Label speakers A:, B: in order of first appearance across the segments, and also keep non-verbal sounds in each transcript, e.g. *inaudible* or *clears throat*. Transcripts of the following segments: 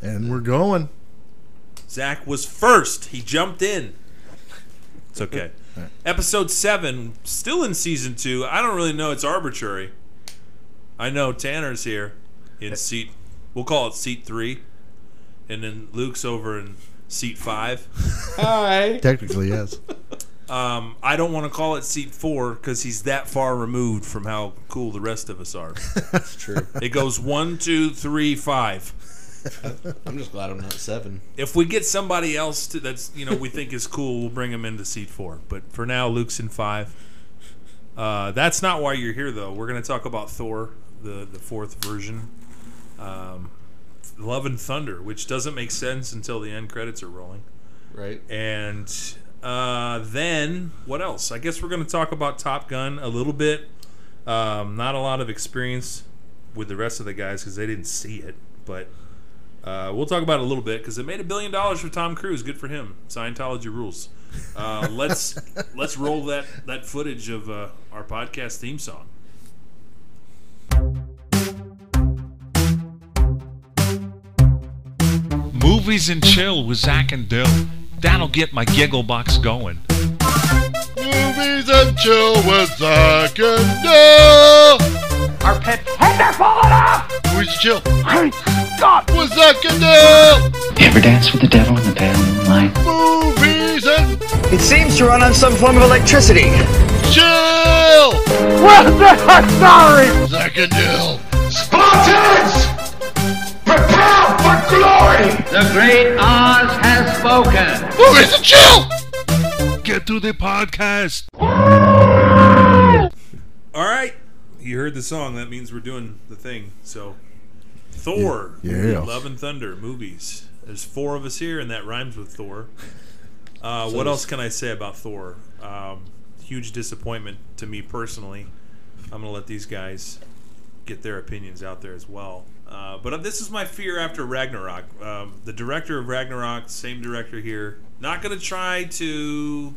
A: And we're going.
B: Zach was first. He jumped in. It's okay. Episode seven, still in season two. I don't really know. It's arbitrary. I know Tanner's here in seat. We'll call it seat three, and then Luke's over in seat five.
C: Hi.
A: Technically, yes.
B: Um, I don't want to call it seat four because he's that far removed from how cool the rest of us are.
C: That's true. *laughs*
B: it goes one, two, three, five.
C: I'm just glad I'm not seven.
B: If we get somebody else to, that's you know we think is cool, we'll bring him into seat four. But for now, Luke's in five. Uh, that's not why you're here, though. We're going to talk about Thor, the the fourth version, um, Love and Thunder, which doesn't make sense until the end credits are rolling.
C: Right.
B: And uh, then what else? I guess we're going to talk about Top Gun a little bit. Um, not a lot of experience with the rest of the guys because they didn't see it, but uh, we'll talk about it a little bit because it made a billion dollars for Tom Cruise. Good for him. Scientology rules. Uh, let's let's roll that that footage of uh, our podcast theme song.
D: Movies and chill with Zach and Dill. That'll get my giggle box going.
A: Movies and chill with Zach and Dale.
E: Our pet heads are falling off!
A: Movies and chill
E: Great Scott!
A: with Zach and Dale.
F: You ever dance with the devil in the pale moonlight?
A: Movies and
G: It seems to run on some form of electricity.
A: chill.
E: Well, I'm sorry!
A: Zach and Dale.
H: Spartans! Prepare for glory! The great Oz has spoken.
A: Movies and chill.
D: Get to the podcast.
B: All right, you heard the song. That means we're doing the thing. So, Thor,
A: Yeah.
B: Love and Thunder movies. There's four of us here, and that rhymes with Thor. Uh, what else can I say about Thor? Um, huge disappointment to me personally. I'm gonna let these guys get their opinions out there as well. Uh, but this is my fear after Ragnarok. Um, the director of Ragnarok, same director here. Not gonna try to,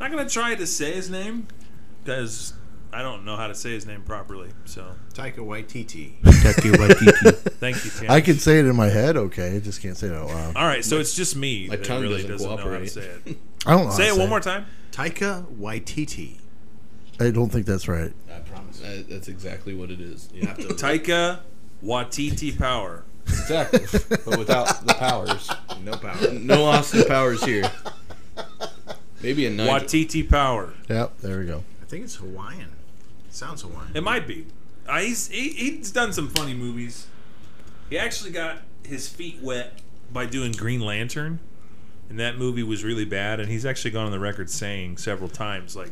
B: not gonna try to say his name because I don't know how to say his name properly. So
I: Taika Waititi.
B: *laughs* thank you, Tanner.
A: I can say it in my head, okay. I just can't say it out loud.
B: All right, so it's just me
C: My
B: that
C: tongue
B: really
C: doesn't
B: doesn't, know how to
C: cooperate.
B: say
C: *laughs*
B: it.
A: I don't know how
B: say
A: to
B: it one more time.
I: Taika Waititi.
A: I don't think that's right.
C: I promise. that's exactly what it is.
I: You have *laughs* to
B: Taika Watiti Power.
C: Exactly. but without the powers.
I: no power.
C: No Austin Powers here. Maybe a Nigel.
B: Watiti Power.
A: Yep, there we go. *laughs*
I: I think it's Hawaiian. Sounds Hawaiian.
B: It might be. Uh, he's he, he's done some funny movies. He actually got his feet wet by doing Green Lantern, and that movie was really bad. And he's actually gone on the record saying several times like,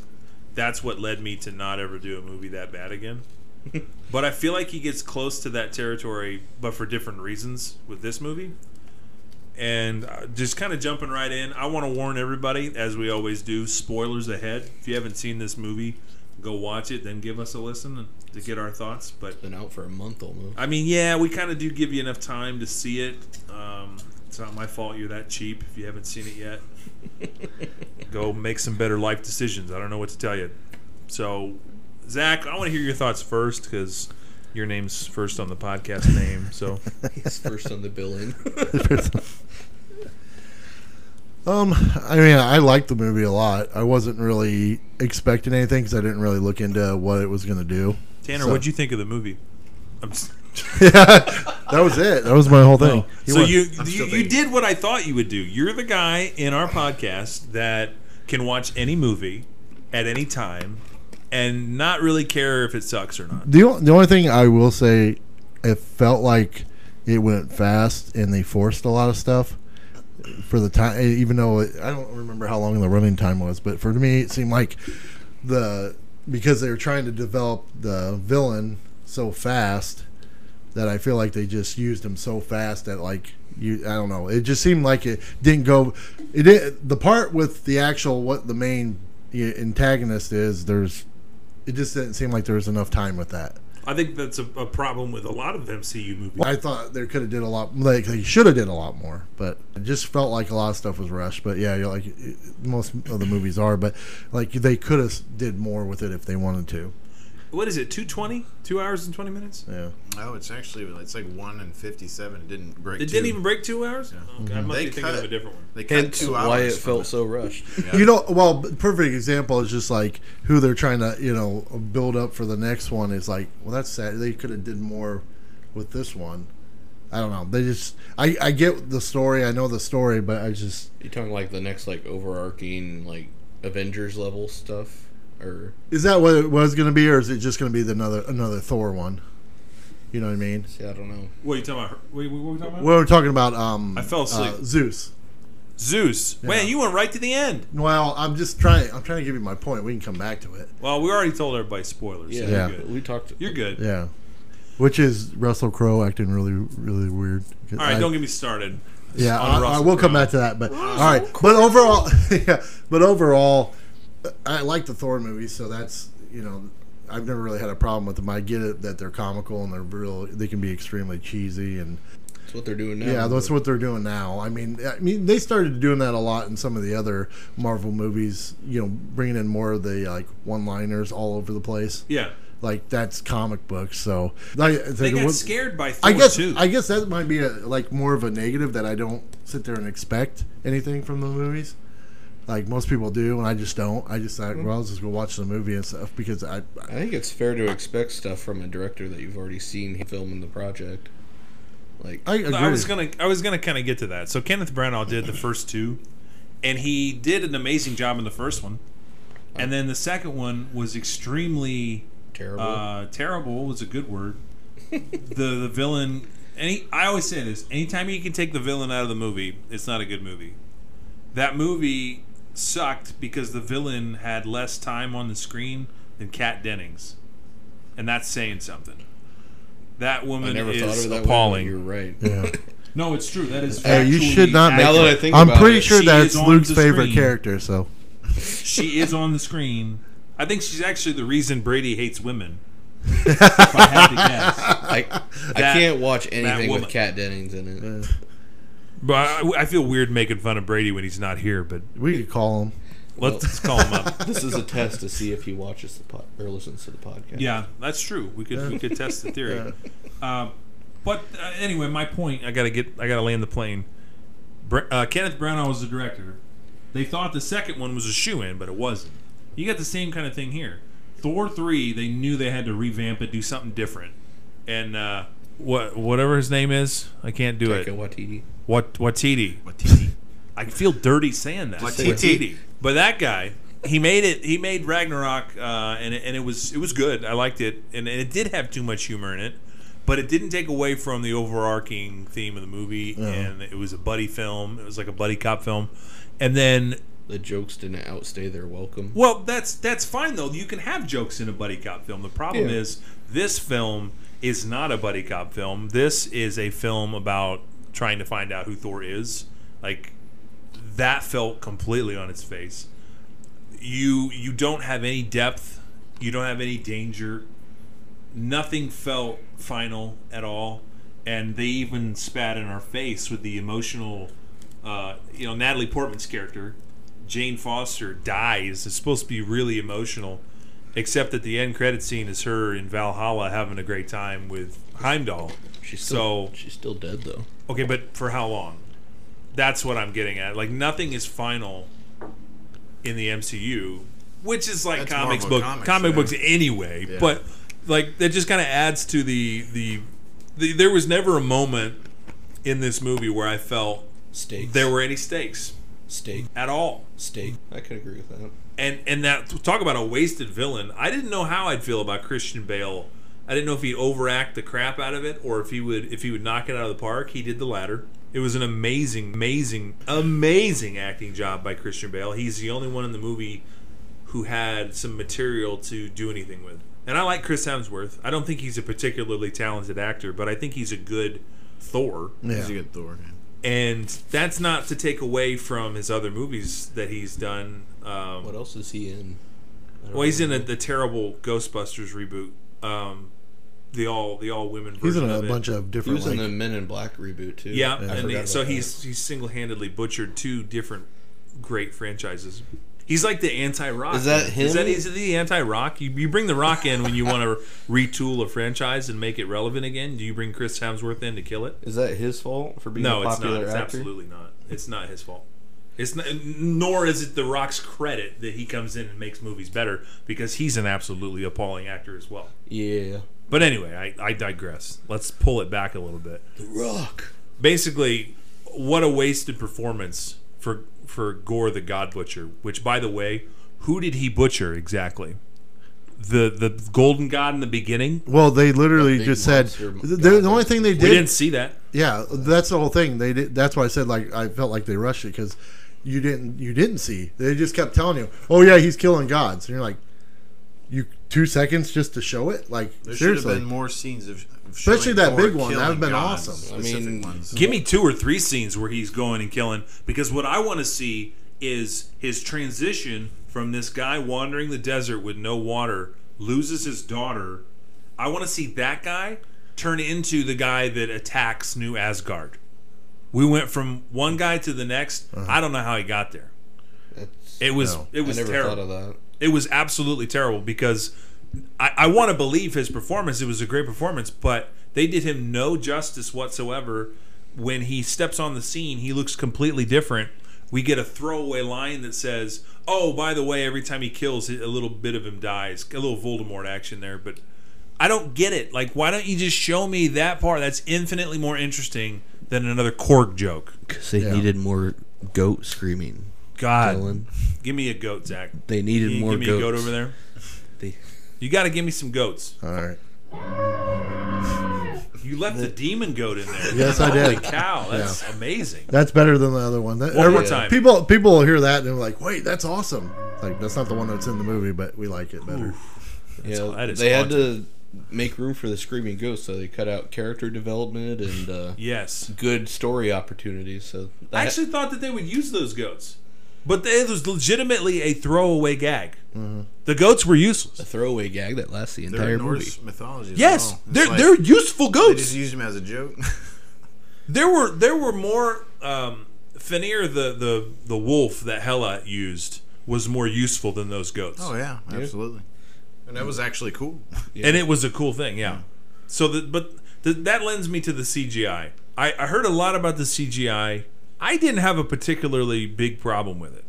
B: "That's what led me to not ever do a movie that bad again." but I feel like he gets close to that territory, but for different reasons with this movie. And uh, just kind of jumping right in, I want to warn everybody, as we always do, spoilers ahead. If you haven't seen this movie, go watch it, then give us a listen to get our thoughts. But
C: Been out for a month almost.
B: I mean, yeah, we kind of do give you enough time to see it. Um, it's not my fault you're that cheap if you haven't seen it yet. go make some better life decisions. I don't know what to tell you. So, Zach, I want to hear your thoughts first because your name's first on the podcast name. So,
C: It's first on the
I: *laughs*
C: billing.
A: Um, I mean, I liked the movie a lot. I wasn't really expecting anything because I didn't really look into what it was going to do. *laughs*
B: Tanner,
A: So-
B: what'd you think of the movie? I'm s-
A: That was it. That was my whole thing. He
B: Oh, so
A: won.
B: you
I: I'm
B: you,
I: still
B: you
I: thinking.
B: did what I thought you would do. You're the guy in our podcast that can watch any movie at any time and not really care if it sucks or not.
A: the o- the only thing I will say, it felt like it went fast and they forced a lot of stuff for the time. Even though it, I don't remember how long the running time was, but for me, it seemed like the because they were trying to develop the villain so fast that I feel like they just used him so fast that like you I don't know it just seemed like it didn't go it did the part with the actual what the main yeah, antagonist is there's it just didn't seem like there was enough time with that.
B: I think that's a, a problem with a lot of MCU movies.
A: I thought they could have did a lot. Like they should have did a lot more, but it just felt like a lot of stuff was rushed. But yeah, you're like it- most of the movies are, but like they could have did more with it if they wanted to.
B: what is it? Two twenty? Two hours and twenty minutes?
A: Yeah.
I: Oh, it's actually it's like one and fifty-seven. It didn't break.
B: It
I: two.
B: didn't even break two hours. Oh, God, I must
I: They
B: be thinking
I: cut
B: of
I: it.
B: a different one.
I: They cut
C: Hence
I: two hours.
C: why it
I: from
C: felt so rushed.
A: You know, well, b- perfect example is just like who they're trying to, you know, build up for the next one is like, well, that's sad. They could have did more with this one. I don't know. They just, I, I get the story. I know the story, but I just,
C: You talking like the next like overarching like Avengers level stuff or
A: is that what it was going to be, or is it just going to be the another another Thor one? You know what I mean?
C: see I don't know.
B: What are you talking about? What, what were we talking about?
A: We were talking about. Um,
B: I fell asleep.
A: Uh, Zeus.
B: Zeus. Man, you went right to the end.
A: Well, I'm just trying. I'm trying to give you my point. We can come back to it.
B: Well, we already told everybody spoilers.
C: Yeah,
B: So
A: Yeah.
B: You're good.
C: we talked.
B: You're good.
A: Yeah. Which is Russell Crowe acting really, really weird.
B: All right,
A: I-
B: don't get me started.
A: Yeah,
B: on
A: I, I
B: Russell
A: will come
B: Crowe.
A: back to that. But all right, but overall, *laughs* yeah, but overall, I like the Thor movies. So that's you know, I've never really had a problem with them. I get it that they're comical and they're real. They can be extremely cheesy and
C: That's what they're doing now.
A: yeah, that's what they're doing now. I mean, I mean, they started doing that a lot in some of the other Marvel movies. You know, bringing in more of the like one-liners all over the place.
B: Yeah.
A: Like that's comic books. So I,
B: They got scared by Thor
A: I guess
B: too.
A: I guess that might be a, like more of a negative that I don't sit there and expect anything from the movies. Like most people do, and I just don't. I just
B: Mm-hmm.
A: thought, well, I'll just go watch the movie and stuff because I,
C: I think it's fair to expect stuff from a director that you've already seen film in the project. Like
A: I agree.
B: I was gonna I was gonna kind of get to that. So Kenneth Branagh did the first two, and he did an amazing job in the first one, and then the second one was extremely
C: terrible.
B: uh, terrible. Was a good
C: *laughs*
B: word. the the villain. Any I always say this. Anytime you can take the villain out of the movie, it's not a good movie. That movie sucked because the villain had less time on the screen than Kat Dennings, and that's saying something. That woman
C: I never
B: is
C: thought of it that
B: appalling.
C: way. but You're right.
B: *laughs*
A: yeah.
B: No, it's true. That is.
A: Hey, you
B: factually
A: should not make
C: Now that
B: accurate.
C: I think
A: I'm
C: about
A: pretty
C: it,
A: sure
B: she
A: that's
B: is on
A: Luke's
B: the
A: favorite
B: screen.
A: character. So
B: she is on the screen. I think she's actually the reason Brady hates women. if I had to guess,
C: I, I
B: That-
C: can't watch anything
B: woman.
C: with Kat Dennings in it.
B: but I, I feel weird making fun of Brady when he's not here. But
A: we could call him.
B: let's call him up.
C: This is a test to see if he watches the pod or listens to the podcast.
B: Yeah, that's true. We could we could test the theory. Um but uh, anyway, my point. I gotta get. I gotta land the plane. Br- uh, Kenneth Branagh was the director. They thought the second one was a shoe in, but it wasn't. You got the same kind of thing here. Thor three. They knew they had to revamp it, do something different, and uh, what whatever his name is, I can't do
C: Taika
B: it.
C: Waititi.
B: What Watiti?
I: Watiti.
B: I feel dirty saying that.
I: Watiti.
B: Watiti. But that guy, he made it. He made Ragnarok, uh, and it- and it was it was good. I liked it, and, and it did have too much humor in it, but it didn't take away from the overarching theme of the movie. And it was a buddy film. It was like a buddy cop film. And then,
C: The jokes didn't outstay their welcome.
B: well, that's that's fine though. You can have jokes in a buddy cop film. The problem
C: Yeah.
B: is this film is not a buddy cop film. This is a film about trying to find out who Thor is. Like that felt completely on its face. You you don't have any depth, you don't have any danger. Nothing felt final at all, and they even spat in our face with the emotional. Uh, you know, Natalie Portman's character, Jane Foster, dies. It's supposed to be really emotional, except that the end credit scene is her in Valhalla having a great time with Heimdall.
C: She's still,
B: so-
C: she's still dead though.
B: Okay, but for how long? That's what I'm getting at. Like nothing is final in the MCU, which is like
I: That's
B: comics
I: Marvel
B: book
I: Comics,
B: comic
I: yeah.
B: books anyway. But like that just kind of adds to the, the the there was never a moment in this movie where I felt
C: Steak.
B: there were any stakes
C: steak.
B: at all.
C: Steak. I could agree with that.
B: And and that talk about a wasted villain. I didn't know how I'd feel about Christian Bale. I didn't know if he'd overact the crap out of it or if he would if he would knock it out of the park. He did the latter. It was an amazing, amazing, amazing acting job by Christian Bale. He's the only one in the movie who had some material to do anything with. And I like Chris Hemsworth. I don't think he's a particularly talented actor, but I think he's a good Thor
A: *laughs* Yeah.
I: He's a good Thor. man.
B: and that's not to take away from his other movies that he's done. Um,
C: What else is he in? I don't
B: well, he's in
C: remember.
B: a, the terrible Ghostbusters reboot, um, the all the all women version
A: He's in a
B: of it.
A: bunch of
C: He
A: different.
C: was in the
A: Like,
C: Men in Black reboot too.
B: yeah,
C: I
B: and
C: forgot
B: he-
C: about
B: so
C: that.
B: he's he's single handedly butchered two different great franchises. He's like the anti-rock.
C: Is that
B: Is that
C: him?
B: is it the anti-rock? You, you bring the rock in when you want
C: *laughs*
B: to retool a franchise and make it relevant again. Do you bring Chris Hemsworth in to kill it?
C: Is that his fault for being
B: No,
C: a
B: it's
C: popular
B: not. It's
C: actor?
B: absolutely not. It's not his fault. It's not, nor is it the Rock's credit that he comes in and makes movies better because he's an absolutely appalling actor as well.
C: Yeah.
B: But anyway, I, I digress. Let's pull it back a little bit.
C: The Rock.
B: Basically, what a wasted performance for for Gore the God Butcher. Which, by the way, who did he butcher exactly? The the Golden God in the beginning.
A: Well, they literally
C: big
A: just said
C: monster
A: the,
C: guy
A: the only thing they
B: We
A: did.
B: didn't see that.
A: Yeah, that's the whole thing. They did. That's why I said like I felt like they rushed it because you didn't you didn't see. They just kept telling you, "Oh yeah, he's killing gods," and you're like, you two seconds just to show it. Like
I: There should have
A: seriously,
I: been more scenes of, of
A: Especially
I: showing
A: that
I: Thor
A: big one. That
I: killing
A: would've been
I: gods,
A: awesome.
C: I
I: Specific
C: mean-
I: ones.
B: Give me two or three scenes where he's going and killing because what I want to see is his transition from this guy wandering the desert with no water, loses his daughter. I want to see that guy turn into the guy that attacks New Asgard. We went from one guy to the next. I don't know how he got there.
C: That's,
B: It was
A: No,
B: it was
C: I never
B: terrible
C: thought of that.
B: it was absolutely terrible because I, I want to believe his performance. It was a great performance, but they did him no justice whatsoever. When he steps on the scene, he looks completely different. We get a throwaway line that says, "Oh, by the way, every time he kills, a little bit of him dies." A little Voldemort action there, but I don't get it. Like, why don't you just show me that part? That's infinitely more interesting than another Korg joke.
C: Because they
A: Yeah.
C: needed more goat screaming.
B: God,
C: Dylan.
B: give me a goat, Zach.
C: They needed
B: Can you
C: more
B: give me
C: goats.
B: a goat over there.
C: *laughs* They-
B: You got to give me some goats.
A: all right.
B: You left the, demon goat in there.
A: Yes, I
B: Holy
A: did.
B: cow, that's amazing.
A: That's better than the other one. That,
B: One more
A: every-
B: time.
A: People people will hear that and they're like, "Wait, that's awesome!" Like that's not the one that's in the movie, but we like it better.
C: Yeah,
B: that is
C: they had to make room for the screaming ghost, so they cut out character development
B: *laughs*
C: and uh,
B: Yes.
C: good story opportunities. So
B: I
C: that,
B: actually thought that they would use those goats, but they, it was legitimately a throwaway gag.
I: Mm-hmm.
B: The goats were
C: a
B: useless.
C: throwaway gag that lasts the
I: They're
C: entire
I: in
C: movie.
I: Norse mythology. as
B: Yes,
I: well. Oh, It's
B: they're
I: like,
B: they're useful
I: They
B: goats.
I: just used him as a joke. *laughs*
B: There were there were more um, Fenrir the, the the wolf that Hela used was more useful than those goats.
I: oh yeah, absolutely. And that was actually cool.
B: and it was a cool thing yeah so the, but th- that lends me to the cgi I, I heard a lot about the cgi i didn't have a particularly big problem with it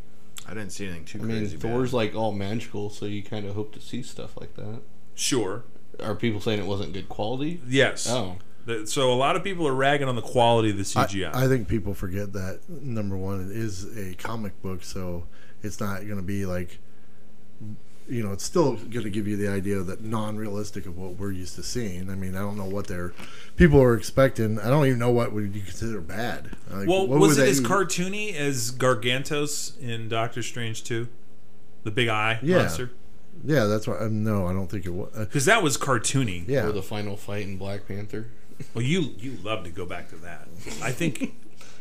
I: I didn't see anything too
C: I mean,
I: crazy. bad.
C: Thor's like all magical, so you kind of hope to see stuff like that.
B: sure
C: Are people saying it wasn't good quality?
B: yes
C: Oh,
B: Th- so a lot of people are ragging on the quality of the cgi
A: I, I think people forget that number one, it is a comic book, so it's not going to be like, you know, it's still going to give you the idea that non-realistic of what we're used to seeing. I mean, I don't know what they're people are expecting. I don't even know what would you consider bad. Like,
B: well
A: what
B: was
A: would
B: it
A: they
B: as
A: even-
B: cartoony as gargantos in doctor strange 2 the big eye
A: Yeah.
B: monster
A: Yeah, that's why. Um, no, I don't think it was. Uh,
B: because that was cartoony
A: yeah,
C: or the final fight in Black Panther.
B: well you you love to go back to that
A: *laughs*
B: i think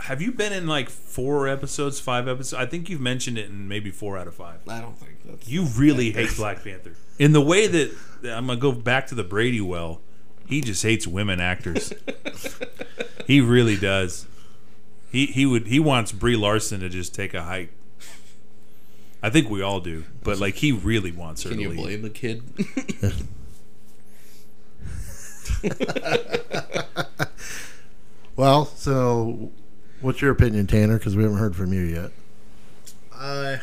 B: have you been in like four episodes five episodes i think you've mentioned it in maybe four out of five
C: I don't think that's.
B: You really hate Black Panther *laughs* in the way that that I'm gonna go back to the Brady well. He just hates women *laughs* actors. he really does. He he would he wants Brie Larson to just take a hike. I think we all do, but like he really wants her.
C: Can
B: to
C: you
B: leave.
C: blame the kid? *laughs*
A: Well, so what's your opinion, Tanner? Because we haven't heard from you yet.
I: Uh,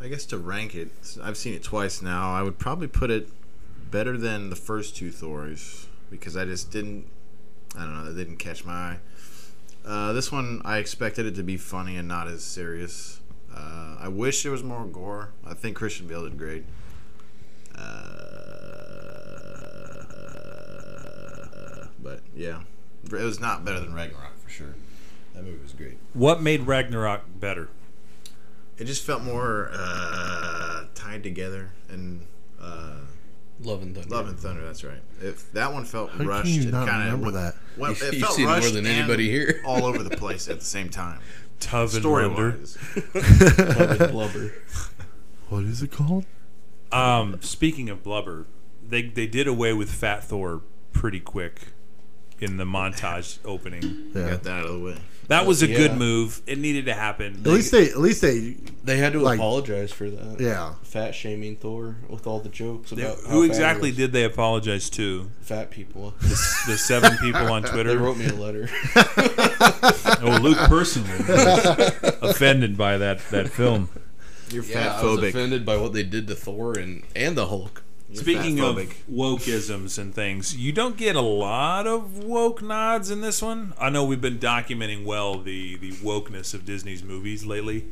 I: I guess to rank it, I've seen it twice now. I would probably put it better than the first two Thors because I just didn't. I don't know. They didn't catch my eye. Uh, this one, I expected it to be funny and not as serious. Uh, I wish there was more gore. I think Christian Bale did great. Uh, but yeah, it was not better than Ragnarok for sure. That movie was great
B: What made Ragnarok better?
I: it just felt more uh, tied together and uh,
C: Love and Thunder.
I: Love and Thunder. That's right. If that one felt
A: can
I: rushed,
A: you
I: it
A: not
I: kind
A: remember
I: of
A: that?
I: Well, it
C: You- *laughs* you've
I: felt
C: seen more
I: rushed
C: than
I: and
C: anybody here. *laughs*
I: all over the place at the same time.
B: Tove and
I: Story
B: Wonder.
I: wise,
C: Love and blubber.
A: What is it called?
B: Um, speaking of blubber, they they did away with Fat Thor pretty quick. in the montage opening.
A: Yeah.
I: Got that out of the way.
B: That was a
C: yeah.
B: good move. It needed to happen.
A: At least they, at least they,
C: They had to
A: Like-
C: apologize for that.
A: yeah.
C: Fat shaming Thor with all the jokes
B: They-
C: about how
B: who
C: fat he
B: exactly
C: was.
B: did they apologize to?
C: fat people.
B: The, s- the seven people
C: *laughs*
B: on
C: They
B: Twitter.
C: wrote me a letter.
B: *laughs* Oh, Luke
C: *laughs*
B: personally was offended by that that film.
I: You're
C: yeah,
I: fat
C: I was
I: phobic.
C: offended by what they did to Thor and, and the Hulk.
B: Speaking of
I: fatphobic.
B: wokeisms and things, you don't get a lot of woke nods in this one. I know we've been documenting well the the wokeness of Disney's movies lately.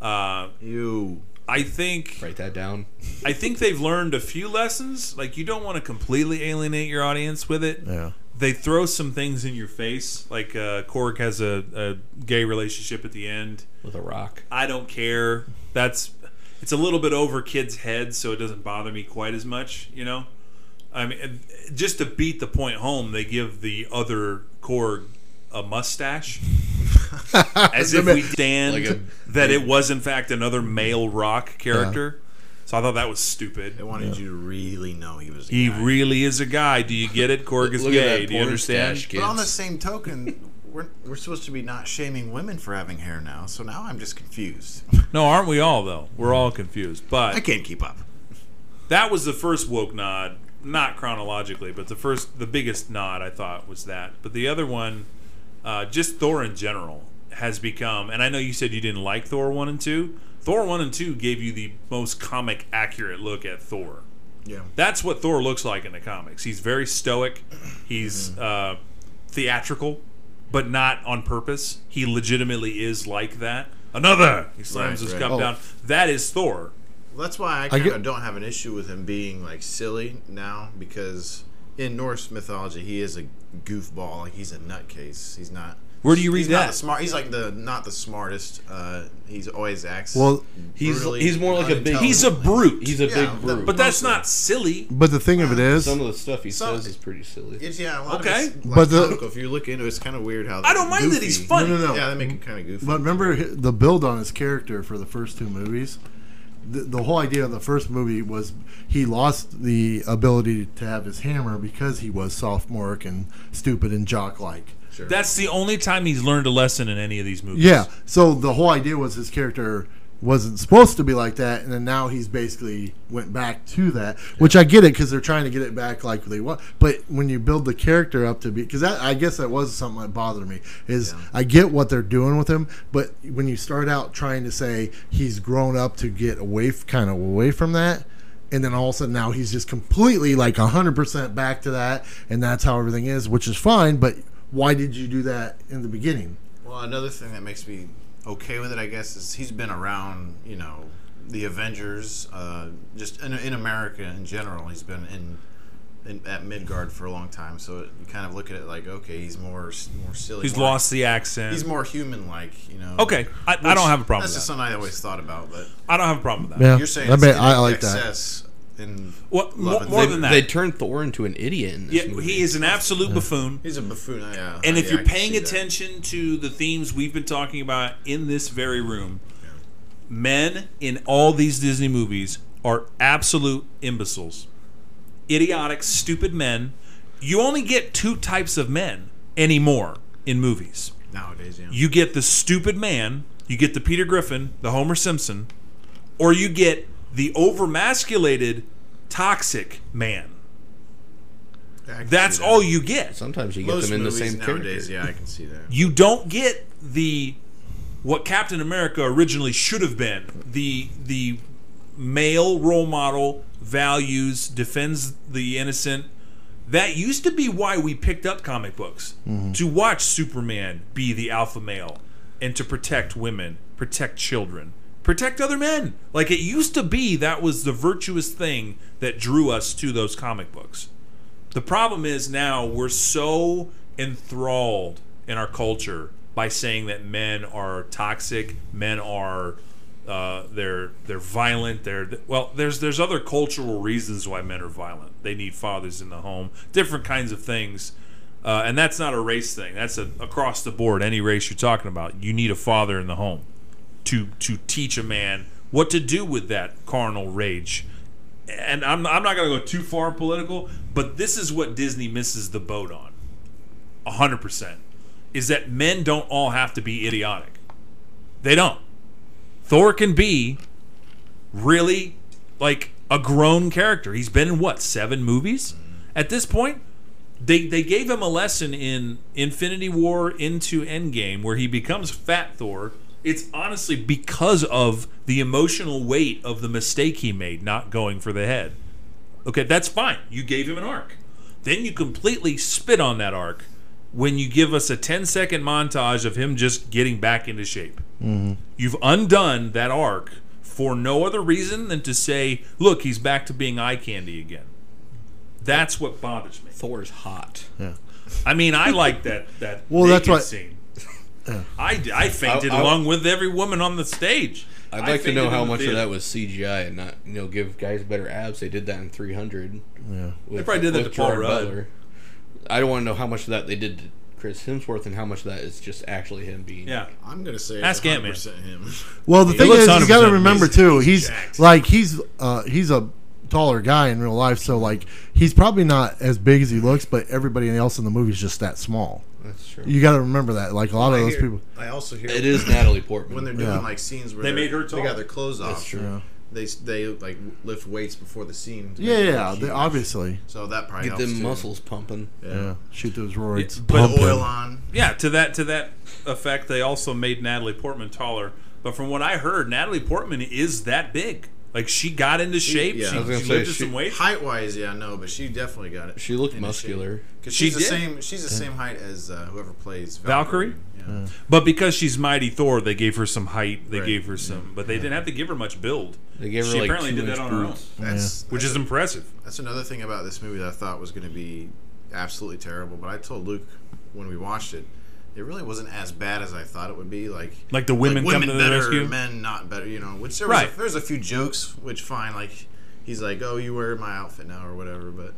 B: Uh,
I: You.
B: I think
C: Write that down.
B: I think they've learned a few lessons. Like you don't want to completely alienate your audience with it.
A: Yeah.
B: They throw some things in your face, like uh, Korg has a, a gay relationship at the end.
C: With a rock.
B: I don't care. That's it's a little bit over kids' heads, so it doesn't bother me quite as much, you know. I mean, and just to beat the point home, they give the other Korg a mustache, as if we stand
C: Like a-
B: that it was in fact another male rock character. So I thought that was stupid.
I: They wanted you to really know he was. A
B: He
I: guy.
B: really is a guy. Do you get it? Korg is
C: Look at
B: gay.
C: that
B: Do you
C: porn
B: understand?
C: stash,
I: But on the
C: kids.
I: same token, we're, we're supposed to be not shaming women for having hair now, so now I'm just confused.
B: No, aren't we all though? We're all confused. But
I: I can't keep up.
B: that was the first woke nod not chronologically but the first the biggest nod i thought was that but the other one uh, just thor in general has become and i know you said you didn't like thor 1 and 2 thor 1 and 2 gave you the most comic accurate look at thor
I: Yeah.
B: that's what thor looks like in the comics he's very stoic
I: Mm-hmm.
B: he's uh, theatrical but not on purpose he legitimately is like that another he slams
I: Right,
B: his
I: right.
B: cup
A: Oh.
B: down that is thor
I: That's why I kind
A: get-
I: of don't have an issue with him being like silly now because in Norse mythology he is a goofball, like he's a nutcase. He's not.
B: Where do you read
I: he's not
B: that?
I: the smart. He's like the not the smartest. Uh, he's always acts.
A: Well,
C: He's
I: brutally
C: he's more like a big.
I: unintelligent.
B: he's a brute
C: He's a
I: Yeah,
C: big
I: that-
C: brute.
B: but that's not silly
A: but the thing of it is,
C: some of the stuff he
I: Some-
C: says is pretty silly.
I: It's, yeah. A lot
B: Okay.
I: Of it's, like,
A: But the-
I: comical. if you look into it, it's kind of weird how.
B: I don't mind that
I: goofy-
B: he's funny.
A: No, no, no.
I: Yeah, they make him kind of goofy.
A: But remember hi- the build on his character for the first two movies. The, the whole idea of the first movie was he lost the ability to have his hammer because he was sophomoric and stupid and jock like.
I: Sure.
B: That's the only time he's learned a lesson in any of these movies.
A: Yeah. So the whole idea was his character wasn't supposed to be like that, and then now he's basically went back to that, which I get it because they're trying to get it back like they want. But when you build the character up to be, because I guess that was something that bothered me is I get what they're doing with him, but when you start out trying to say he's grown up to get away, kind of away from that. And then all of a sudden now he's just completely like 100% back to that. And that's how everything is, which is fine. But why did you do that in the beginning?
I: Well, another thing that makes me okay with it, I guess, is he's been around, you know, the Avengers, uh, just in, in America in general. He's been in, in at Midgard for a long time, so it, you kind of look at it like, okay, he's more more silly.
B: He's
I: more-
B: lost the accent.
I: He's more human-like, you know.
B: okay, I, I don't have a problem
I: That's
B: with that.
I: just something I always thought about, but
B: I don't have a problem with that.
A: Yeah,
I: you're saying
A: I,
I: it's
A: bet-
I: in
A: I like that.
I: excess in
B: What, more,
I: Love it.
B: more
I: They-
B: than
C: They
B: that,
C: turned Thor into an idiot in
B: yeah,
C: this movie.
B: he is an absolute buffoon.
I: he's a buffoon. Yeah,
B: And
I: yeah,
B: if
I: I
B: you're
I: can
B: paying
I: see that.
B: attention to the themes we've been talking about in this very room, men in all these Disney movies are absolute imbeciles. Idiotic, stupid men. You only get two types of men anymore in movies.
I: nowadays, yeah.
B: you get the stupid man, you get the Peter Griffin, the Homer Simpson, or you get the overmasculated, toxic man.
I: I can see
B: That's
I: that.
B: all you get.
C: Sometimes you get
I: Most
C: them in the
I: movies
C: same
I: nowadays,
C: character.
I: yeah, I can see that.
B: You don't get the what Captain America originally should have been. The the male role model values, defends the innocent. That used to be why we picked up comic books to watch Superman be the alpha male and to protect women, protect children, protect other men. Like it used to be that was the virtuous thing that drew us to those comic books. The problem is now we're so enthralled in our culture by saying that men are toxic, men are uh, they're they're violent. They're well, there's there's other cultural reasons why men are violent. They need fathers in the home, different kinds of things, uh, and that's not a race thing. That's a, across the board. Any race you're talking about, you need a father in the home to to teach a man what to do with that carnal rage and I'm, I'm not going to go too far political, but this is what Disney misses the boat on. hundred percent is that men don't all have to be idiotic. They don't. Thor can be really like a grown character. He's been in what seven movies at this point. They they gave him a lesson in Infinity War into Endgame where he becomes Fat Thor. It's honestly because of the emotional weight of the mistake he made, not going for the head. Okay, that's fine. You gave him an arc. Then you completely spit on that arc when you give us a 10 second montage of him just getting back into shape. You've undone that arc for no other reason than to say, look, he's back to being eye candy again. That's what bothers me.
C: Thor's hot.
B: I mean, I like that that
A: Well,
B: naked
A: that's what-
B: scene. I, I fainted
C: I- I-
B: along with every woman on the stage.
C: I'd
B: I
C: like to know
B: fainted
C: how
B: in the
C: much of
B: theater.
C: that was CGI and not, you know, give guys better abs. They did that in 300.
A: Yeah.
C: With,
B: probably did that
C: with
B: to Paul
C: Gerard
B: Rudd.
C: Butler. I don't want to know how much of that they did to Chris Hemsworth and how much of that is just actually him being.
B: Yeah.
I: I'm gonna say
B: Ask
I: ask
B: Ant-Man.
I: 100% him.
A: Well, the thing
B: looks
A: is, you got
B: 100%
A: to remember
B: amazing.
A: too. He's
B: Jacked.
A: like he's uh, he's a taller guy in real life, so like he's probably not as big as he looks. But everybody else in the movie is just that small.
C: That's true.
A: You got to remember that. Like a lot of
I: I
A: those
I: hear-
A: people.
I: I also hear
C: It is Natalie Portman.
I: when they're doing
A: Yeah.
I: like scenes where
B: They
I: they're-
B: made her
I: They
B: tall.
I: got their clothes off.
C: That's true.
I: They s- they like lift weights before the scene. to
A: Yeah,
I: make it
A: yeah.
I: look
A: They,
I: huge.
A: obviously.
I: So that probably
C: Get
I: helps
C: them
I: too.
C: muscles pumping.
I: Yeah.
A: Yeah. Shoot those roids.
B: But
I: Put
A: Pump
I: oil
A: him.
I: on.
B: Yeah, to that to that effect, they also made Natalie Portman taller. But from what I heard, Natalie Portman is that big. Like she got into shape.
I: yeah,
B: she
I: I was
B: she
C: gonna say,
B: lifted
C: she-
B: some weight.
I: Height wise, yeah, no, but she definitely got it.
C: She looked
I: into shape.
C: muscular.
I: 'Cause
B: She
I: she's the
B: did.
I: same. She's the same height as uh, whoever plays
B: Valkyrie?
I: Valkyrie. Yeah.
B: But because she's Mighty Thor, they gave her some height. They
I: Right.
B: gave her some, but they didn't have to give her much build.
C: They gave her
B: she
C: like
B: apparently
C: two
B: did that
C: inch
B: on her own,
C: boobs.
I: That's
B: which is impressive.
I: That's another thing about this movie that I thought was going to be absolutely terrible. But I told Luke when we watched it, it really wasn't as bad as I thought it would be. Like
B: Like the women come to the
I: better,
B: rescue?
I: men not better. You know, which there
B: Right.
I: was a, there's a few jokes, which fine. Like he's like, oh, you wear my outfit now or whatever, but.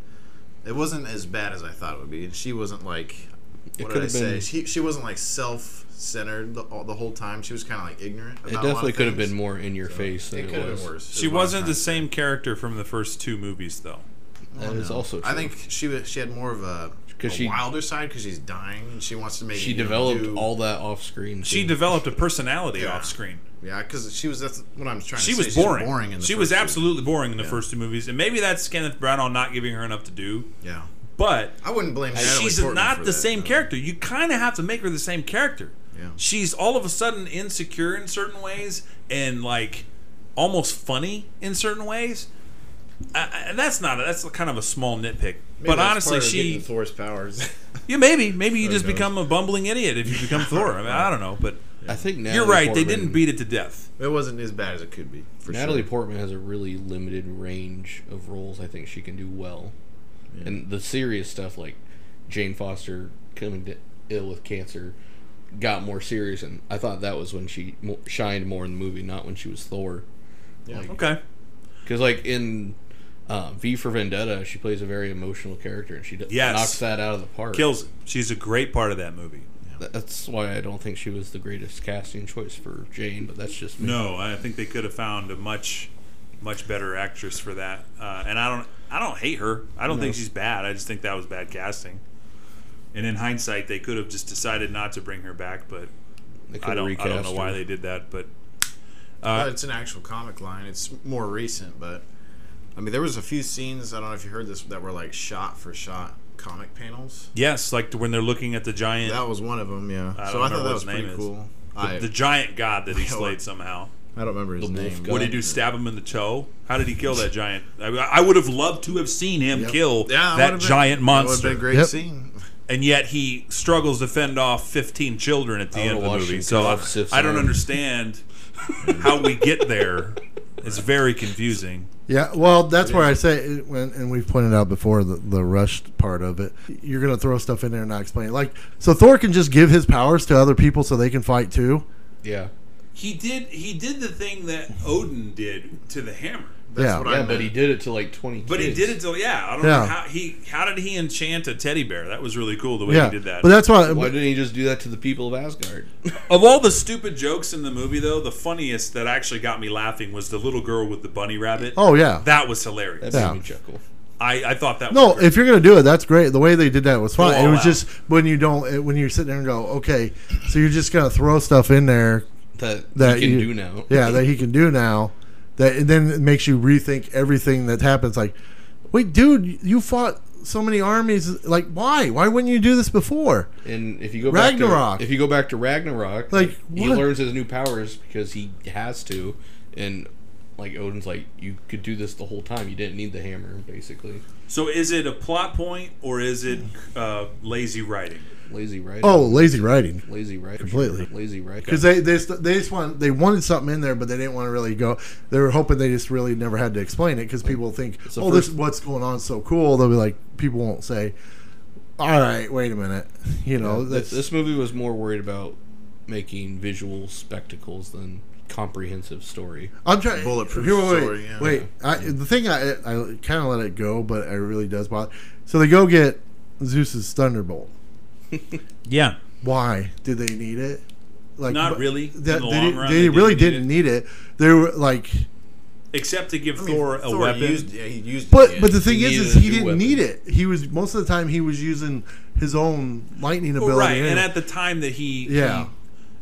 I: It wasn't as bad as I thought it would be, and she wasn't like what did I
C: could've been-
I: say? She, she wasn't like self-centered the, all, the whole time. She was kind of like ignorant.
C: It
I: About
C: definitely could have been
I: more.
C: more in your face than
I: It
C: it,
I: could have
C: was.
I: been worse.
B: She wasn't the same character from the first two movies, though.
C: That is also true.
I: I think she was, she had more of a,
C: 'Cause
I: a
C: she-
I: wilder side because she's dying and she wants to make.
C: she
I: you know,
C: developed
I: do-
C: all that off screen.
B: She
C: too.
B: developed a personality
I: Yeah.
B: off screen.
I: Yeah, because she was. That's what I'm trying
B: She
I: to
B: was
I: say.
B: boring.
I: She's boring in the
B: she
I: first
B: was
I: two.
B: absolutely boring in the first two movies, and maybe that's Kenneth Branagh not giving her enough to do.
I: Yeah,
B: But
I: I wouldn't blame. Natalie
B: she's
I: Portman
B: not
I: for
B: the
I: that,
B: same
I: though.
B: character. You kind of have to make her the same character.
I: Yeah.
B: She's all of a sudden insecure in certain ways and like almost funny in certain ways. I, I, and that's not that's kind of a small nitpick.
I: Maybe
B: but
I: that's
B: honestly,
I: part of getting
B: she
I: Thor's powers.
B: yeah maybe maybe you just
I: knows?
B: become a bumbling idiot if you *laughs* become Thor. I mean, I don't know, but
C: I think Natalie
B: you're right.
C: Portman,
B: They didn't beat it to death.
I: *laughs* it wasn't as bad as it could be. For
C: Natalie
I: sure.
C: Portman has a really limited range of roles. I think she can do well, and the serious stuff like Jane Foster coming to ill with cancer got more serious, and I thought that was when she mo- shined more in the movie, not when she was Thor.
B: Okay.
C: Because like in uh, V for Vendetta, she plays a very emotional character, and she d-
B: Yes.
C: knocks that out of the park.
B: Kills it. She's a great part of that movie.
C: Th- That's why I don't think she was the greatest casting choice for Jane, but that's just me.
B: No, I think they could have found a much, much better actress for that. Uh, and I don't, I don't hate her. I don't think she's bad. I just think that was bad casting. And in hindsight, they could have just decided not to bring her back. But
C: They
B: I
C: could've
B: don't, I don't know
C: recast
B: why
C: her.
B: they did that. But
I: But Uh, it's an actual comic line. It's more recent, but I mean, there was a few scenes. I don't know if you heard this that were like shot for shot comic panels.
B: yes, like when they're looking at the giant,
I: That was one of them. Yeah.
B: I
I: so
B: don't
I: I thought
B: remember
I: that
B: what
I: was
B: his name
I: pretty
B: is.
I: cool. I,
B: the giant god
I: *laughs*
B: that he
I: Yeah,
B: slayed
I: what-
B: somehow.
I: I don't remember his
C: The wolf
I: name.
C: guy.
B: What did he do? Stab him in the toe? How did he kill that giant? I, I would have loved to have seen him kill
I: Yeah,
B: that
I: would've been-
B: giant
I: That would
B: monster.
I: have been a great
A: Yep.
I: scene.
B: and yet he struggles to fend off 15 children at the
C: I
B: end of the
C: wanna watch
B: movie.
C: him
B: So
C: cut
B: I,
C: off Sif's
B: I don't
C: arm.
B: understand how we get there. It's very confusing.
A: Yeah, well, that's where I say, it when, and we've pointed out before the, the rushed part of it. You're gonna throw stuff in there and not explain it. Like, so Thor can just give his powers to other people so they can fight too.
C: Yeah.
B: He did he did the thing that Odin did to the hammer.
I: That's
A: yeah,
I: what I
C: Yeah,
I: meant.
C: but he did it to like twenty.
B: But he
C: kids.
B: did it till yeah, I don't know
A: Yeah.
B: how he how did he enchant a teddy bear? That was really cool the way
A: yeah.
B: he did that.
A: But that's why.
C: Why didn't he just do that to the people of Asgard?
B: of all the stupid jokes in the movie though, the funniest that actually got me laughing was the little girl with the bunny rabbit.
A: oh yeah,
B: That was hilarious.
C: That
A: Yeah.
C: made me chuckle.
B: I, I thought that was
A: No,
B: great.
A: if you're gonna do it, that's great. The way they did that was fine.
B: Go all
A: it was
B: out.
A: just when you don't it, when you sit there and go, okay, so you're just gonna throw stuff in there
C: that,
A: that
C: you can
A: you-
C: do now.
A: *laughs* yeah, that he can do now. That and then it makes you rethink everything that happens. Like, wait, dude, you fought so many armies. Like, why? Why wouldn't you do this before?
C: And if you go back
A: Ragnarok.
C: to, if you go back to Ragnarok,
A: Like,
C: he
A: what?
C: learns his new powers because he has to, and like Odin's like, you could do this the whole time. You didn't need the hammer, basically.
B: So is it a plot point or is it uh, lazy writing?
C: Lazy writing.
A: Oh, lazy writing.
C: lazy writing.
A: completely.
C: Lazy writing.
A: Because they, they just- they just want they wanted something in there, but they didn't want to really go. They were hoping they just really never had to explain it because people think,
C: So
A: oh,
C: first-
A: this what's going on is so cool. They'll be like, people won't say, all right, wait a minute, you know.
C: Th-
A: that's,
C: this movie was more worried about making visual spectacles than comprehensive story.
A: I'm trying.
I: Bulletproof
A: Here, wait,
I: story,
A: wait,
I: yeah.
A: wait. I, the thing I I kind of let it go, but it really does bother. So they go get Zeus's thunderbolt.
B: Yeah.
A: Why did they need it? Like
B: Not
A: but-
B: really.
A: That,
B: In the
A: they,
B: long
A: didn't-
B: run,
A: they
B: they didn't
A: really
B: need
A: didn't
B: it.
A: need it. They were like,
B: Except to give
I: I mean,
B: Thor a
I: Thor
B: weapon.
I: Used, yeah, he used. it
A: but
I: again.
A: but the thing
C: He
A: is,
C: needed
A: is
C: a
A: he
C: new
A: didn't
C: weapon.
A: need it. He was most of the time he was using his own lightning
B: Well,
A: ability.
B: Oh, right. And
A: in
B: at
A: it.
B: the time that he
A: Yeah.
B: he-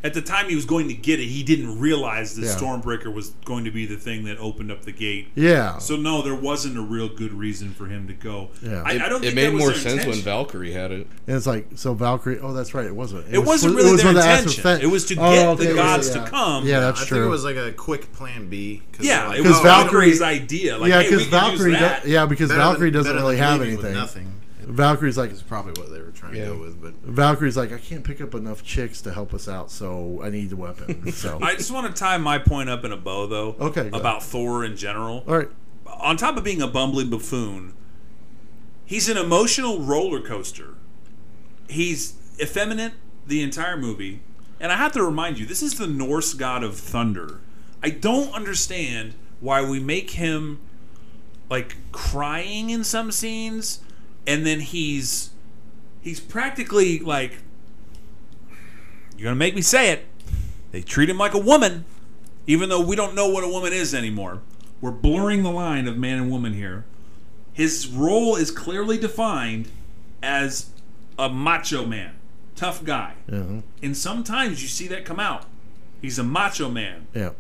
B: at the time he was going to get it, he didn't realize that
A: Yeah.
B: Stormbreaker was going to be the thing that opened up the gate.
A: yeah,
B: So no, there wasn't a real good reason for him to go.
A: Yeah.
B: I,
A: It-
B: I don't. think
C: It made
B: that was
C: more
B: their
C: sense when
B: intention.
C: Valkyrie had it.
A: and it's like so Valkyrie. Oh, that's right. It wasn't.
B: It wasn't
A: for-
B: really their
A: for the Astra
B: intention.
A: Fett.
B: It was to
A: Oh,
B: get the
A: okay, yeah,
B: gods
A: yeah.
B: to come.
A: Yeah,
I: I
A: that's true.
I: think it was like a quick plan B. Cause
B: Yeah,
I: they're
B: it
I: like,
B: was
I: oh, we don't-
B: Valkyrie's idea. Like,
A: yeah,
B: because
A: because Valkyrie, do-
B: that.
A: yeah, because
I: better than-
A: Valkyrie doesn't
I: better
A: really
I: than
A: have
I: leaving with
A: anything.
I: Nothing
A: Valkyrie's like,
I: is probably what they were trying
C: Yeah.
I: to go with, but
A: Valkyrie's like, I can't pick up enough chicks to help us out, so I need the
B: *laughs*
A: weapon. So
B: I just want to tie my point up in a bow, though.
A: Okay, go.
B: About Thor in general.
A: all right,
B: on top of being a bumbling buffoon, he's an emotional roller coaster. He's effeminate the entire movie. And I have to remind you, this is the Norse god of thunder. I don't understand why we make him like crying in some scenes and then he's he's practically like you're going to make me say it. They treat him like a woman even though we don't know what a woman is anymore. We're blurring the line of man and woman here. His role is clearly defined as a macho man, tough guy. And sometimes you see that come out. He's a macho man.
A: yeah,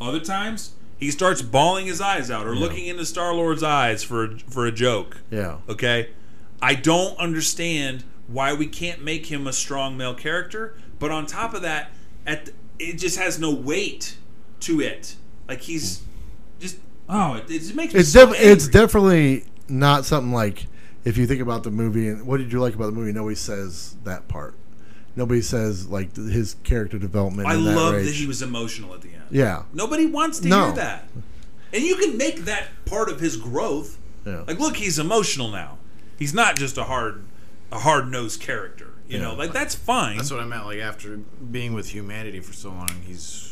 B: Other times, he starts bawling his eyes out or looking into Star Lord's eyes for a, for a joke.
A: yeah.
B: Okay? I don't understand why we can't make him a strong male character, but on top of that, at the, it just has no weight to it. Like he's just oh, it, it just makes me
A: It's
B: so
A: def- it's
B: angry.
A: definitely not something like if you think about the movie and what did you like about the movie? Nobody says that part. Nobody says like th- his character development.
B: I
A: in that
B: love that
A: rage.
B: he was emotional at the end.
A: Yeah,
B: Nobody wants to
A: No.
B: hear that. And you can make that part of his growth.
A: Yeah.
B: Like look, he's emotional now. He's not just a hard a hard-nosed character, you know. Like that's fine.
I: that's what I meant. Like after being with humanity for so long, he's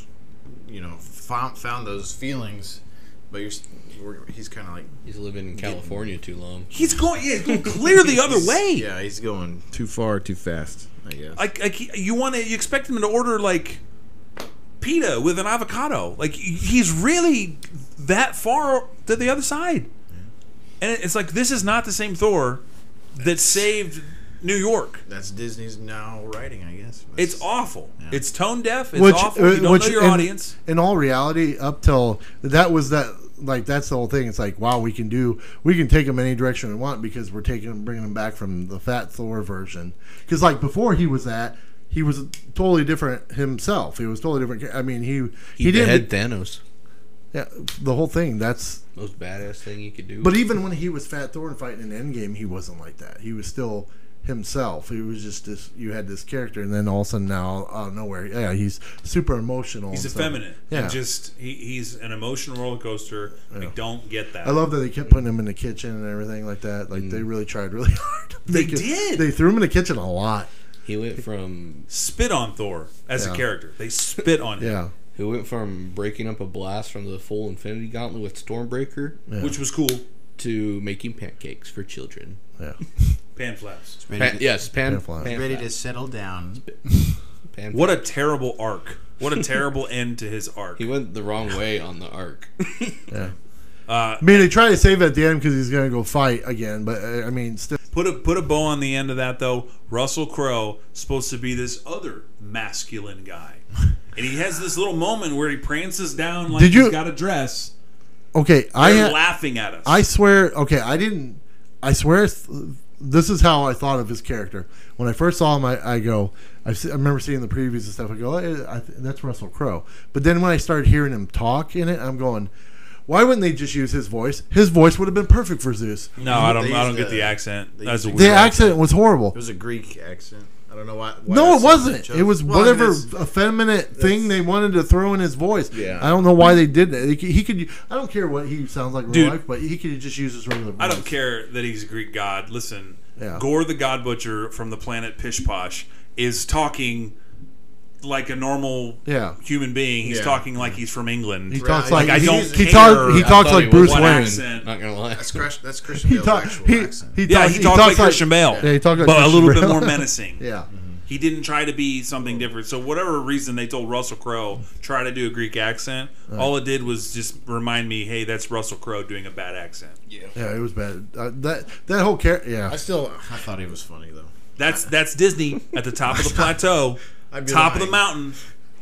I: you know found found those feelings, but you're, we're, he's kind of like
C: He's living in California too long.
B: he's going yeah, he's
I: *laughs*
B: going clear the other way.
I: yeah, he's going too far, too fast. I guess.
B: like, like he- you want to you expect him to order like pita with an avocado like he- he's really that far to the other side and it's like this is not the same thor that saved new york
I: that's Disney's now writing, I guess. That's-
B: it's awful it's tone deaf it's
A: which
B: awful you
A: uh,
B: don't
A: which
B: know your
A: in,
B: audience
A: In all reality, up till that was that like that's the whole thing. It's like wow, we can do we can take him any direction we want because we're taking him bringing him back from the Fat Thor version. Because like before he was that. He was totally different himself. He was totally different. ca- I mean, he he,
C: He,
A: didn't.
C: had Thanos.
A: Yeah, the whole thing. That's.
C: Most badass thing you could do.
A: But even when he was Fat Thor and fighting in Endgame, he wasn't like that. He was still himself. He was just this. You had this character, and then all of a sudden, now out of nowhere, yeah, he's super emotional.
B: he's
A: and stuff.
B: effeminate
A: Yeah.
B: yeah just he, he's an emotional roller coaster i don't get that
A: I love that they kept putting him in the kitchen and everything like that. Like they really tried really *laughs* hard.
B: They
A: Make it-
B: did.
A: They threw him in the kitchen a lot.
C: he went from
B: spit on thor as
A: Yeah.
B: a character they spit on him
A: Yeah,
C: he went from breaking up a blast from the full Infinity Gauntlet with Stormbreaker
B: which was cool
C: to making pancakes for children.
A: yeah.
B: pan flaps
I: ready,
C: Pan, yes, pan,
A: Pan fly.
C: pan
I: ready
C: fly.
I: to settle down.
C: Pan
B: what
C: fly.
B: a terrible
A: *laughs*
B: arc what a terrible end to his arc
C: He went the wrong way on the arc.
B: Uh,
A: I mean, they try to save it at the end because he's going to go fight again. But uh, I mean, still,
B: Put a put a bow on the end of that though. Russell Crowe supposed to be this other masculine guy, and he has this little moment where he prances down like
A: Did you-
B: he's got a dress.
A: okay. I
B: They're
A: ha-
B: laughing at us.
A: I swear. Okay, I didn't. I swear. Th- this is how I thought of his character when I first saw him. I, I go. I've se- I remember seeing the previews and stuff. I go, "Eh, I th- that's Russell Crowe. But then when I started hearing him talk in it, I'm going, why wouldn't they just use his voice? His voice would have been perfect for Zeus.
B: no, I don't.
I: They
B: I don't
I: used
B: get the
I: a-
B: accent.
I: they
B: That's a
I: used
B: weird.
A: The accent was horrible.
I: It was a Greek accent. I don't know why. why
A: No, it
I: that's something they
A: wasn't.
I: chose.
A: It was
I: Well, I mean,
A: whatever
I: it's-
A: effeminate thing they wanted to throw in his voice.
I: Yeah.
A: I don't know why they did that. He could. He could I don't care what he sounds like in
B: Dude.
A: real life, but he could just use his regular voice.
B: I don't care that he's a Greek god. Listen,
A: Yeah.
B: Gore the God Butcher from the planet Pishposh is talking like a normal
A: Yeah.
B: human being. He's
I: Yeah.
B: talking like he's from England.
A: He talks like,
I: Like,
B: I
A: he,
B: don't
A: he,
B: care.
A: talk, he
B: I
A: talks
C: thought
A: like
C: he
A: Bruce
C: was
B: What
A: Wayne.
B: accent?
C: Not gonna lie.
I: That's, Chris, that's
A: *laughs*
I: Christian
A: He
I: Bale's
A: talks.
I: actual
A: He,
I: accent.
A: he
B: yeah,
A: talks,
B: he, talks, like Christian Bale,
A: Yeah, he talks like
B: but a little
A: Christian
B: bit
A: Bale. *laughs*
B: more menacing.
A: Yeah,
B: He didn't try to be something different. So whatever reason they told Russell Crowe try to do a Greek accent, all it did was just remind me, hey, that's Russell Crowe doing a bad accent.
A: yeah, it was bad. Uh, that that whole character.
I: I
A: Yeah,
I: still, I thought he was funny though.
B: That's that's Disney at the top
A: *laughs*
B: of the plateau,
I: I'd be
B: top of the
I: lying.
B: mountain,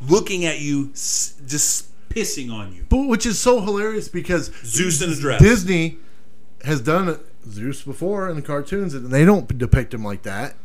B: looking at you, s- just pissing on you.
A: but which is so hilarious because
B: Zeus in a dress.
A: Disney has done Zeus before in the cartoons, and they don't depict him like that.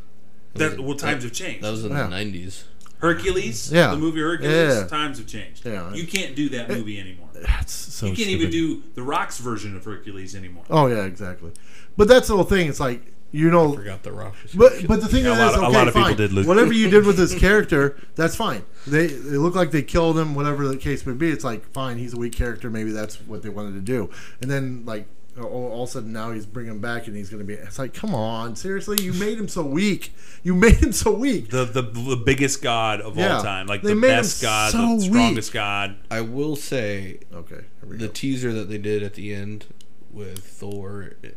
B: That, well, times have changed.
C: That was in
A: Yeah.
C: the nineties.
B: Hercules,
A: Yeah.
B: the movie Hercules,
A: Yeah.
B: times have changed.
A: Yeah.
B: You can't do that movie anymore.
A: That's so.
B: You can't
A: stupid.
B: even do The Rock's version of Hercules anymore.
A: Oh yeah, exactly. But that's the whole thing. It's like you know,
C: Forgot the rock. was-
A: but but the thing
B: Yeah, a
A: is,
B: lot of-
A: okay,
B: a lot of
A: fine.
B: people did lose-
A: Whatever you did with
B: *laughs*
A: this character, that's fine. They they look like they killed him, whatever the case may be. It's like fine, he's a weak character. Maybe that's what they wanted to do. And then like all, all of a sudden now he's bringing him back and he's going to be. It's like come on, seriously, you made him so weak. You *laughs* made him so weak.
B: The, the the biggest god of
A: Yeah.
B: all time, like
A: They
B: the
A: made him
B: best god,
A: so
B: the strongest
A: weak.
B: god.
C: I will say
A: Okay, here we
C: the
A: go.
C: teaser that they did at the end with Thor eh,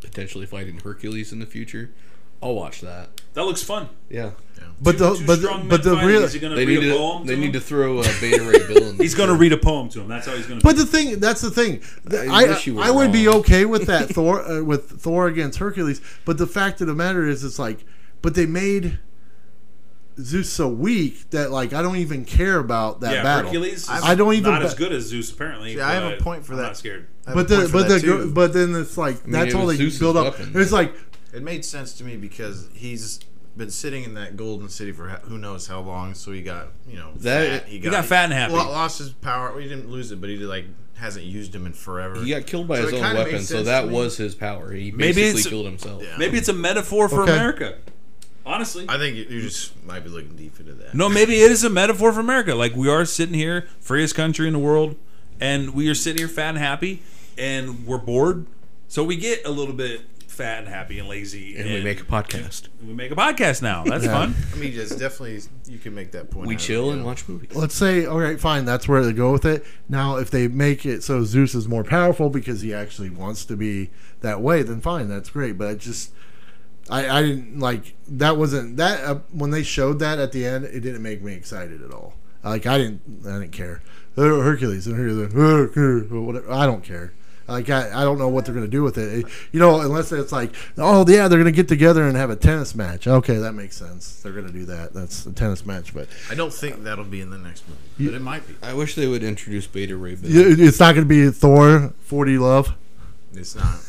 C: potentially fighting Hercules in the future. I'll watch that.
B: That looks fun.
C: Yeah,
A: but the
B: Two
A: but the,
B: strong
A: but
B: men
A: the
B: fighting.
A: real
B: Is he gonna
C: they
B: read
C: need
B: a
C: to.
B: poem
C: They
B: to
C: need to
B: him?
C: throw a Beta *laughs* Ray Bill. In
B: He's going to read a poem to him. That's how he's going to.
A: But the thing that's the thing.
C: I
A: I
C: wish you were
A: I, would be
C: wrong.
A: okay with that Thor uh, with Thor against Hercules, but the fact of the matter is it's like but they made Zeus so weak that like I don't even care about that
B: yeah,
A: battle.
B: Hercules. Is
A: I don't even
B: not
A: ba-
B: as good as Zeus apparently.
I: Yeah, I have a
B: but
I: point for
B: I'm
I: that.
B: Not scared.
I: I have a
A: But the
I: point for
A: but
I: that,
A: the gr-
I: too.
A: but then it's like that's
C: it
A: all they
C: was Zeus's
A: build up.
C: weapon.
A: It's like
I: It made sense to me because he's been sitting in that golden city for ho- who knows how long. So he got you know
C: That-
I: fat.
C: he
B: got fat and happy.
I: lo- Lost his power. Well, he didn't lose it, but he did, like hasn't used him in forever.
C: He got killed by
I: So
C: his
I: it
C: own
I: kinda made
C: weapon, so
I: sense
C: that
I: to me.
C: was his power. He
B: Maybe
C: basically
B: it's-
C: killed himself.
I: Yeah.
B: Maybe it's a metaphor for
A: Okay.
B: America. Honestly,
I: I think you, you just might be looking deep into that.
B: No, maybe it is a metaphor for America. Like we are sitting here, freest country in the world, and we are sitting here fat and happy, and we're bored, so we get a little bit fat and happy and lazy,
C: And we make a podcast.
B: we make a podcast now. That's fun.
C: *laughs*
I: I mean, it's definitely you can make that point.
C: We
I: out of it,
C: chill
I: you
C: and
I: know.
C: watch movies.
A: let's say all right, fine, that's where they go with it. Now if they make it so Zeus is more powerful because he actually wants to be that way, then fine, that's great. But it just I, I didn't like that wasn't that uh, when they showed that at the end it didn't make me excited at all like i didn't i didn't care Uh, hercules and hercules uh, Hercules, or whatever i don't care like I, I don't know what they're gonna do with it. It- you know unless it's like oh yeah they're gonna get together and have a tennis match okay that makes sense they're gonna do that that's a tennis match but
I: I don't think that'll be in the next movie, but it might be.
C: I wish they would introduce Beta Ray Bill.
A: it- it's not gonna be Thor forty love
B: *laughs*
I: It's not.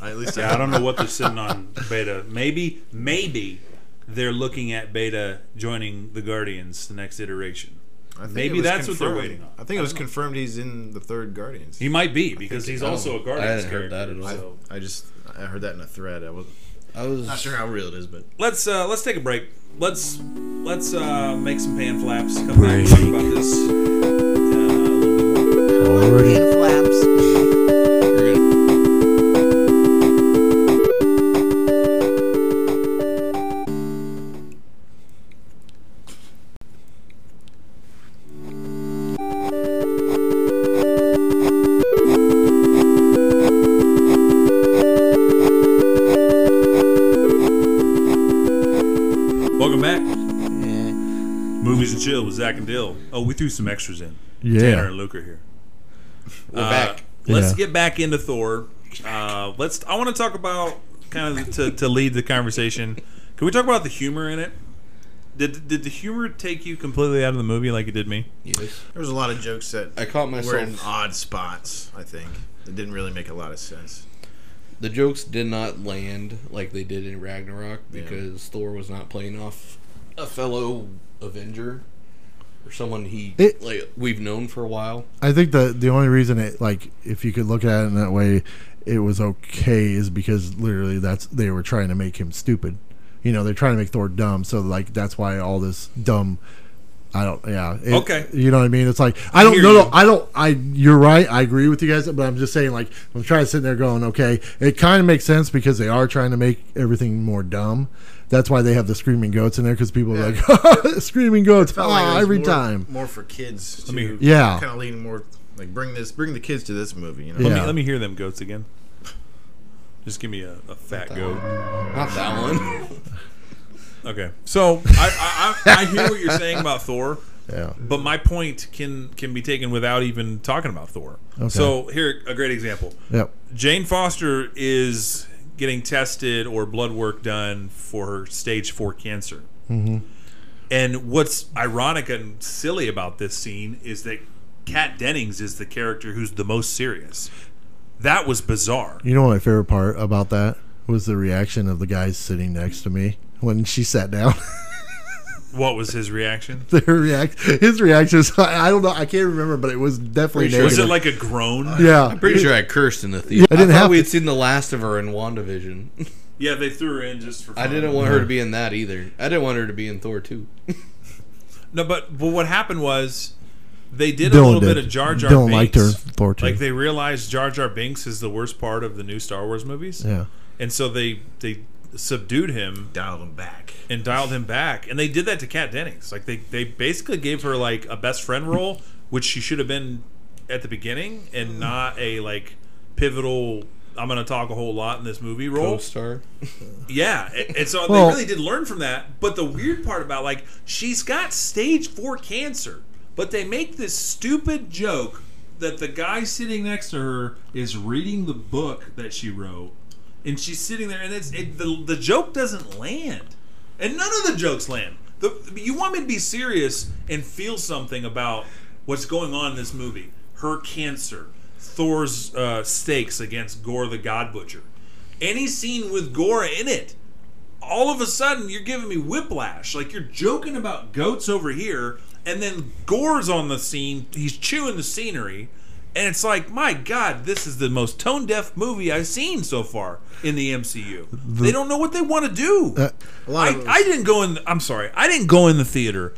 I: I, at least
B: yeah, I don't know what they're sitting on beta. Maybe, maybe they're looking at beta joining the Guardians, the next iteration.
I: I think
B: Maybe
I: it was
B: that's what they're
I: confirmed.
B: waiting on.
I: I think it was confirmed he's in the third Guardians.
B: He might be because he's
C: I don't-
B: also a
C: I
B: Guardians
C: hadn't heard
B: character.
C: that at all.
I: I,
B: so-
I: I just I heard that in a thread. I was
C: I was
I: not sure how real it is, but
B: let's uh, let's take a break. Let's let's uh, make some pan flaps. Come back and talk about this. Uh, a little bit more. Welcome back. Movies and chill with Zach and Dill. Oh, we threw some extras in. Tanner and Luke are here.
C: we're back.
B: Let's
A: Yeah.
B: get back into Thor. Uh, let's. I want to talk about kind of to, to lead the conversation. Can we talk about the humor in it? Did did the humor take you completely out of the movie like it did me?
C: Yes.
I: There was a lot of jokes that
C: I caught
I: were in
C: myself.
I: odd spots. I think it didn't really make a lot of sense.
C: The jokes did not land like they did in Ragnarok because Thor was not playing off a fellow Avenger or someone he
A: It-
C: like we've known for a while.
A: I think the the only reason it like if you could look at it in that way, it was okay is because literally that's they were trying to make him stupid. You know, they're trying to make Thor dumb, so like that's why all this dumb. I don't. Yeah. it-
B: Okay.
A: You know what I mean? It's like I don't.
B: hear
A: No,
B: you.
A: no. I don't. I. You're right. I agree with you guys, but I'm just saying. Like I'm trying to sit there going, okay, it kind of makes sense because they are trying to make everything more dumb. That's why they have the screaming goats in there because people are like *laughs* screaming goats
I: Felt like it
A: ah,
I: was
A: every
I: more-
A: time.
I: more for kids. To
B: me-
A: Yeah.
I: kind of lean more like bring this, bring the kids to this movie. You know,
A: Yeah.
B: Let me, let me hear them goats again. Just give me a, a fat goat.
C: Not that one.
B: Okay. So I, I, I, I hear what you're saying about Thor.
A: Yeah.
B: But my point can can be taken without even talking about Thor. So here a great example.
A: Yep.
B: Jane Foster is getting tested or blood work done for her stage four cancer. Mm-hmm. And what's ironic and silly about this scene is that Kat Dennings is the character who's the most serious. That was bizarre.
A: You know what my favorite part about that was the reaction of the guys sitting next to me when she sat down. *laughs*
B: What was his reaction?
A: Their react, his reaction was, *laughs* I, I don't know, I can't remember, but it was definitely
C: Pretty sure-
B: Was
A: negative.
B: it like a groan?
A: yeah,
C: I'm *laughs* pretty sure I cursed in the theater.
A: I didn't
C: thought
A: have
C: we had
A: to.
C: seen the last of her in WandaVision. *laughs*
B: Yeah, they threw her in just for fun.
C: I didn't want her to be in that either. I didn't want her to be in Thor too. *laughs*
B: No, but but what happened was they did a
A: Dylan
B: little
A: did.
B: bit of Jar Jar.
A: Dylan liked her
B: Binks.
A: Thor too.
B: Like they realized Jar Jar Binks is the worst part of the new Star Wars movies.
A: yeah,
B: And so they they subdued him
I: dial them back.
B: and dialed him back. And they did that to Kat Dennings. Like they they basically gave her like a best friend role, which she should have been at the beginning and not a like pivotal I'm gonna talk a whole lot in this movie role.
C: Co-star.
B: Yeah, and, and so
A: Well-
B: they really did learn from that. But the weird part about like she's got stage four cancer, but they make this stupid joke that the guy sitting next to her is reading the book that she wrote, and she's sitting there, and it's it, the the joke doesn't land, and none of the jokes land. The, you want me to be serious and feel something about what's going on in this movie? Her cancer, Thor's uh, stakes against Gore the God Butcher any scene with gore in it all of a sudden you're giving me whiplash like you're joking about goats over here and then gore's on the scene he's chewing the scenery and it's like my god this is the most tone deaf movie i've seen so far in the mcu they don't know what they want to do
A: Uh,
I: A lot
B: I,
I: of
B: I didn't go in. I'm sorry. I didn't go in the theater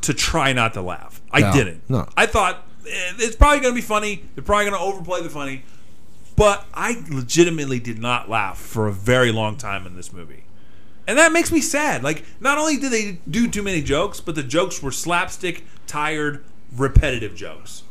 B: to try not to laugh. I
A: No,
B: didn't.
A: no.
B: I thought eh, it's probably going to be funny. They're probably going to overplay the funny, but I legitimately did not laugh for a very long time in this movie, and that makes me sad. Like, not only did they do too many jokes, but the jokes were slapstick, tired, repetitive jokes.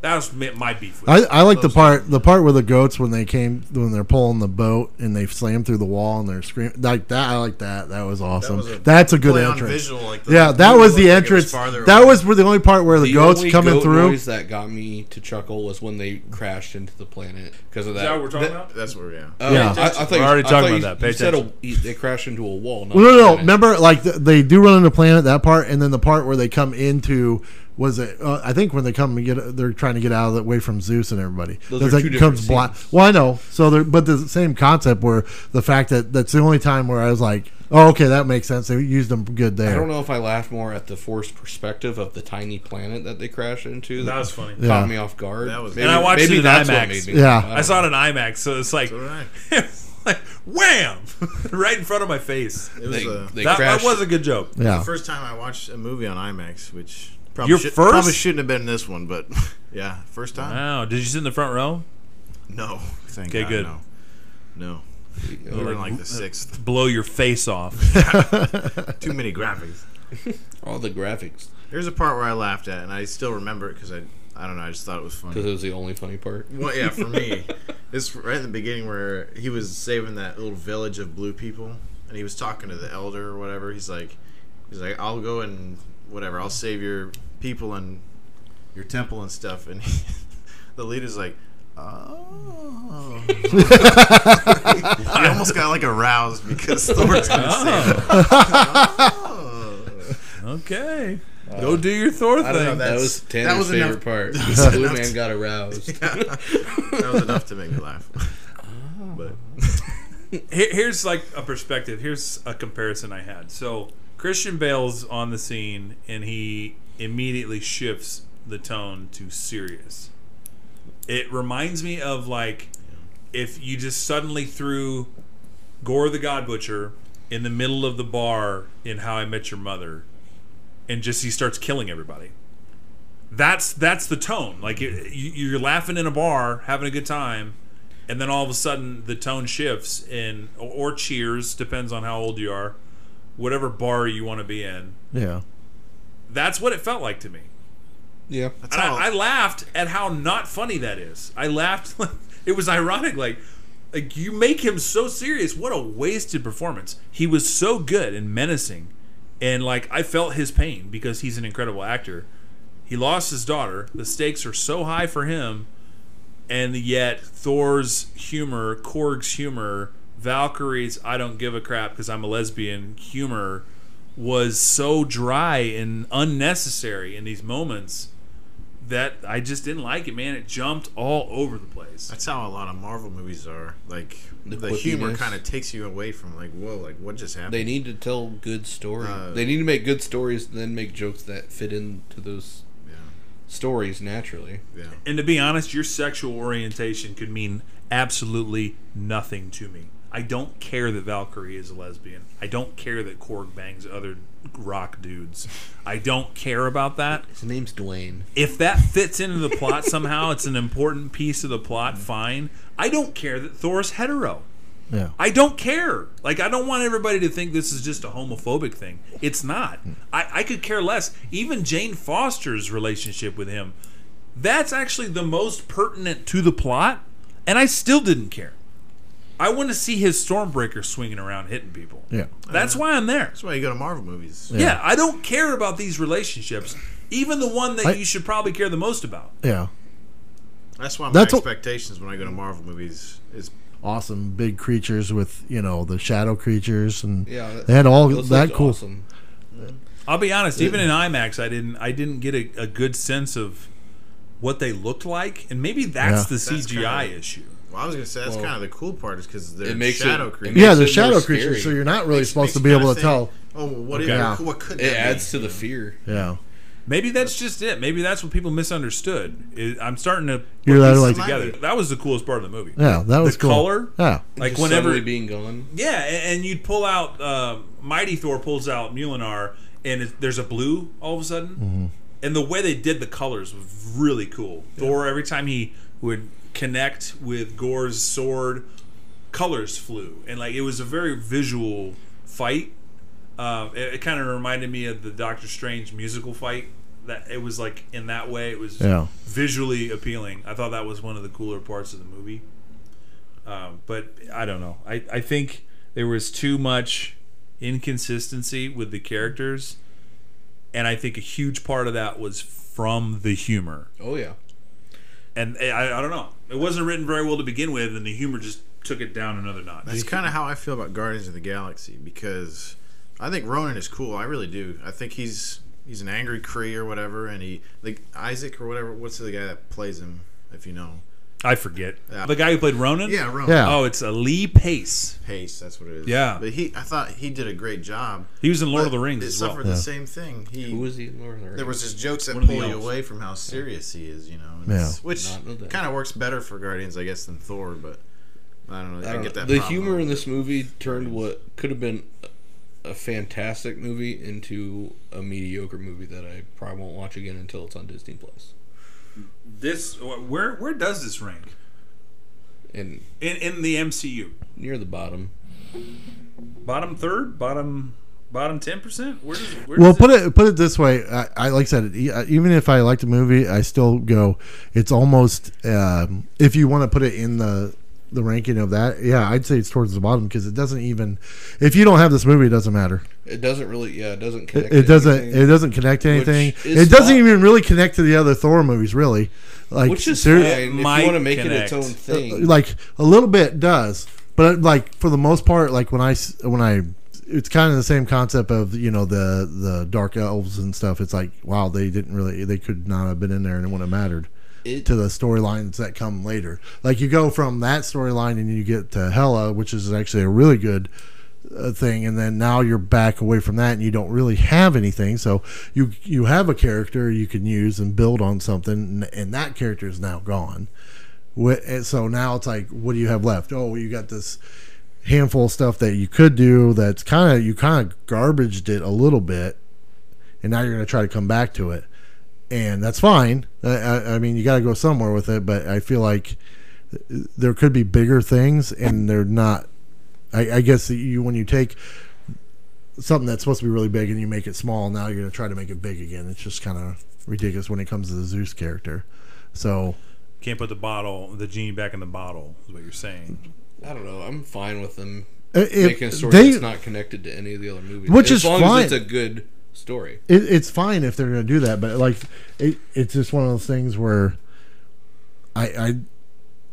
B: That was my my beef with. it.
A: I, I like the part the part where the goats when they came when they're pulling the boat and they slam through the wall and they're screaming like that. I like that. That was awesome.
I: was a
A: That's a good
I: play on
A: entrance.
I: visual, like the-
A: yeah, that
I: it
A: was
I: looked
A: the
I: like it was
A: entrance.
I: farther
A: that
I: away.
A: was the only part where the, goats
C: only
A: coming
C: goat
A: through.
C: noise that got me to chuckle was when they crashed into the planet because of that.
B: Is that what we're talking
C: that-
B: about?
I: That's where yeah.
C: Oh,
A: Yeah.
C: I, I thought
B: We're
C: you-
B: already talking
C: I thought
B: about
C: you-
B: that. Pay
C: you said a-
B: attention.
C: you- they crashed into a wall. not
A: Well,
C: a
A: no, no, no.
C: planet.
A: Remember, like th- they do run into planet that part, and then the part where they come into was it? Uh, I think when they come and get, they're trying to get out of the way from Zeus and everybody.
C: Those
A: There's
C: are
A: like
C: two different
A: comes black.
C: scenes.
A: Well, I know. So, they're, but the same concept where the fact that that's the only time where I was like, oh, okay, that makes sense. They used them good there.
C: I don't know if I laughed more at the forced perspective of the tiny planet that they crashed into.
B: That was funny.
A: Yeah.
C: caught me off guard.
I: That was-
B: And I watched it in
C: that's what
B: IMAX.
C: made me-
A: Yeah.
C: don't
B: I saw it in IMAX, so it's like,
I: All right.
B: *laughs* like wham, right in front of my face.
I: It was
C: They,
I: uh,
C: they
B: That, that
C: crashed.
B: was a good joke.
A: Yeah.
I: the first time I watched a movie on IMAX, which probably
B: Your
I: should,
B: first?
I: probably shouldn't have been this one, but *laughs* yeah, first time.
B: Wow, did you sit in the front row?
I: No, thank
B: Okay,
I: God,
B: good.
I: No, no. We were in like
B: uh,
I: the sixth.
B: Blow your face off.
C: *laughs*
I: Too many graphics.
C: all the graphics
I: There's a part where I laughed at, and I still remember it because I, I don't know, I just thought it was funny.
C: because it was the only funny part.
I: Well, yeah, for me, it's right at the beginning where he was saving that little village of blue people, and he was talking to the elder or whatever. He's like, he's like, I'll go and whatever, I'll save your people and your temple and stuff. And *laughs* the leader's like, Oh. *laughs* I almost got like aroused because Thor's gonna say it.
B: Oh,
I: Oh.
B: okay. Go do your Thor
C: I don't know.
B: thing.
C: That
I: That's-
C: was
I: that
C: Tanner's
I: was
C: favorite
I: enough-
C: part.
I: that was
A: *laughs*
C: The Blue
I: enough
C: man
I: to-
C: got aroused.
I: *laughs* that was enough to make me laugh. But
B: Here- here's like a perspective. Here's a comparison I had. So Christian Bale's on the scene, and he immediately shifts the tone to serious. It reminds me of like if you just suddenly threw Gore the God Butcher in the middle of the bar in How I Met Your Mother, and just he starts killing everybody. That's that's the tone. Like you, you- you're laughing in a bar, having a good time, and then all of a sudden the tone shifts and or, or cheers depends on how old you are, whatever bar you want to be in.
A: Yeah.
B: That's what it felt like to me.
C: yeah.
I: that's
B: And
I: all.
B: I, I laughed at how not funny that is. I laughed. *laughs* it was ironic. Like, like you make him so serious. What a wasted performance. He was so good and menacing, and like I felt his pain because he's an incredible actor. He lost his daughter. The stakes are so high for him, and yet Thor's humor, Korg's humor, Valkyrie's "I don't give a crap because I'm a lesbian" humor was so dry and unnecessary in these moments that I just didn't like it, man. It jumped all over the place.
I: that's how a lot of Marvel movies are. Like the,
C: The
I: humor
C: quippiness.
I: kind of takes you away from like, whoa, like what just happened?
C: They need to tell good stories.
I: Uh,
C: they need to make good stories and then make jokes that fit into those stories naturally.
I: yeah,
B: And to be honest, your sexual orientation could mean absolutely nothing to me. I don't care that Valkyrie is a lesbian. I don't care that Korg bangs other rock dudes. I don't care about that.
C: His name's Dwayne.
B: If that fits into the
A: *laughs*
B: plot somehow, it's an important piece of the plot, fine. I don't care that Thor's hetero.
A: Yeah.
B: I don't care. Like I don't want everybody to think this is just a homophobic thing. It's not.
A: Hmm.
B: I, I could care less. Even Jane Foster's relationship with him, that's actually the most pertinent to the plot, and I still didn't care. I want to see his Stormbreaker swinging around hitting people.
A: Yeah.
B: That's why I'm there.
I: that's why you go to Marvel movies.
B: Yeah. I don't care about these relationships, even the one that
A: I-
B: you should probably care the most about.
A: Yeah.
I: That's why my
A: That's what-
I: expectations when I go to Marvel movies is
A: Awesome big creatures with you know the shadow creatures and
C: Yeah, that-
A: they had all
C: Those
A: Oh, that
C: looked
A: cool.
C: Awesome.
B: I'll be honest. Even in IMAX, I didn't. I didn't get a, a good sense of what they looked like, and maybe that's
A: Yeah.
B: the
I: That's
B: CGI
I: kinda-
B: issue.
I: Well, I was gonna say that's kind of the cool part is because they're
C: It makes
I: shadow
C: it- it
I: creatures.
C: makes
A: Yeah, they're
C: it
A: shadow
C: more
A: creatures,
C: scary.
A: so you're not really
I: Makes-
A: supposed to
I: makes
A: be
I: you
A: able to
I: kinda
A: tell.
I: think, Oh, well, what,
B: Okay.
I: if, what could that
C: It
I: be?
C: adds to the fear.
A: Yeah,
B: Maybe that's just it. Maybe that's what people misunderstood. It, I'm starting to put
A: You're that,
B: pieces
A: like-
B: together. That was the coolest part of the movie.
A: yeah, that was
B: the
A: cool.
B: color.
A: Yeah,
B: Like
C: Just
B: whenever
C: suddenly being gone.
B: Yeah, a- and you'd pull out uh, Mighty Thor pulls out Mjolnir, and it, there's a blue all of a sudden.
A: Mm-hmm.
B: And the way they did the colors was really cool. Thor every time he would connect with Gore's sword, colors flew, and like it was a very visual fight. Uh, it kind of reminded me of the Doctor Strange musical fight. That it was like in that way, it was
A: Yeah.
B: visually appealing. I thought that was one of the cooler parts of the movie. Um, but I don't know. I, I think there was too much inconsistency with the characters. And I think a huge part of that was from the humor.
C: Oh yeah.
B: And I, I don't know. It wasn't written very well to begin with, and the humor just took it down another notch.
I: That's kind of how I feel about Guardians of the Galaxy because I think Ronan is cool. I really do. I think he's he's an angry Kree or whatever, and he like Isaac or whatever. What's the guy that plays him? If you know,
B: I forget.
I: Yeah.
B: The guy who played Ronan?
I: yeah, Ronan.
A: Yeah.
B: Oh, it's a Lee Pace.
I: Pace. That's what it is.
B: Yeah.
I: but he I thought he did a great job.
B: He was in Lord
I: but
B: of the Rings
I: It
B: as well.
I: suffered the same thing. He
C: Who was he? Lord of the
I: there
C: Rings?
I: was just jokes that
B: One of the
I: pull you
B: elves.
I: away from how serious he is, you know. and
A: Yeah.
I: it's- Which
C: Not know that.
I: kind of works better for Guardians, I guess, than Thor, but I don't know. I,
C: I don't
I: get
C: know.
I: that.
C: Uh, the
I: problem
C: humor in
I: with
C: this
I: it.
C: movie turned what could have been a a fantastic movie into a mediocre movie that I probably won't watch again until it's on Disney Plus.
B: This where where does this rank?
C: And
B: In in the MCU.
C: near the bottom,
B: Bottom third? Bottom bottom ten percent? Where does where
A: Well,
B: does
A: put it put it this way. I, I like I said, e- I- even if I liked a movie, I still go. It's almost um, if you want to put it in the the ranking of that, yeah, I'd say it's towards the bottom because it doesn't even. If you don't have this movie, it doesn't matter.
C: It doesn't really, yeah, it doesn't connect.
A: It, it
C: to
A: doesn't.
C: anything.
A: It doesn't connect to
C: Which
A: anything.
C: is
A: It doesn't
C: fine.
A: even really connect to the other Thor movies, really. Like,
C: Which is
A: seri-
B: It
C: fine. If you
B: might
C: want to make it its own
B: connect.
A: Uh,
C: thing,
A: like a little bit does but uh, like for the most part like when i s- when i it's kind of the same concept of you know the the dark elves and stuff it's like wow they didn't really they could not have been in there and it wouldn't have mattered
C: It-
A: to the storylines that come later like you go from that storyline and you get to hella which is actually a really good uh, thing and then now you're back away from that and you don't really have anything so you you have a character you can use and build on something and, and that character is now gone Wh- and so now it's like, what do you have left? Oh, you got this handful of stuff that you could do. That's kind of you kind of garbaged it a little bit, and now you're gonna try to come back to it, and that's fine. I, I, I mean, you got to go somewhere with it, but I feel like uh, there could be bigger things, and they're not. I, I guess that you when you take something that's supposed to be really big and you make it small, now you're gonna try to make it big again. It's just kind of ridiculous when it comes to the Zeus character. So
B: Can't put the bottle, the genie back in the bottle, is what you're saying.
C: I don't know. I'm fine with them
A: it, it-
C: making a story
A: uh, they-
C: that's not connected to any of the other movies,
A: Which
C: as
A: is
C: long
A: fine.
C: as it's a good story.
A: it, it's fine if they're going to do that, but like, it, it's just one of those things where I,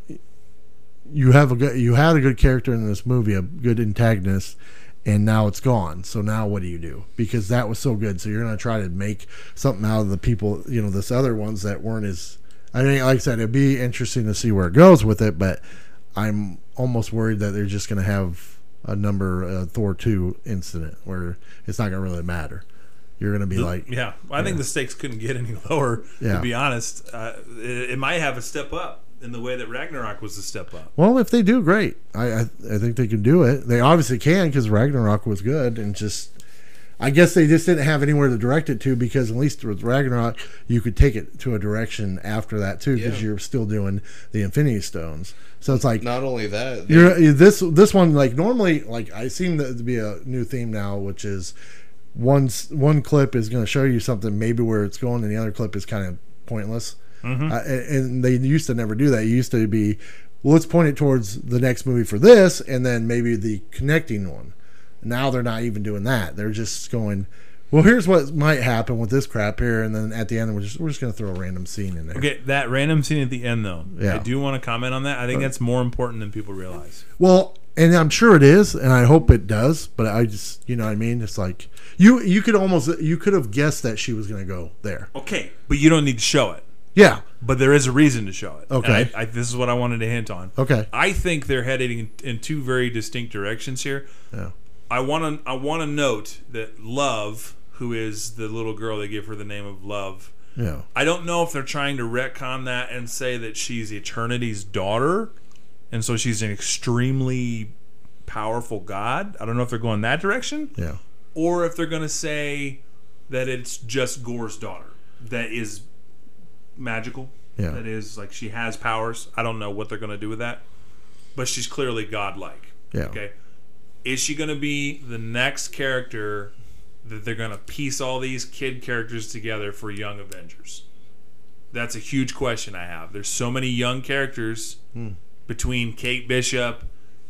A: I, you have a good, you had a good character in this movie, a good antagonist, and now it's gone. So now what do you do? Because that was so good. So you're going to try to make something out of the people, you know, this other ones that weren't as. I mean, like I said, it'd be interesting to see where it goes with it, but I'm almost worried that they're just going to have a number uh, Thor two incident where it's not going to really matter. You're going to be like,
B: yeah, I think the stakes couldn't get any *laughs* lower.
A: Yeah.
B: To be honest, uh, it, it might have a step up in the way that Ragnarok was a step up.
A: Well, if they do, great. I I, I think they can do it. They obviously can because Ragnarok was good and just. I guess they just didn't have anywhere to direct it to because at least with Ragnarok you could take it to a direction after that too because
C: Yeah.
A: you're still doing the Infinity Stones. So it's like
C: Not only that, they-
A: you're you- this this one like normally like I seem to be a new theme now, which is one s- one clip is going to show you something maybe where it's going, and the other clip is kind of pointless. Uh, a- and, they used to never do that. It used to be, well, let's point it towards the next movie for this, and then maybe the connecting one. Now they're not even doing that. They're just going. Well, here's what might happen with this crap here, and then at the end we're just we're just gonna throw a random scene in there.
B: Okay, that random scene at the end, though.
A: Yeah.
B: I do want to comment on that. I think that's more important than people realize.
A: Well, and I'm sure it is, and I hope it does. But I just, you know, what I mean, it's like you you could almost you could have guessed that she was going to go there.
B: Okay, but you don't need to show it.
A: Yeah.
B: But there is a reason to show it. And
A: Okay.
B: I, I, this is what I wanted to hint on.
A: Okay.
B: I think they're heading in, in two very distinct directions here.
A: Yeah.
B: I want to I want to note that Love, who is the little girl they give her the name of Love,
A: Yeah.
B: I don't know if they're trying to retcon that and say that she's Eternity's daughter, and so she's an extremely powerful god. I don't know if they're going that direction,
A: Yeah.
B: or if they're going to say that it's just Gore's daughter that is magical.
A: Yeah.
B: That is like she has powers. I don't know what they're going to do with that, but she's clearly godlike.
A: Yeah.
B: Okay. Is she going to be the next character that they're going to piece all these kid characters together for Young Avengers? That's a huge question I have. There's so many young characters between Kate Bishop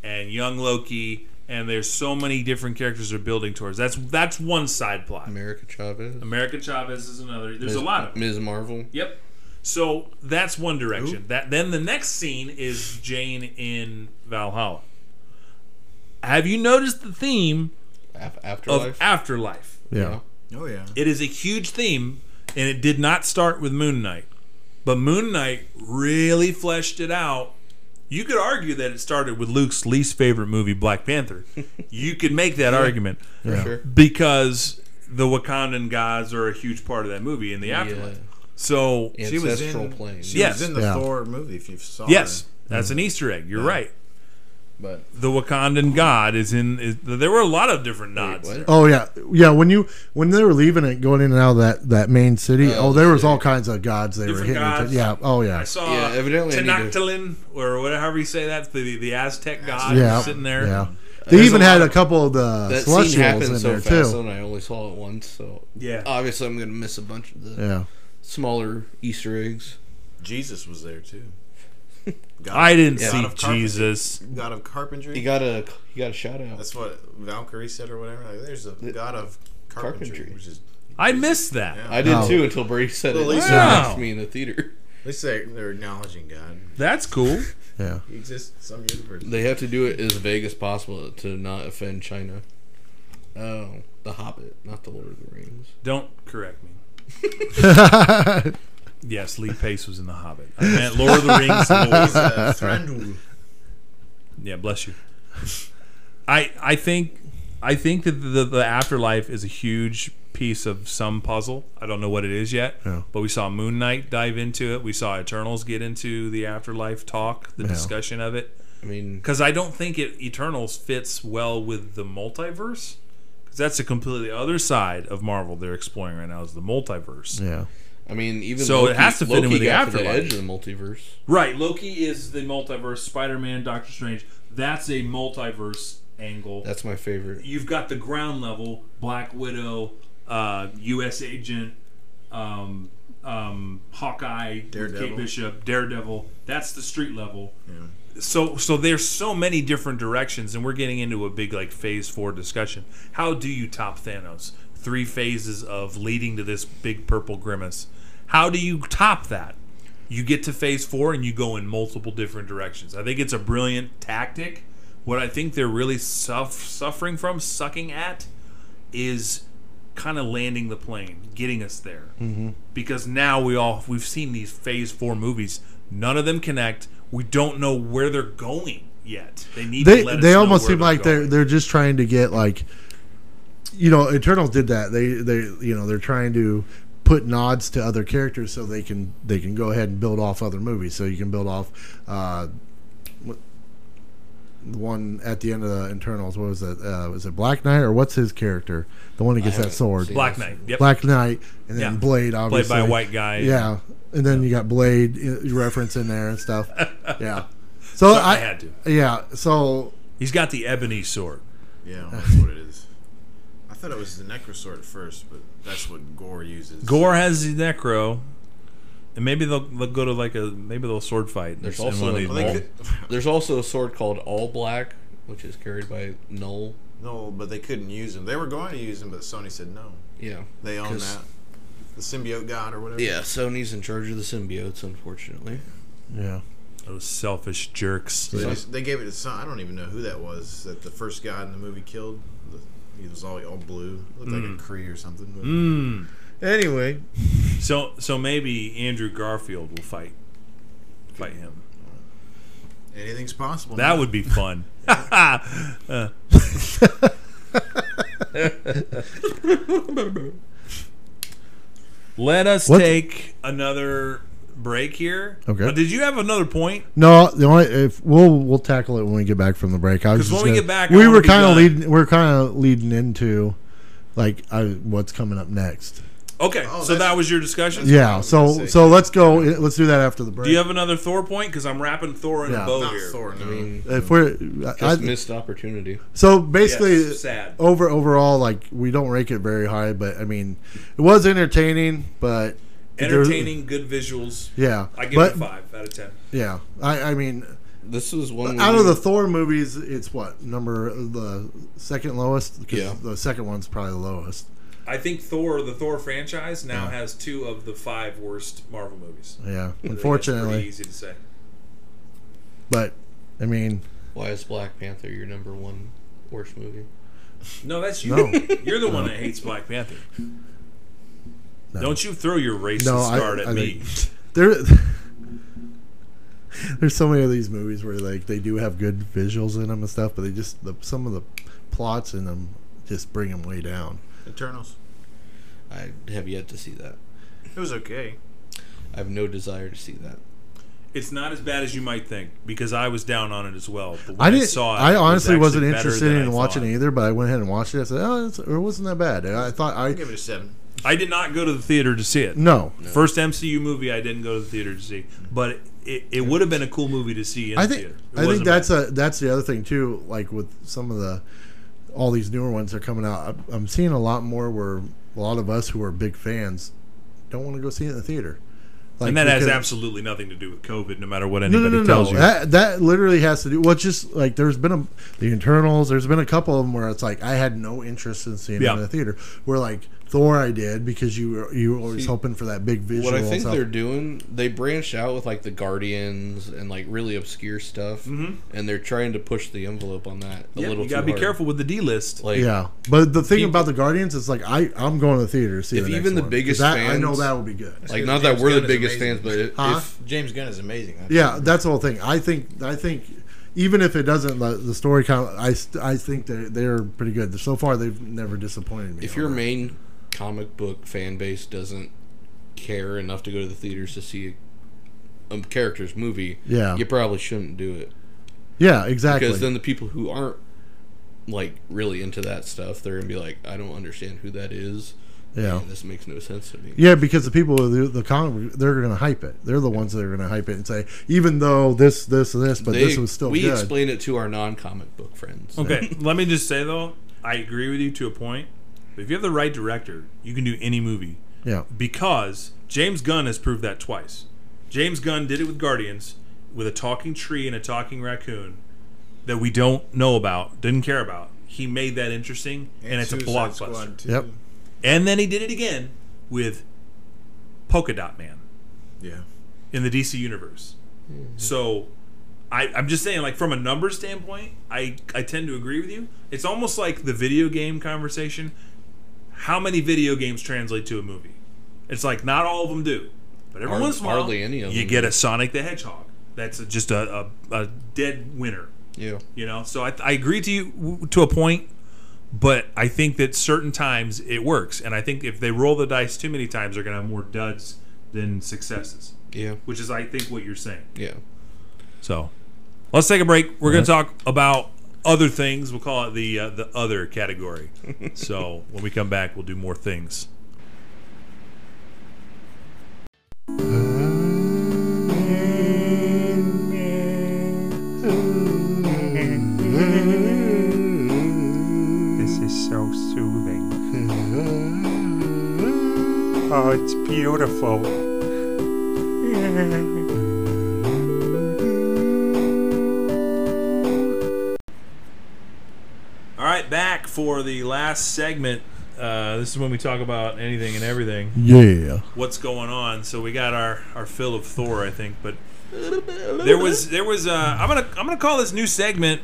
B: and young Loki and there's so many different characters they're building towards. That's that's one side plot.
C: America Chavez,
B: America Chavez is another. There's a lot of
C: Ms. Marvel.
B: Yep. So that's one direction. That then the next scene is Jane in Valhalla. Have you noticed the theme
C: Af-
B: of
C: Afterlife.
B: afterlife?
A: Yeah.
I: Oh yeah.
B: It is a huge theme, and it did not start with Moon Knight, but Moon Knight really fleshed it out. You could argue that it started with Luke's least favorite movie,
A: *laughs*
B: Black Panther. you could make that argument
A: Yeah.
C: Sure.
B: because the Wakandan gods are a huge part of that movie in the
C: Yeah.
B: afterlife. So
I: She was
C: Ancestral
I: in.
C: plane.
I: She
B: Yes.
I: was in the
A: Yeah.
I: Thor movie. If you saw.
B: Yes,
I: her.
B: that's an Easter egg. You're right.
I: But
B: The Wakandan god is in. Is, there were a lot of different nods.
C: what?
B: there.
A: Oh yeah, yeah. When you when they were leaving it, going in and out of that that main city,
C: Oh,
A: oh, there
C: the
A: was all
C: city.
A: kinds of gods they were
B: Different
A: hitting.
B: gods.
A: into- yeah. Oh yeah.
B: I saw
C: Yeah, evidently I need to-
B: Tenochtitlan or whatever you say that the the Aztec god
A: yeah.
B: sitting there.
A: Yeah. They even
B: a
A: had
B: lot-
A: a couple of the
C: That scene
A: celestials in
C: happened so
A: there
C: fast,
A: too.
C: and I only saw it once. So
B: Yeah.
C: obviously, I'm gonna miss a bunch of the
A: Yeah.
C: smaller Easter eggs.
I: Jesus was there too. God,
B: I didn't
I: God
B: see
I: of carpentry-
B: Jesus.
I: God of carpentry.
C: He got a he got a shout out.
I: That's what Valkyrie said or whatever. Like, there's a God of carpentry,
C: carpentry.
I: which is
B: I missed that.
I: Yeah.
C: I did
A: No.
C: too until Brady said it.
I: Well, at least
B: Wow.
C: Wow. Next to me in the theater.
I: at least they, they're acknowledging God.
B: That's cool.
A: Yeah.
I: He exists in some universe.
C: They have to do it as vague as possible to not offend China. Oh, The Hobbit, not The Lord of the Rings.
B: Don't
A: *laughs*
B: correct me. Yes, Lee Pace was in The Hobbit. I meant Lord of the Rings.
I: *laughs*
B: Lord.
I: Uh, Thranduil.
B: Yeah, bless you. I I think I think that the, the afterlife is a huge piece of some puzzle. I don't know what it is yet,
A: Yeah.
B: but we saw Moon Knight dive into it. We saw Eternals get into the afterlife talk, the
A: Yeah.
B: discussion of it.
C: I mean,
B: Because I don't think it Eternals fits well with the multiverse. Because that's a completely other side of Marvel they're exploring right now is the multiverse.
A: Yeah.
C: I mean, even
B: So it has to fit in with the
C: got to
B: afterlife.
C: edge of the multiverse.
B: Right, Loki is the multiverse. Spider Man, Doctor Strange, that's a multiverse angle.
C: That's my favorite.
B: you've got the ground level Black Widow, uh, U.S. Agent, um, um, Hawkeye,
I: Daredevil.
B: Kate Bishop, Daredevil. That's the street level. So, so there's so many different directions, and we're getting into a big like phase four discussion. How do you top Thanos? Three phases of leading to this big purple grimace. How do you top that? you get to phase four and you go in multiple different directions. I think it's a brilliant tactic. What I think they're really suff- suffering from, sucking at, is kind of landing the plane, getting us there. Mm-hmm. Because now we all we've seen these phase four movies. None of them connect. We don't know where they're going yet. They need
A: They
B: to let
A: they
B: us know
A: almost
B: where
A: seem
B: they're
A: like they're
B: going.
A: they're just trying to get like you know, Eternals did that. They they you know, they're trying to put nods to other characters so they can they can go ahead and build off other movies. So you can build off uh what- the one at the end of the Eternals, what was it? Uh, was it Black Knight or what's his character? The one who gets that
C: haven't
A: sword.
C: seen
B: Black Knight. Yep.
A: Black Knight, and then
B: Yeah.
A: Blade, obviously
B: Played by a white guy.
A: Yeah, and then you got Blade i- reference in there and
B: *laughs*
A: stuff. Yeah, so I,
B: I had to.
A: Yeah, so
B: He's got the ebony sword.
I: Yeah, that's what it is. I thought it was the Necrosword at first, but that's what Gore uses.
B: Gore has the necro. And maybe they'll, they'll go to like a maybe they'll sword fight.
C: There's
B: in
C: also
B: one of these
C: an
I: Well, they
B: movies.
C: All-
I: could,
C: There's also a sword called All Black, which is carried by Null.
I: no, but they couldn't use him. They were going to use him, but Sony said no.
C: Yeah.
I: They own
C: 'Cause-
I: that. The symbiote god or whatever.
C: Yeah, Sony's in charge of the symbiotes, unfortunately.
A: yeah,
B: Those selfish jerks.
I: They, just, they gave it to some. I don't even know who that was. That the first guy in the movie killed. The- He was all all blue. Looked
B: Mm.
I: like a Kree or something. but- Anyway,
B: So so maybe Andrew Garfield will fight fight him.
I: anything's possible.
B: That would be
I: *laughs*
B: fun. Let us
A: What-
B: take another break here.
A: Okay.
B: But did you have another point?
A: no. The only if we'll we'll tackle it when we get back from the break. I was
B: 'Cause
A: just
B: when we
A: gonna-
B: get back, I
A: we
B: wanna
A: were
B: be
A: kind of
B: done.
A: leading. We're kind of leading into like I, what's coming up next.
B: Okay.
I: Oh,
B: so
I: that's-
B: that was your discussion.
A: Yeah,
I: was
A: so
I: gonna say.
A: so let's go. Let's do that after the break.
B: Do you have another Thor point? Because I'm wrapping Thor in
A: Yeah.
B: a bow
I: not
B: here.
I: Thor. No.
C: I mean,
A: if we're I,
C: just missed opportunity.
A: So basically,
B: Yes, sad.
A: over overall, like we don't rank it very high, but I mean, it was entertaining, but there-
B: Entertaining, good visuals.
A: yeah,
B: I give
A: but,
B: it a five out of ten.
A: Yeah, I, I mean,
C: This was one
A: out of
C: we-
A: the Thor movies, it's what number the second lowest? 'Cause
C: Yeah.
A: the second one's probably the lowest.
B: I think Thor, the Thor franchise, now has two of the five worst Marvel movies. I think *laughs*
A: Yeah,
B: that's pretty
A: unfortunately,
B: easy to say.
A: but I mean,
C: Why is Black Panther your number one worst movie?
B: No, that's you.
A: no,
B: *laughs* You're the one that hates Black Panther.
A: No.
B: Don't you throw your racist
A: No, I-
B: card at
A: I
B: me?
A: there. *laughs* There's so many of these movies where like they do have good visuals in them and stuff, but they just the, some of the plots in them just bring them way down.
I: Eternals.
C: I have yet to see that.
I: It was okay.
C: I have no desire to see that.
B: *laughs* It's not as bad as you might think because I was down on it as well. But
A: I
B: when I,
A: didn't.
B: saw it.
A: I
B: it was
A: honestly was not
B: actually better
A: interested
B: than
A: in
B: I
A: watching
B: thought.
A: it either, but I went ahead and watched it. I said, "Oh, it's, it wasn't that bad." And I thought I
I: Give it a seven.
B: I did not go to the theater to see it.
A: no.
B: First MCU movie I didn't go to the theater to see, but it, it would have been a cool movie to see in
A: I
B: the
A: think
B: theater. It
A: I think
B: wasn't
A: that's
B: bad.
A: a that's the other thing too. Like with some of the all these newer ones that are coming out, I'm- I'm seeing a lot more where a lot of us who are big fans don't want to go see it in the theater. Like,
B: and that has
A: because-
B: absolutely nothing to do with COVID, no matter what
A: No,
B: anybody
A: no, no,
B: tells
A: no.
B: you.
A: That that literally has to do. Well, it's just like there's been a the internals. There's been a couple of them where it's like I had no interest in seeing
B: Yeah.
A: it in the theater. Where like Thor, I did because you were you were always
C: See,
A: hoping for that big visual.
C: What I think
A: stuff.
C: they're doing, they branched out with like the Guardians and like really obscure stuff,
I: Mm-hmm.
C: and they're trying to push the envelope on that a
B: Yep,
C: little.
B: you gotta
C: too
B: be
C: hard.
B: careful with the D list.
C: Like,
A: yeah, but the thing
C: People-
A: about the Guardians is like I I'm going to the theater to see
C: If
A: the next
C: even the
A: one, 'cause
C: biggest
A: that, I
C: fans-
A: know that will be good.
C: like
I: Dude,
C: not that
I: James
C: we're the
I: Gunn is
C: biggest
I: amazing.
C: fans, but if,
A: Huh?
C: if
I: James Gunn is amazing. That's-
A: Yeah, that's the whole thing. I think I think even if it doesn't the, the story kind of I st- I think they they're pretty good. So far they've never disappointed me.
C: if
A: on
C: your
A: that.
C: main comic book fan base doesn't care enough to go to the theaters to see a, a character's movie,
A: Yeah.
C: you probably shouldn't do it
A: yeah, exactly.
C: because then the people who aren't like really into that stuff, they're gonna be like, I don't understand who that is.
A: yeah.
C: and this makes no sense to me.
A: Yeah, because the people with the, the comic, they're going to hype it. They're the ones that are going to hype it and say, even though this, this, and this, but
C: They-
A: this was still
C: we
A: good.
C: explain it to our non-comic book friends.
B: Okay, let me just say though, I agree with you to a point. But if you have the right director, you can do any movie
A: yeah,
B: because James Gunn has proved that twice. James Gunn did it with Guardians with a talking tree and a talking raccoon that we don't know about, didn't care about. He made that interesting, and, it's a
I: Suicide
B: blockbuster.
I: Squad too.
A: yep,
B: And then he did it again with Polka Dot Man
I: Yeah.
B: in the DC universe.
C: Mm-hmm.
B: So I, I'm just saying, like from a numbers standpoint, I, I tend to agree with you. It's almost like the video game conversation. How many video games translate to a movie? It's like not all of them do, but every
C: Hard-
B: once in a while,
C: hardly any of
B: you
C: them
B: get
C: do.
B: a Sonic the Hedgehog. That's a, just a, a, a dead winner,
C: Yeah.
B: you know. So I, I agree to you w- to a point, but I think that certain times it works, and I think if they roll the dice too many times, they're gonna have more duds than successes
C: Yeah.
B: which is I think what you're saying.
C: Yeah.
B: So, let's take a break. We're going to talk about other things. We'll call it the uh, the other *laughs* category. so when we come back, we'll do more things.
J: This is so soothing. Oh, it's beautiful.
B: All right, back for the last segment. Uh, this is when we talk about anything and everything.
A: yeah.
B: What's going on? So we got our, our fill of Thor, I think. But there was there was uh, I'm gonna I'm gonna call this new segment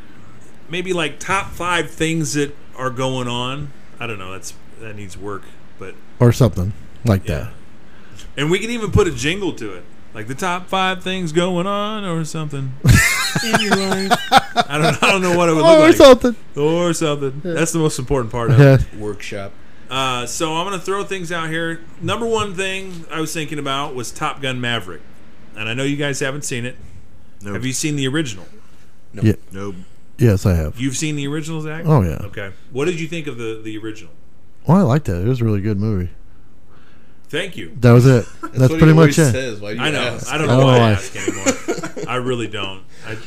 B: maybe like top five things that are going on. I don't know. That's that needs work, but
A: Or something like that.
B: And we can even put a jingle to it. Like the top five things going on or something. Anyway. I don't, I don't know what it would look
A: Oh, or
B: like.
A: something.
B: Or something. That's the most important part of
A: Yeah.
B: it.
C: Workshop.
B: Uh, so I'm going to throw things out here. Number one thing I was thinking about was Top Gun Maverick. And I know you guys haven't seen it.
I: No.
B: Have you seen the original?
I: No.
A: Yes, I have.
B: You've seen the original, Zach?
A: Oh, yeah.
B: Okay. What did you think of the, the original?
A: Well, I liked that. It was a really good movie.
B: Thank you.
A: That was it. That's,
C: what he
A: pretty much
C: always
A: it.
C: Says. Why do you
B: I know.
C: ask?
B: I don't know why I ask anymore. I really don't. I,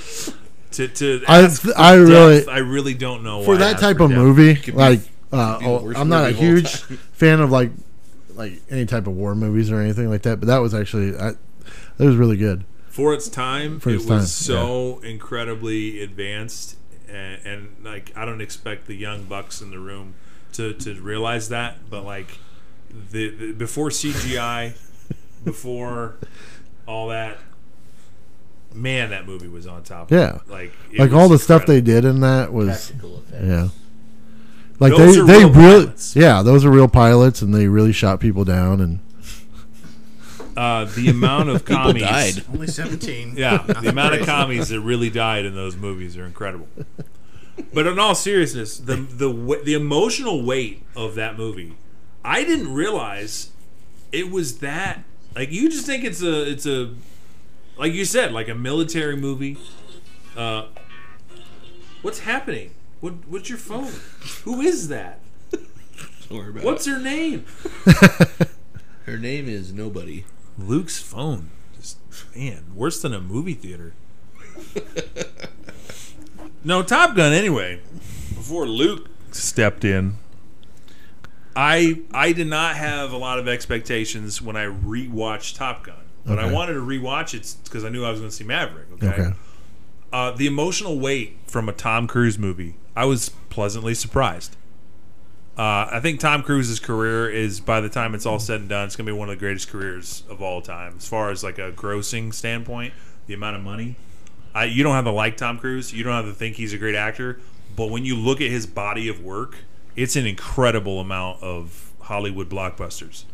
B: to to
A: I,
B: ask for
A: I
B: depth,
A: really,
B: I really don't know
A: for
B: why I
A: that
B: ask
A: type
B: for
A: of
B: depth.
A: movie,
C: Could be-
A: like, uh,
C: could be the
A: oh,
C: worst
A: I'm not a
C: movie of all
A: huge fan of like, like any type of war movies or anything like that. But that was actually, I, that was really good.
B: for its time,
A: For
B: it
A: its
B: was
A: time,
B: so incredibly advanced, and, and like I don't expect the young bucks in the room to to realize that, but like the, the before
A: *laughs*
B: CGI, before all that. Man, that movie was on top.
A: Yeah.
B: of it. like
A: like all the stuff they did in that was
C: Practical effect.
A: yeah like
B: Those
A: they
B: are
A: they
B: real
A: really
B: pilots.
A: yeah those are real pilots and they really shot people down and
B: uh, the amount of
C: People
B: commies
C: died.
I: Only 17.
B: *laughs* Yeah, the amount of commies that really died in those movies are incredible. But in all seriousness, the the we- the emotional weight of that movie, I didn't realize it was that. Like you just think it's a it's a like you said like a military movie. Uh, what's happening? What what's your phone? Who is that?
C: Don't worry about
B: What's her name?
C: it. Her name is nobody.
B: Luke's phone. Just man, worse than a movie *laughs* theater. no, Top Gun anyway. Before Luke stepped in, I I did not have a lot of expectations when I rewatched Top Gun. But I
A: Okay.
B: wanted to rewatch it because I knew I was going to see Maverick. Okay.
A: Okay.
B: Uh, the emotional weight from a Tom Cruise movie, I was pleasantly surprised. Uh, I think Tom Cruise's career is, by the time it's all said and done, it's going to be one of the greatest careers of all time, as far as like a grossing standpoint, the amount of money. I, you don't have to like Tom Cruise. You don't have to think he's a great actor. But when you look at his body of work, it's an incredible amount of Hollywood blockbusters,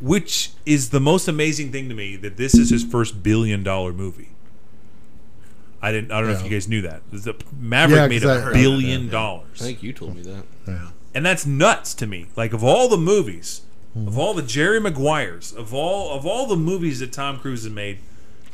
B: which is the most amazing thing to me that this is his first billion dollar movie. I didn't. I don't know if
A: Yeah.
B: you guys knew that. The Maverick
A: Yeah,
B: made
A: 'cause I
B: a
A: heard
B: billion
A: that, yeah.
B: dollars
C: I think you told me that.
A: Yeah.
B: and that's nuts to me. Like of all the movies, of all the Jerry Maguires, of all of all the movies that Tom Cruise has made,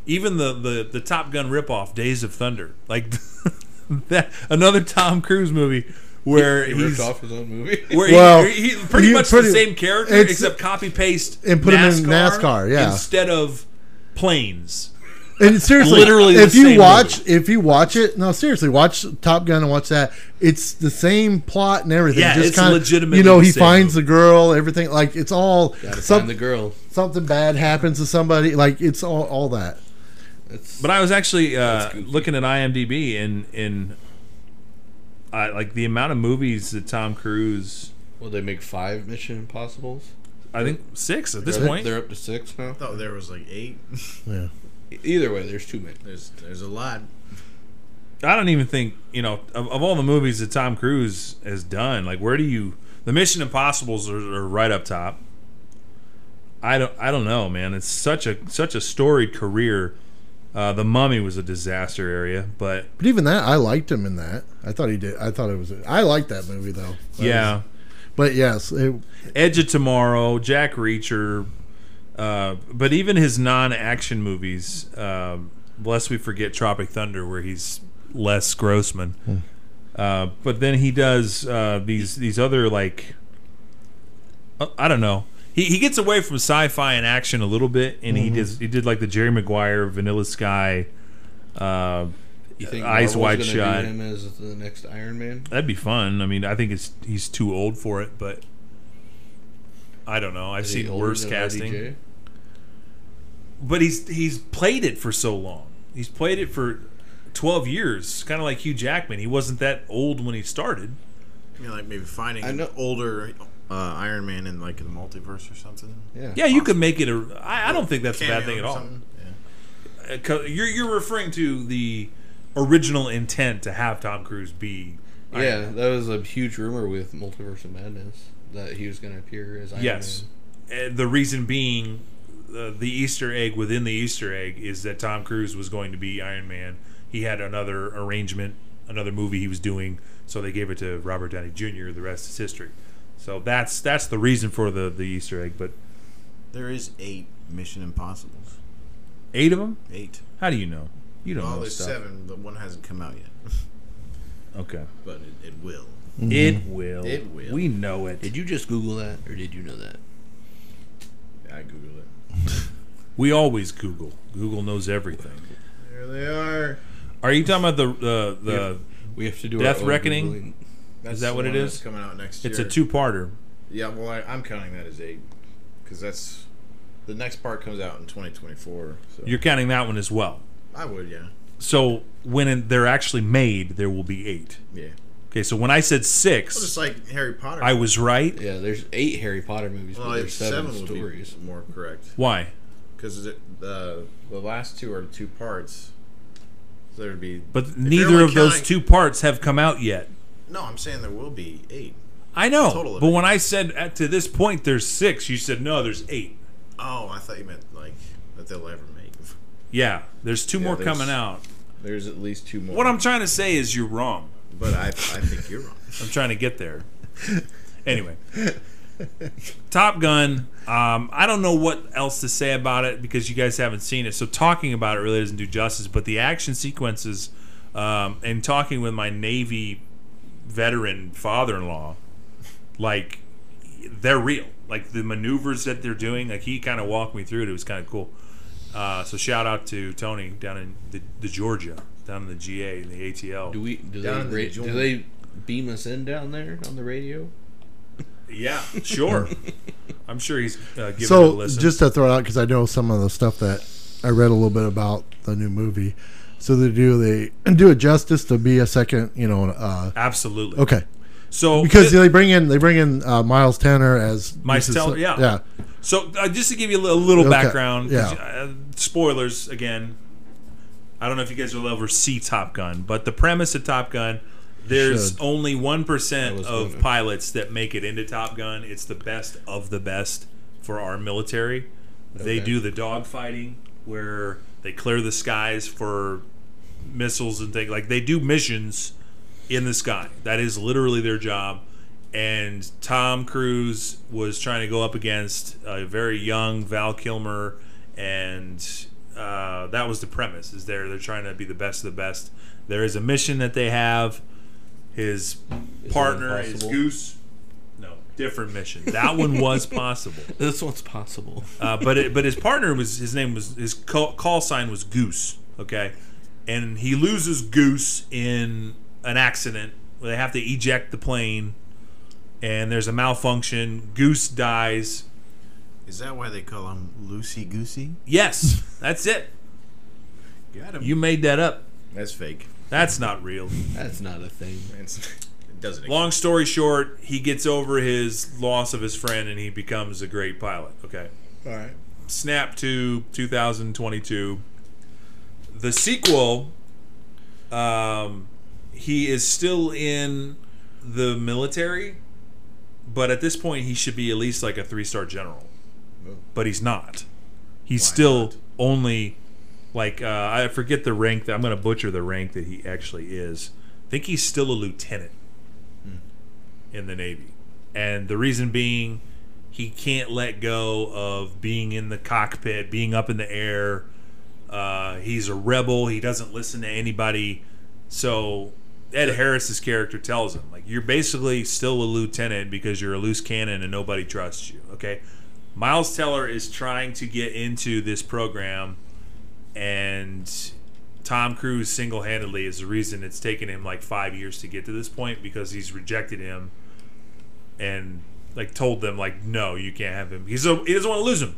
B: even the the, the Top Gun ripoff, Days of Thunder, like *laughs* that another Tom Cruise movie where
C: He
B: he's
C: ripped off his
A: *laughs*
C: own movie.
B: where
A: Well,
B: he, he pretty
A: you
B: much
A: pretty-
B: the same character
A: it's-
B: except copy paste
A: and put him in NASCAR, yeah.
B: instead of planes.
A: And seriously,
B: Literally the
A: if you
B: same
A: watch, if you watch it, no, seriously, watch Top Gun and watch that. It's the same plot and everything.
B: Yeah,
A: just
B: it's
A: kinda,
B: legitimately
A: You know,
B: the
A: he
B: same
A: finds
B: movie.
A: the girl. Everything like it's all
C: Gotta
A: some,
C: find the girl.
A: something bad happens to somebody. Like it's all all that.
C: That's
B: But I was actually uh, looking at IMDb and in uh, like the amount of movies that Tom Cruise.
C: well, they make five Mission Impossibles.
B: I think six at this
C: They're-
B: point.
C: they're up to six now. E-,
I: thought Oh, there was like eight.
A: Yeah.
C: Either way, there's too many.
I: There's there's a lot.
B: I don't even think you know of, of all the movies that Tom Cruise has done. Like, where do you? The Mission Impossible's are, are right up top. I don't. I don't know, man. It's such a such a storied career. Uh, the Mummy was a disaster area, but
A: But even that, I liked him in that. I thought he did. I thought it was. I liked that movie though. That
B: yeah,
A: was- but yes, it,
B: Edge of Tomorrow, Jack Reacher, uh, but even his non-action movies, um, lest we forget Tropic Thunder, where he's Les Grossman. Uh, but then he does uh, these these other like uh, I don't know. He, he gets away from sci-fi and action a little bit, and he does he did like the Jerry Maguire, Vanilla Sky. Uh,
C: You think
B: Eyes
C: Marvel's
B: Wide
C: gonna do
B: Shut.
C: Him as the next Iron Man.
B: that'd be fun. I mean, I think it's he's too old for it, but I don't know. I've
C: Is he
B: seen
C: older
B: worse
C: than RDJ?
B: casting. but he's he's played it for so long. He's played it for twelve years, kind of like Hugh Jackman. He wasn't that old when he started.
I: I mean, like maybe finding
C: I know-
I: an older uh, Iron Man in like the multiverse or something.
C: Yeah.
B: Yeah, you could make it a. I, I don't think that's a bad
I: Cameo
B: thing at
I: or
B: all.
I: something. Yeah.
B: Uh, 'cause You're you're referring to the original intent to have Tom Cruise be. Iron
C: Yeah,
B: Man.
C: that was a huge rumor with Multiverse of Madness that he was going to appear as Iron
B: Yes.
C: Man.
B: Uh, the reason being, uh, the Easter egg within the Easter egg is that Tom Cruise was going to be Iron Man. He had another arrangement, another movie he was doing, so they gave it to Robert Downey Jr. The rest is history. So that's that's the reason for the the Easter egg. But
I: There is eight Mission Impossibles.
B: eight of them?
I: Eight.
B: How do you know? You don't
I: Well,
B: know
I: there's
B: stuff.
I: seven, but one hasn't come out yet.
B: Okay.
I: But it, it will.
B: It will.
I: It will.
B: We know it.
C: Did you just Google that, or did you know that?
I: I googled it.
B: We always Google. Google knows everything.
I: There they are.
B: Are you talking about the the the?
C: We have to do
B: Death
C: our own
B: Reckoning?
C: Googling.
I: That's
B: that
I: the
B: what it
I: one that's
B: is?
I: Coming out next year.
B: It's a two-parter.
I: Yeah, well, I, I'm counting that as eight because that's the next part comes out in 2024. So
B: You're counting that one as well.
I: I would, yeah,
B: So when it- they're actually made, there will be eight.
I: yeah.
B: Okay, so when I said
I: Well, just
B: six,
I: like Harry Potter.
B: I was right.
C: Yeah, there's eight Harry Potter movies,
I: Well,
C: but
I: like
C: there's seven,
I: seven, would
C: stories.
I: be more correct
B: Why?
I: because the the last two are two parts. So there'd be
B: But
I: if you're
B: neither
I: only
B: of those
I: counting-
B: two parts have come out yet.
I: No, I'm saying there will be eight.
B: I know.
I: Total of
B: but
I: eight.
B: when I said at, to this point there's six, you said no, there's eight.
I: Oh, I thought you meant like that they'll ever make.
B: Yeah, there's two more
I: there's-
B: coming out.
I: There's at least two more.
B: What I'm trying to say is you're wrong.
I: but I I think you're wrong.
B: I'm trying to get there. Anyway, Top Gun. Um, I don't know what else to say about it because you guys haven't seen it. So talking about it really doesn't do justice. But the action sequences um, and talking with my Navy veteran father-in-law, like they're real. Like the maneuvers that they're doing. Like he kind of walked me through it. It was kind of cool. Uh, so shout out to Tony down in the, the Georgia, down in the GA, in the ATL.
C: Do we? Do
I: Down in the
C: they? Ra- do
I: joint.
C: they beam us in down there on the radio?
A: *laughs*
B: Yeah, sure. I'm sure he's uh, giving it a
A: so
B: listen.
A: just to throw it out because I know some of the stuff that I read a little bit about the new movie. So they do they *clears throat* do it justice to be a second, you know, uh,
B: Absolutely.
A: okay,
B: So
A: because
B: thi-
A: they bring in they bring in uh, Miles Tanner as
B: Miles
A: Mrs.
B: Teller, yeah.
A: yeah,
B: So uh, just to give you a li- a little
A: Okay,
B: background, 'cause,
A: yeah.
B: uh, spoilers again. I don't know if you guys will ever see Top Gun, but the premise of Top Gun, there's
A: Should.
B: only one percent
C: was
B: of
C: gonna-
B: pilots that make it into Top Gun. It's the best of the best for our military. They
C: Okay.
B: do the dogfighting where they clear the skies for missiles and things like they do missions in the sky. That is literally their job. And Tom Cruise was trying to go up against a very young Val Kilmer, and uh, that was the premise. Is there they're trying to be the best of the best. There is a mission that they have. His partner is
C: impossible?
B: Goose. No, different mission. That one was possible.
C: This one's possible.
B: Uh, but it, but his partner was his name was his call, call sign was Goose. Okay, and he loses Goose in an accident where they have to eject the plane, and there's a malfunction. Goose dies.
I: *laughs* Is that why they call him Loosey Goosey?
B: Yes, that's it.
I: Got him.
B: You made that up.
I: That's fake.
B: That's not real.
C: *laughs* That's not a thing.
I: It's, it doesn't.
B: Long story short, he gets over his loss of his friend and he becomes a great pilot. Okay.
A: all right,
B: Snap to 2022. The sequel, um, he is still in the military, but at this point, he should be at least like a three star general. But he's not. He's still only like, uh, I forget the rank that I'm going to butcher the rank that he actually is. I think he's still a lieutenant in the Navy. And the reason being, he can't let go of being in the cockpit, being up in the air. Uh, he's a rebel. He doesn't listen to anybody. So Ed Harris's character tells him, like, you're basically still a lieutenant because you're a loose cannon and nobody trusts you. Okay. Miles Teller is trying to get into this program, and Tom Cruise single handedly is the reason it's taken him like five years to get to this point because he's rejected him and like told them like no you can't have him he's a, he doesn't want to lose him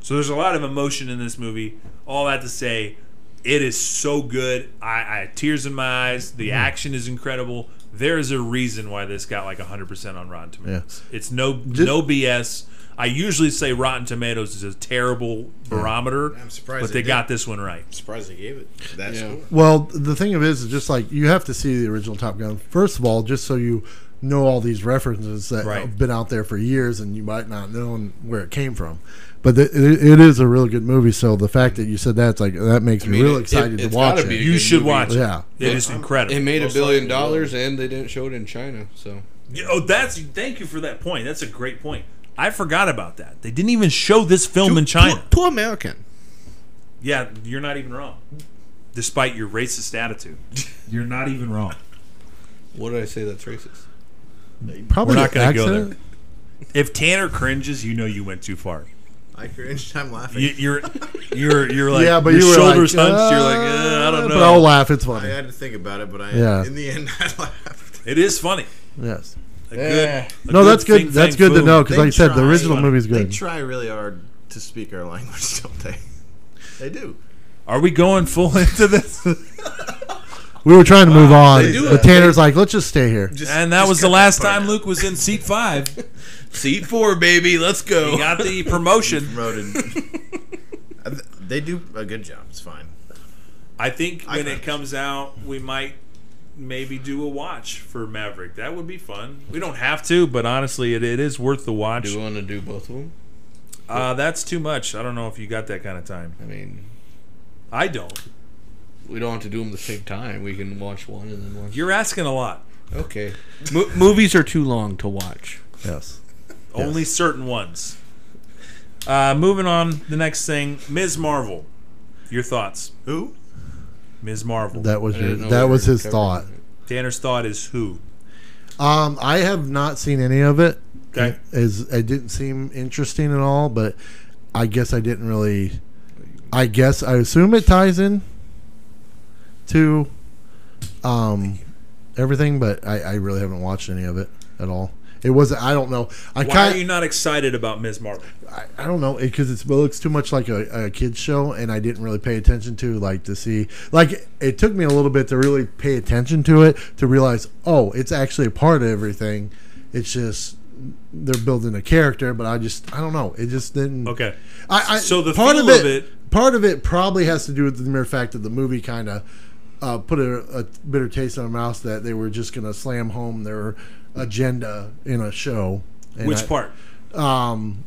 B: so there's a lot of emotion in this movie all that to say it is so good i, I had tears in my eyes the action is incredible there is a reason why this got like 100% on rotten tomatoes it's no no bs i usually say rotten tomatoes is a terrible barometer
I: I'm surprised
B: but they
I: they did.
B: got this one right
I: surprised they gave it that
C: Yeah.
I: score.
A: Well, the thing of it is, is just like you have to see the original Top Gun first of all, just so you know all these references that
B: Right.
A: have been out there for years, and you might not know where it came from. But the, it, it is a really good movie. So the fact that you said that's like that makes me
C: mean,
A: real
C: it-
A: excited
C: it-
A: to
C: it's
A: watch
C: gotta
A: it.
C: be
B: you
C: good
B: should
C: movie.
B: watch it
A: Yeah.
B: it is incredible
C: It made a
I: Most
C: billion
I: likely
C: dollars, and they didn't show it in China. So
B: Yeah, Oh, that's thank you for that point. That's a great point. I forgot about that. They didn't even show this film in China.
C: too American.
B: Yeah, you're not even wrong. Despite your racist attitude, *laughs* you're not even wrong.
C: What did I say? That's racist.
A: Probably
B: We're not
A: going
B: gonna
A: to
B: go there. If Tanner cringes, you know you went too far.
I: I cringe. I'm laughing.
B: You, you're, you're, you're like
A: *laughs* yeah, but
B: your
A: you were
B: shoulders
A: like,
B: hunched. You're like,
A: "Uh,"
B: eh, I don't
A: But I'll
B: know.
A: laugh. It's
I: I
A: funny.
I: had to think about it, but I
A: Yeah.
I: in the end *laughs* I laughed.
B: It is funny. *laughs*
A: yes.
B: A
I: Yeah.
B: good, a
A: No, that's good.
B: thing,
A: that's
B: thing,
A: good to
B: boom.
A: know because,
I: They
A: like I said, the
I: try.
A: original movie's
I: They
A: good.
I: try really hard to speak our *laughs* language, don't they? They do.
B: Are we going full into this?
A: We were trying to move on,
I: do
A: but
I: it.
A: Tanner's like, "Let's just stay here."
I: Just,
B: And that
I: just
B: was the
I: cut
B: last
I: part
B: time
I: out.
B: Luke was in seat five.
C: Seat four, baby.
B: *laughs*
C: Let's
B: He
C: go.
B: got the promotion.
I: *laughs* promoted. I th- they do a good job. It's fine.
B: I think
I: I
B: when
I: got
B: it
I: it.
B: comes out, we might maybe do a watch for Maverick. That would be fun. We don't have to, but honestly, it, it is worth the watch.
C: Do you want to do both of them?
B: Uh, that's too much. I don't know if you got that kind of time.
C: I mean,
B: I don't.
C: we don't have to do them the same time. We can watch one and then watch.
B: You're asking a lot.
C: Okay. Mo- movies are too long to watch.
A: Yes.
B: Only certain ones. Uh, moving on. The next thing, Ms. Marvel. Your thoughts,
I: Who?
B: Ms. Marvel.
A: That was
C: I
A: your,
C: didn't know
A: that
C: we
A: was
C: were
A: his
C: covering
A: thought.
C: it.
B: Tanner's thought is who?
A: Um, I have not seen any of it.
B: Okay.
A: It is it didn't seem interesting at all, but I guess I didn't really. I guess I assume it ties in to um, everything, but I, I really haven't watched any of it at all. It was I don't know. I
B: Why
A: kind
B: are you not excited about Ms. Marvel?
A: I, I don't know because it, looks too much like a, a kids show, and I didn't really pay attention to like to see like it took me a little bit to really pay attention to it to realize oh it's actually a part of everything. It's just they're building a character, but I just I don't know. It just didn't.
B: Okay.
A: I, I
B: So the
A: part
B: feel
A: of it,
B: of
A: part of it probably has to do with the mere fact that the movie kind of uh, put a, a bitter taste in my mouth that they were just going to slam home their agenda in a show. And
B: Which
A: I-
B: part?
A: Um,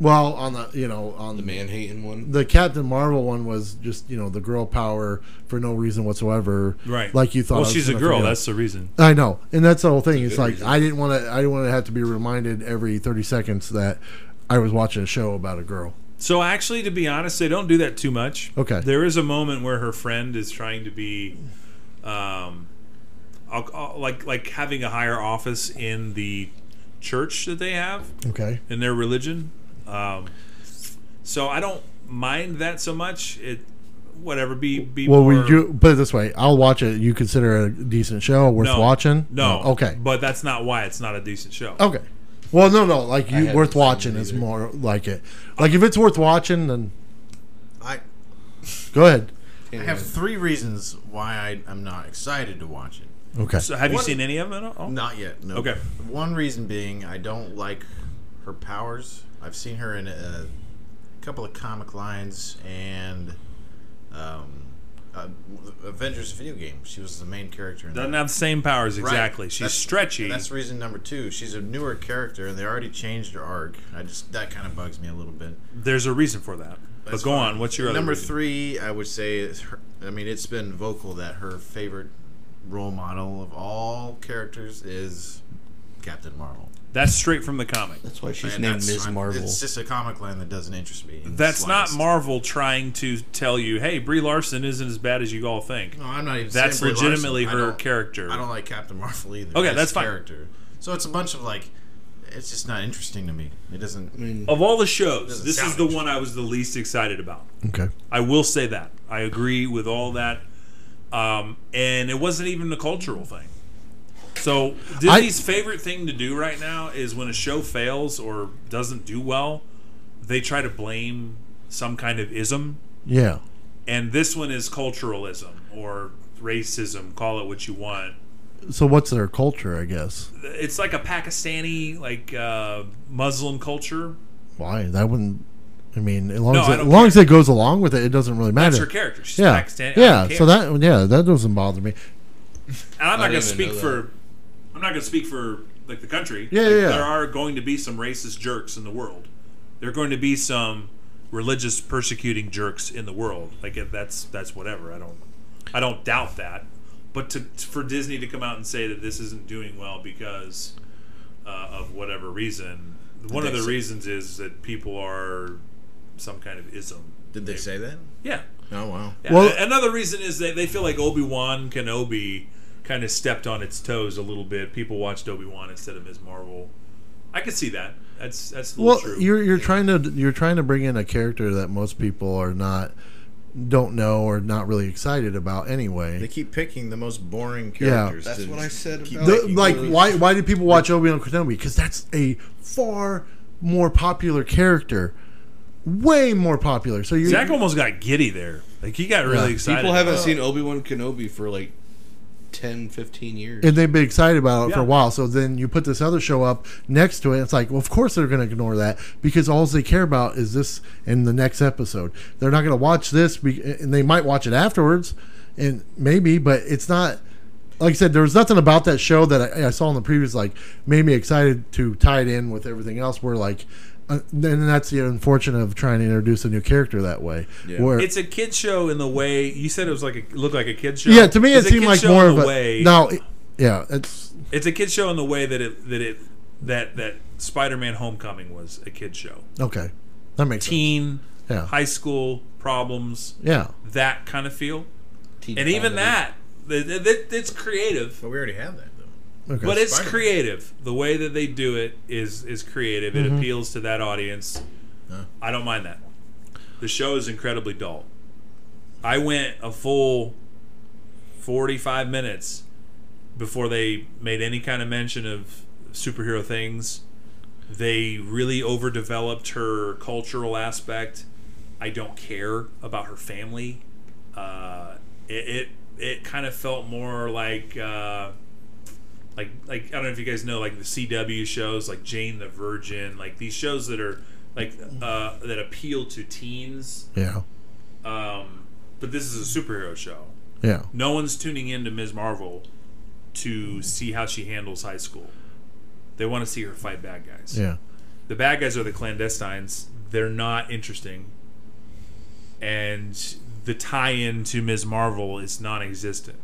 A: well, on the you know on
C: The man hating one.
A: the Captain Marvel one was just you know the girl power for no reason whatsoever.
B: Right.
A: Like you thought. I
B: Well,
A: was
B: she's a
A: gonna
B: girl.
A: forget.
B: That's the reason.
A: I know, and that's the whole thing. It's
C: good
A: like
C: reason.
A: I didn't want to. I didn't want to have to be reminded every thirty seconds that I was watching a show about a girl.
B: So actually, to be honest, they don't do that too much.
A: Okay.
B: There is a moment where her friend is trying to be, um, I'll- I'll- like like having a higher office in the church that they have
A: Okay.
B: in their religion. Um, so I don't mind that so much. It whatever be be
A: Well,
B: more,
A: we do put it this way. I'll watch it. You consider it a decent show worth
B: No.
A: watching?
B: No.
A: Okay. Oh.
B: But that's not why it's not a decent show.
A: Okay. Well, no, no. Like you,
C: haven't
A: worth
C: seen it
A: watching is
C: either.
A: more like it. Like if it's worth watching, then
I: I
A: go ahead.
I: I have three reasons why I, I'm not excited to watch it.
A: Okay.
B: So have you
I: What-
B: seen any of it at all?
I: Not yet. No.
B: Okay.
I: One reason being I don't like her powers. I've seen her in a, couple of comic lines and um, uh, Avengers video game. She was the main character. In
B: Doesn't
I: that.
B: have the same powers
I: Right.
B: exactly. She's
I: That's-
B: stretchy.
I: and That's reason number two. She's a newer character, and they already changed her arc. I just that kind of bugs me a little bit.
B: There's a reason for that. But
I: That's
B: go
I: fine.
B: on. What's your other
I: number
B: reason?
I: three? I would say is her. I mean, it's been vocal that her favorite role model of all characters is Captain Marvel.
B: That's straight from the comic.
C: That's why she's
I: And
C: named
I: that's-
C: Ms.
I: I'm-
C: Marvel.
I: It's just a comic line that doesn't interest me. in the
B: That's not
I: slightest.
B: Marvel trying to tell you, hey, Brie Larson isn't as bad as you all think.
I: No, I'm not even. saying
B: That's
I: Brie Larson.
B: legitimately
I: I
B: her
I: don't-
B: character.
I: I don't like Captain Marvel either.
B: Okay,
I: It's
B: that's fine.
I: Character. So it's a bunch of like, it's just not interesting to me. It doesn't.
C: I mean,
B: Of all the shows,
I: Doesn't
B: this is
I: sound
B: the one I was the least excited about.
A: Okay.
B: I will say that. I agree with all that. Um, and it wasn't even a cultural thing. So Disney's favorite thing to do right now is when a show fails or doesn't do well, they try to blame some kind of ism
A: Yeah.
B: and this one is culturalism or racism call it what you want
A: So what's their culture? I guess.
B: it's like a pakistani like uh, muslim culture
A: Why that wouldn't. I mean, as long
B: No,
A: as
B: I
A: it, as
B: don't
A: long
B: care.
A: as it goes along with it, it doesn't really matter.
B: that's her character she's
A: yeah,
B: pakistani I
A: yeah. So
B: don't care.
A: that yeah, that doesn't bother me.
B: and i'm not
C: I
B: going to
C: didn't even
B: speak
C: know
B: for i'm not going to speak for like the country
A: Yeah,
B: Like,
A: yeah, yeah.
B: there are going to be some racist jerks in the world there are going to be some religious persecuting jerks in the world like if that's that's whatever i don't i don't doubt that but to for disney to come out and say that this isn't doing well because uh, of whatever reason one of
I: They
B: the
I: say-
B: reasons is that people are some kind of ism
I: Did they say that?
B: yeah
I: Oh wow.
B: yeah.
A: Well-
B: A- another reason is that they feel like Obi Wan Kenobi kind of stepped on its toes a little bit. People watched Obi Wan instead of Ms. Marvel. I could see that. That's that's a little
A: Well,
B: true.
A: you're you're trying to you're trying to bring in a character that most people are not don't know or not really excited about
I: They
A: anyway.
I: keep picking the most boring characters.
C: That's
I: to
C: what I said
I: keep
C: about-
A: The-
I: making
A: like
I: movies.
A: why why do people watch Obi Wan Kenobi? Because that's a far more popular character, way more popular. So you
B: Zach almost got giddy there. Like he got really
A: Yeah.
B: excited.
C: people
I: Oh.
C: haven't seen Obi Wan Kenobi for like 10, 15 years.
A: and they've been excited about it for a
B: Yeah.
A: while. So then you put this other show up next to it. It's like, well, of course they're going to ignore that because all they care about is this in the next episode. They're not going to watch this, be- and they might watch it afterwards, and maybe, but it's not. Like I said, there was nothing about that show that I, I saw in the previous like made me excited to tie it in with everything else. Where like, uh, and that's the unfortunate of trying to introduce a new character that way.
I: Yeah.
A: Where
B: It's a kid show in the way you said it was like a looked like a kid show.
A: yeah, to me it
B: It's a
A: seemed
B: kid
A: like
B: show
A: more
B: in
A: of
B: the
A: a
B: way,
A: now. it- yeah, it's
B: It's a kid show in the way that it that it that that Spider Man Homecoming was a kid show.
A: okay. That makes sense.
B: Teen,
A: Yeah.
B: high school problems,
A: Yeah.
B: that kind of feel.
C: Teen
B: and even
C: comedy.
B: that, th- th- th- it's creative,
I: But we already have that though.
A: Okay.
B: but it's
I: Spider-Man.
B: creative. The way that they do it is is creative. It appeals to that audience.
I: Huh.
B: I don't mind that. The show is incredibly dull. I went a full forty five minutes before they made any kind of mention of superhero things. They really overdeveloped her cultural aspect. I don't care about her family. Uh, it it, it kind of felt more like uh, like like I don't know if you guys know like the CW shows like Jane the Virgin, like these shows that are like uh, that appeal to teens.
A: Yeah.
B: Um, but this is a superhero show.
A: Yeah.
B: No one's tuning in to Ms. Marvel to see how she handles high school. They want to see her fight bad guys.
A: Yeah.
B: The bad guys are the clandestines. They're not interesting. And the tie in to Ms. Marvel is non existent,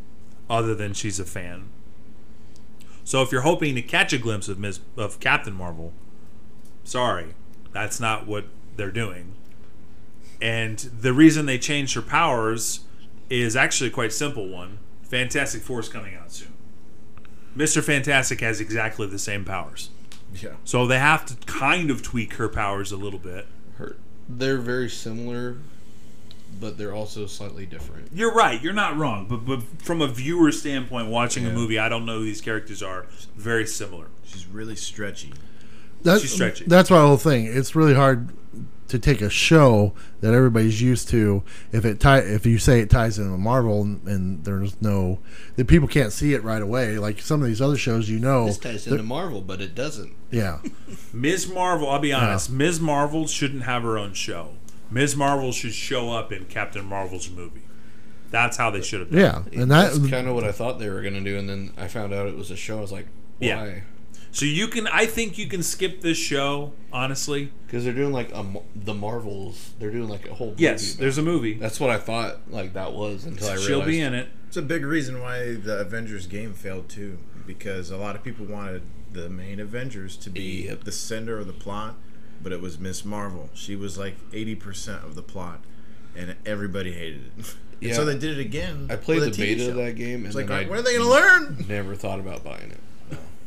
B: other than she's a fan. So if you're hoping to catch a glimpse of Ms. of Captain Marvel, sorry. That's not what they're doing. And the reason they changed her powers is actually a quite simple one. Fantastic Four is coming out soon. Mr. Fantastic has exactly the same powers.
I: Yeah.
B: So they have to kind of tweak her powers a little bit.
C: Her, they're very similar, but they're also slightly different.
B: You're right. You're not wrong. But, but from a viewer standpoint, watching a movie, I don't know who these characters are. Very similar.
I: She's really stretchy.
A: That's,
B: She's stretchy.
A: That's my whole thing. It's really hard to take a show that everybody's used to if it tie if you say it ties into Marvel and, and there's no that people can't see it right away. Like some of these other shows, you know,
C: This ties into Marvel, but it doesn't.
A: yeah,
B: Ms. Marvel, I'll be honest, Ms. Marvel shouldn't have her own show. Ms. Marvel should show up in Captain Marvel's movie. That's how they should have done it.
A: yeah, and that
C: *laughs* That's kind of what I thought they were going to do, and then I found out it was a show. I was like,
B: Yeah.
C: why?
B: So you can, I think you can skip this show, honestly.
C: Because they're doing like a, Mar- the Marvels. They're doing like a whole.
B: Yes,
C: movie
B: there's a movie.
C: That's what I thought. Like that was until I realized
B: She'll be in it.
I: It's a big reason why the Avengers game failed too, because a lot of people wanted the main Avengers to be
C: Yep.
I: the center of the plot, but it was Miss Marvel. She was like eighty percent of the plot, and everybody hated it. And
C: Yeah.
I: so they did it again.
C: I played the
I: with a TV
C: beta of
I: show.
C: that game, and
I: It's like,
C: then I
I: what are they gonna learn?
C: never thought about buying it.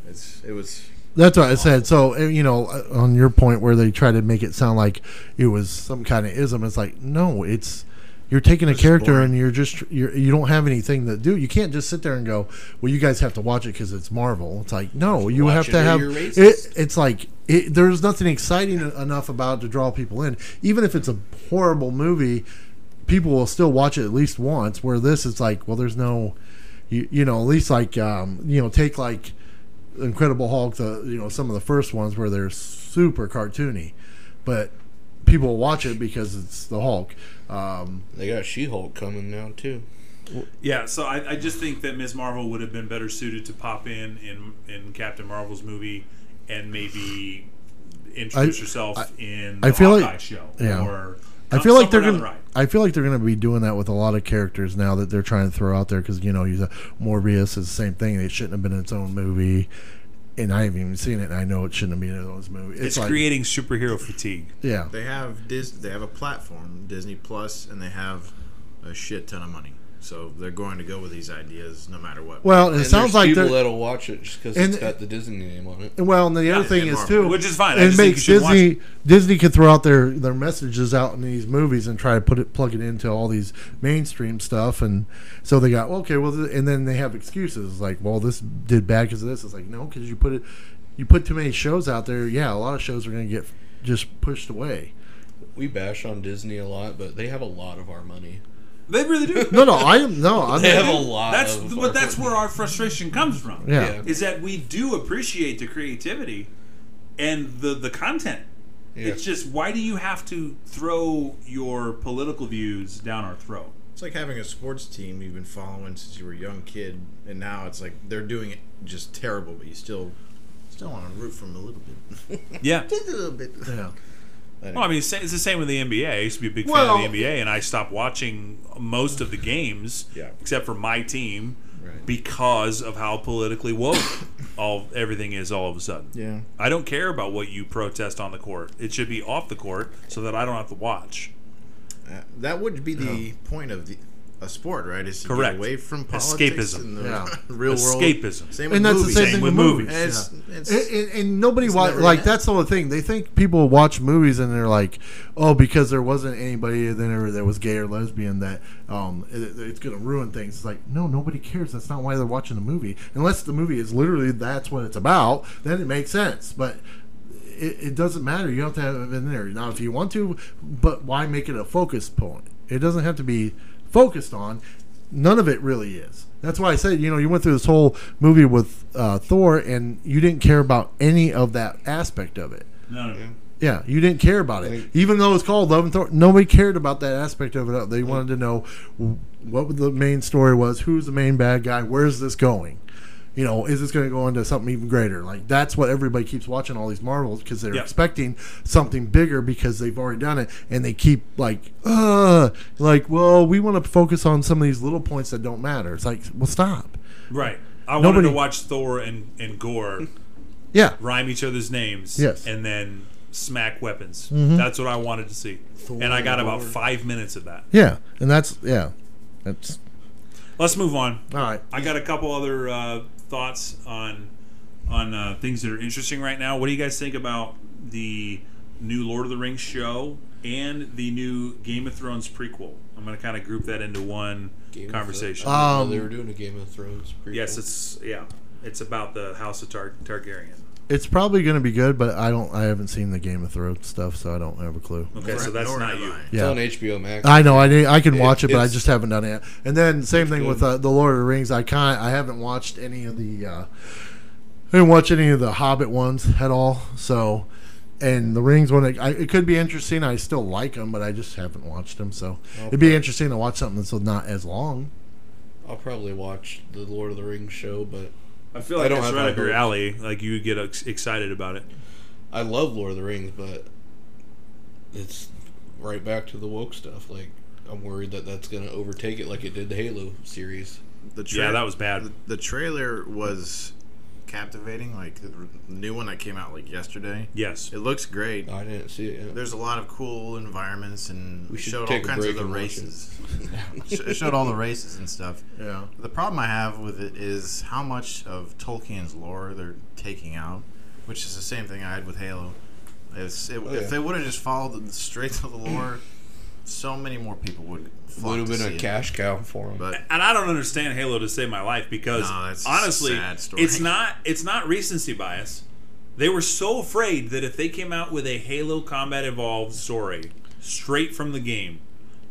I: It's it was
A: That's what I said. So uh, you know, uh, on your point where they try to make it sound like it was some kind of ism, it's like no, it's you're taking a
I: It's
A: character
I: boring.
A: and you're just you're, you don't have anything to do. You can't just sit there and go, well, you guys have to watch it because it's Marvel. It's like no, you
C: Watch
A: have
C: it
A: to
C: or
A: have
C: you're racist.
A: it. It's like it, there's nothing exciting enough about it to draw people in, even if it's a horrible movie. People will still watch it at least once. Where this is like, well, there's no, you, you know, at least like um, you know, take like Incredible Hulk, the you know some of the first ones where they're super cartoony, but people watch it because it's the Hulk. Um,
C: They got She-Hulk coming now too.
B: Yeah, so I, I just think that Ms. Marvel would have been better suited to pop in in, in Captain Marvel's movie and maybe introduce
A: I-
B: herself in the
A: I feel like-
B: Hawkeye show.
A: yeah.
B: Or um,
A: I feel like they're
B: somewhere down
A: gonna.
B: the ride.
A: I feel like they're gonna be doing that with a lot of characters now that they're trying to throw out there because you know he's a Morbius is the same thing. It shouldn't have been its own movie, and I haven't even seen it. and I know it shouldn't have been its own movie.
B: It's,
A: It's, like
B: creating superhero fatigue.
A: yeah,
I: they have Dis- they have a platform Disney Plus, and they have a shit ton of money. So they're going to go with these ideas no matter what.
A: Well, it
C: And
A: sounds
C: there's
A: like
C: people
A: they're.
C: that'll watch it just because
A: And-
C: it's got the Disney name on it.
A: Well, and the other thing
I: and
A: is
I: Marvel.
A: too,
B: Which is fine. I
A: It
B: just think
A: makes
B: you should watch
A: Disney Disney can throw out their their messages out in these movies and try to put it plug it into all these mainstream stuff, and so they got okay. Well, th- and then they have excuses like, well, this did bad because of this. It's like no, because you put it, you put too many shows out there. Yeah, a lot of shows are going to get just pushed away.
C: We bash on Disney a lot, but they have a lot of our money.
B: They really do.
A: *laughs* No, no, I am no,
B: *laughs*
A: I'm
C: They have
A: yeah.
C: a lot.
B: That's
C: of
B: but that's where our frustration comes from.
C: yeah.
B: Is that we do appreciate the creativity and the the content.
C: Yeah.
B: It's just why do you have to throw your political views down our throat?
I: It's like having a sports team you've been following since you were a young kid, and now it's like they're doing it just terrible, but you still still want to root for them a little
A: *laughs*
I: bit,
B: Yeah.
I: a little bit.
A: Yeah.
B: Well, I mean, it's it's the same with the NBA. I used to be a big
A: Well-
B: fan of the NBA, and I stopped watching most of the games,
I: Yeah.
B: except for my team,
I: Right.
B: because of how politically woke all everything is. All of a sudden,
I: Yeah.
B: I don't care about what you protest on the court. It should be off the court so that I don't have to watch.
I: Uh, that would be the point of the a sport, right? Is to
B: Correct.
I: get away from politics
B: Escapism.
I: and the
A: Yeah.
I: *laughs* real world.
B: Escapism.
I: Same
A: And
I: with
A: that's the
I: movies.
A: same Same thing with with movies.
I: And it's-
A: And,
I: it's-
A: and, and nobody
I: it's
A: wa-
I: never
A: like
I: gonna
A: that's the whole thing. They think people watch movies and they're like, oh, because there wasn't anybody then ever that was gay or lesbian that um it, it's gonna ruin things. It's like no, nobody cares. That's not why they're watching the movie. Unless the movie is literally that's what it's about, then it makes sense. But it, it doesn't matter. You don't have to have it in there now if you want to. But why make it a focus point? It doesn't have to be focused on. None of it really is. That's why I said, you know, you went through this whole movie with uh, Thor, and you didn't care about any of that aspect of it.
B: No,
A: Yeah, you didn't care about it,
C: Like-
A: even though it's called Love and Thor. Nobody cared about that aspect of it. They wanted to know what the main story was, who's the main bad guy, where's this going. You know, is this going to go into something even greater? Like that's what everybody keeps watching all these Marvels because they're
B: Yeah.
A: expecting something bigger because they've already done it, and they keep like, uh, like, well, we want to focus on some of these little points that don't matter. It's like, well, stop.
B: right. I wanted
A: Nobody-
B: to watch Thor and, and
I: *laughs*
B: Gore
A: Yeah,
B: rhyme each other's names.
A: Yes.
B: And then smack weapons.
I: Mm-hmm.
B: That's what I wanted to see. and I got about five minutes of that.
A: yeah, and that's yeah, that's
B: Let's move on.
A: all right.
B: I got a couple other uh, thoughts on on uh, things that are interesting right now. What do you guys think about the new Lord of the Rings show and the new Game of Thrones prequel? I'm going to kind of group that into one
C: Game of
B: conversation.
C: Thrones. I didn't know
A: Um,
C: they were doing a Game of Thrones. Prequel.
B: yes, it's yeah, it's about the House of Tar- Targaryen.
A: It's probably going to be good, but I don't. I haven't seen the Game of Thrones stuff, so I don't have a clue.
B: Okay, so that's
I: Nor
B: not
I: have
B: you.
I: I.
C: It's
A: Yeah,
C: on HBO Max.
A: I know. I need, I can
C: It-
A: watch it, but I
C: it's-
A: just haven't done it. yet. And then same thing
C: good.
A: with uh, the Lord of the Rings. I kind I haven't watched any of the. Uh, I didn't watch any of the Hobbit ones at all. So, and the Rings one, I, it could be interesting. I still like them, but I just haven't watched them. So it'd be interesting to watch something that's not as long.
C: I'll probably watch the Lord of the Rings show, but
B: I feel
C: I
B: like
C: don't
B: it's
C: have
B: right
C: high
B: up your
C: hopes.
B: alley. Like you get ex- excited about it.
C: I love Lord of the Rings, but it's right back to the woke stuff. Like I'm worried that that's gonna overtake it, like it did the Halo series.
I: The
B: Yeah, that was bad.
I: The, the trailer was captivating. Like the r- new one that came out like yesterday.
B: Yes.
I: It looks great.
C: I didn't see it. Yet.
I: There's a lot of cool environments, and
C: We
I: we
C: should
I: showed all
C: take a
I: kinds
C: break
I: of the
C: and watch it.
I: races.
C: *laughs*
I: Sh- it showed all the races and stuff.
A: Yeah.
I: The problem I have with it is how much of Tolkien's lore they're taking out, which is the same thing I had with Halo. It's, it,
C: Oh, yeah.
I: If they would have just followed the- straight to the lore, so many more people would flock
C: Would have
I: to
C: been
I: see
C: a
I: it.
C: cash cow for him.
I: But
B: and I don't understand Halo to save my life because
I: No, that's a
B: honestly,
I: sad story.
B: it's not it's not recency bias. They were so afraid that if they came out with a Halo Combat Evolved story straight from the game,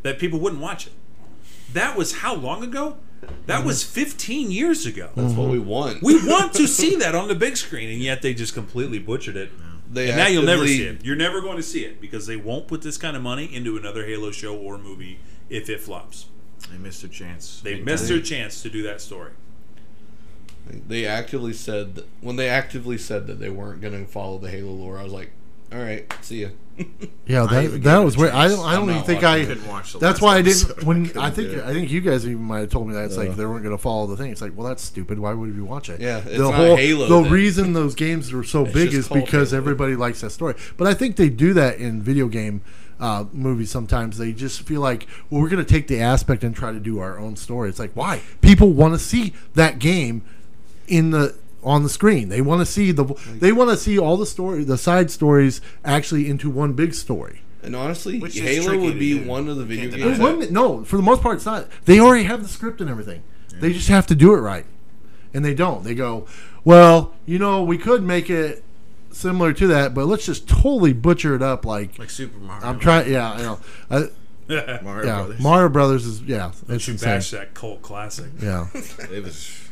B: that people wouldn't watch it. That was how long ago? That was
I: Mm-hmm.
B: 15 years ago.
C: that's what we want.
B: We want to see that on the big screen, and yet they just completely butchered it.
C: They
B: And now you'll never
C: actively-
B: see it. You're never going to see it because they won't put this kind of money into another Halo show or movie if it flops.
I: they missed their chance.
B: They
I: Big
B: missed
I: time.
B: their chance to do that story.
C: They actively said that, when they actively said that they weren't going to follow the Halo lore. I was like, all right, see ya.
A: Yeah,
I: even
A: that,
I: gave
A: that
I: it
A: was
I: a
A: weird. I
I: chance.
A: don't, I don't
C: I'm
A: even
C: not
A: think
C: watching
A: I.
I: I couldn't watch the
A: That's
I: last
A: why I
I: episode.
A: didn't. When I
I: couldn't
A: think
I: do it.
A: I think you guys even might have told me that it's
C: Yeah.
A: like they weren't going to follow the thing. It's like, well, that's stupid. Why would you watch it?
C: Yeah, it's
A: the
C: not Halo
A: The
C: then.
A: reason those games are so big
C: just
A: is
C: called
A: because
C: Halo.
A: everybody likes that story. But I think they do that in video game uh, movies sometimes. They just feel like, well, we're going to take the aspect and try to do our own story. It's like, why? People want to see that game in the on the screen. They want to see the they want to see all the story, the side stories actually into one big story.
C: And honestly,
I: Which is
C: Halo
I: tricky
C: would
I: to
C: be
I: do.
C: one of the video
I: Can't deny
C: games.
A: It
I: that.
C: that-
A: wouldn't- no, for the most part, it's not. They already have the script and everything. They just have to do it right, and they don't. They go, well, you know, we could make it similar to that, but let's just totally butcher it up. Like,
I: like Super Mario.
A: I'm trying. Yeah, I know. I,
I: Mario
A: yeah,
I: Brothers.
A: Mario Brothers is yeah, it's
B: She
A: insane.
B: bashed that
A: *laughs*
B: cult classic.
A: Yeah,
I: *laughs* It was.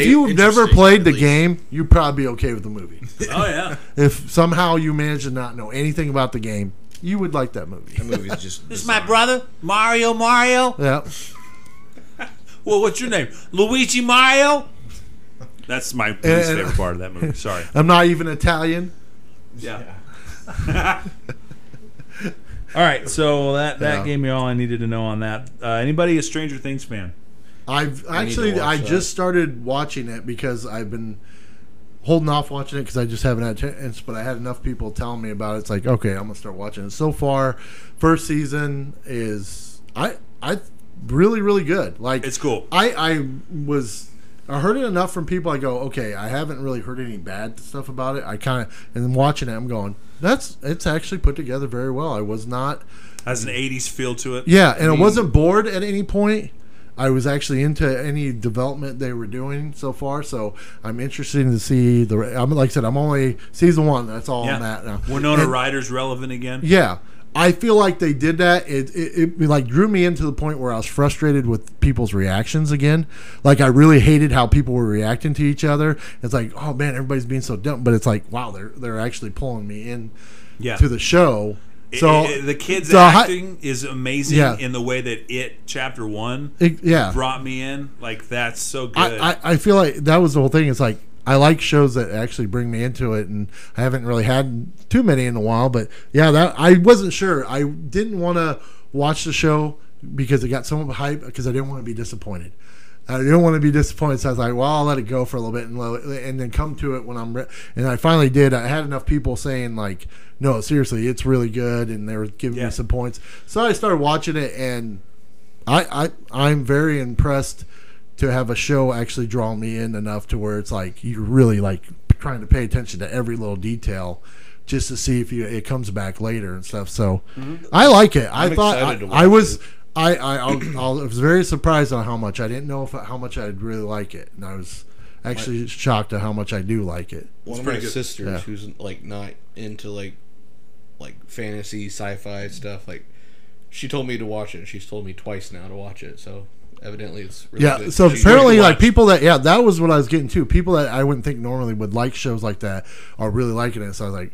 A: if you've never
I: Interesting,
A: played
I: at
A: the
I: least.
A: game, you'd probably be okay with the
I: *laughs*
A: movie.
B: Oh yeah,
A: if somehow you manage to not know anything about the game, you would like that movie.
I: That movie's just.
B: this is my brother Mario Mario.
A: Yeah,
B: Well, what's your name? Luigi Mario. That's my least
A: And-
B: favorite part of that movie.
A: *laughs*
B: Sorry.
A: I'm not even Italian.
B: Yeah. *laughs* all right, so that that
A: Yeah.
B: gave me all I needed to know on that. Uh, anybody a Stranger Things fan?
A: I've
C: need to
A: actually
C: watch
A: I
C: that.
A: just started watching it because I've been holding off watching it because I just haven't had a chance. But I had enough people telling me about it. It's like okay, I'm gonna start watching it. So far, first season is I I really, really good. Like
B: It's cool.
A: I I was I heard it enough from people. I go, okay, I haven't really heard any bad stuff about it. I kind of and then watching it, I'm going, that's it's actually put together very well. I was not,
B: Has an '80s feel to it.
A: yeah, and I wasn't bored at any point. I was actually into any development they were doing so far, so I'm interested to see the. I'm like I said, I'm only season one. That's all I'm at now.
B: Winona
A: And-
B: Ryder's relevant again.
A: yeah. I feel like they did that. It, it, it like drew me into the point where I was frustrated with people's reactions again. Like I really hated how people were reacting to each other. It's like, oh man, everybody's being so dumb. But it's like, wow, they're they're actually pulling me in
B: Yeah.
A: to the show.
B: It-
A: So
B: it- Eh, the kids
A: so how-
B: acting is amazing
A: Yeah.
B: in the way that it chapter one
A: It- yeah.
B: brought me in. Like that's so good.
A: I, I, I feel like that was the whole thing. It's like I like shows that actually bring me into it, and I haven't really had too many in a while. But yeah, that I wasn't sure. I didn't want to watch the show because it got so much hype because I didn't want to be disappointed. I didn't want to be disappointed, so I was like, "Well, I'll let it go for a little bit and let it- and then come to it when I'm." Re-. And I finally did. I had enough people saying like, "No, seriously, it's really good," and they were giving
B: Yeah.
A: me some points. So I started watching it, and I, I I'm very impressed to have a show actually draw me in enough to where it's like you're really like trying to pay attention to every little detail just to see if you, it comes back later and stuff. So I like it. I
C: Mm-hmm. I'm
A: thought
C: excited to
A: I, I
C: watch
A: was
C: it.
A: I I, I'll, I'll, I was very surprised on how much I didn't know if, how much I'd really like it, and I was actually shocked at how much I do like it.
C: One of my
B: pretty good.
C: sisters
A: Yeah.
C: who's like not into like like fantasy sci-fi stuff like she told me to watch it. She's told me twice now to watch it. So evidently it's really
A: yeah
C: good.
A: so
C: She's
A: apparently
C: really
A: like
C: watched-
A: people that yeah that was what i was getting to people that i wouldn't think normally would like shows like that are really liking it so i was like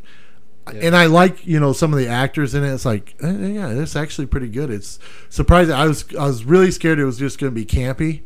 A: and i like you know some of the actors in it it's like eh, yeah it's actually pretty good it's surprising i was i was really scared it was just going to be campy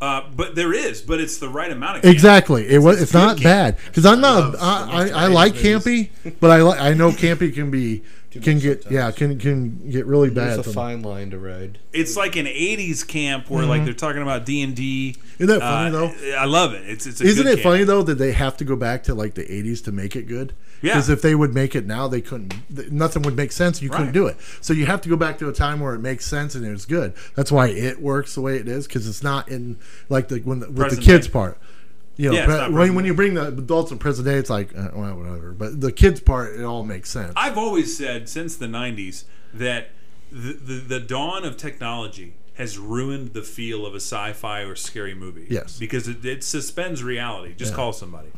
B: uh, but there is, but it's the right amount of camp.
A: exactly it was it's not
B: good camp.
A: bad because i'm not
I: love-
A: i i,
I: love
A: I like
I: movies.
A: campy but i like i know campy can be can get yeah can can get really
C: there's
A: bad
C: a
A: from-
C: fine line to ride.
B: It's like an '80s camp where like they're talking about D and D.
A: Mm-hmm.
B: Uh,
A: Isn't that funny, though?
B: I love it. It's it's a
A: Isn't
B: good
A: it
B: camp.
A: funny though that they have to go back to like the '80s to make it good?
B: Yeah.
A: Because if they would make it now, they couldn't. th- Nothing would make sense. You couldn't
B: Right.
A: do it. So you have to go back to a time where it makes sense and it's good. That's why it works the way it is because it's not in like the when the, with
B: Present
A: the kids
B: day.
A: part. You know,
B: Yeah, it's
A: pre-
B: not
A: when,
B: present
A: when
B: day.
A: you bring the adults in present day, it's like uh, well, whatever. But the kids part, it all makes sense.
B: I've always said since the 90s that the, the, the dawn of technology has ruined the feel of a sci fi or scary movie.
A: Yes.
B: Because it, it suspends reality. Just call somebody.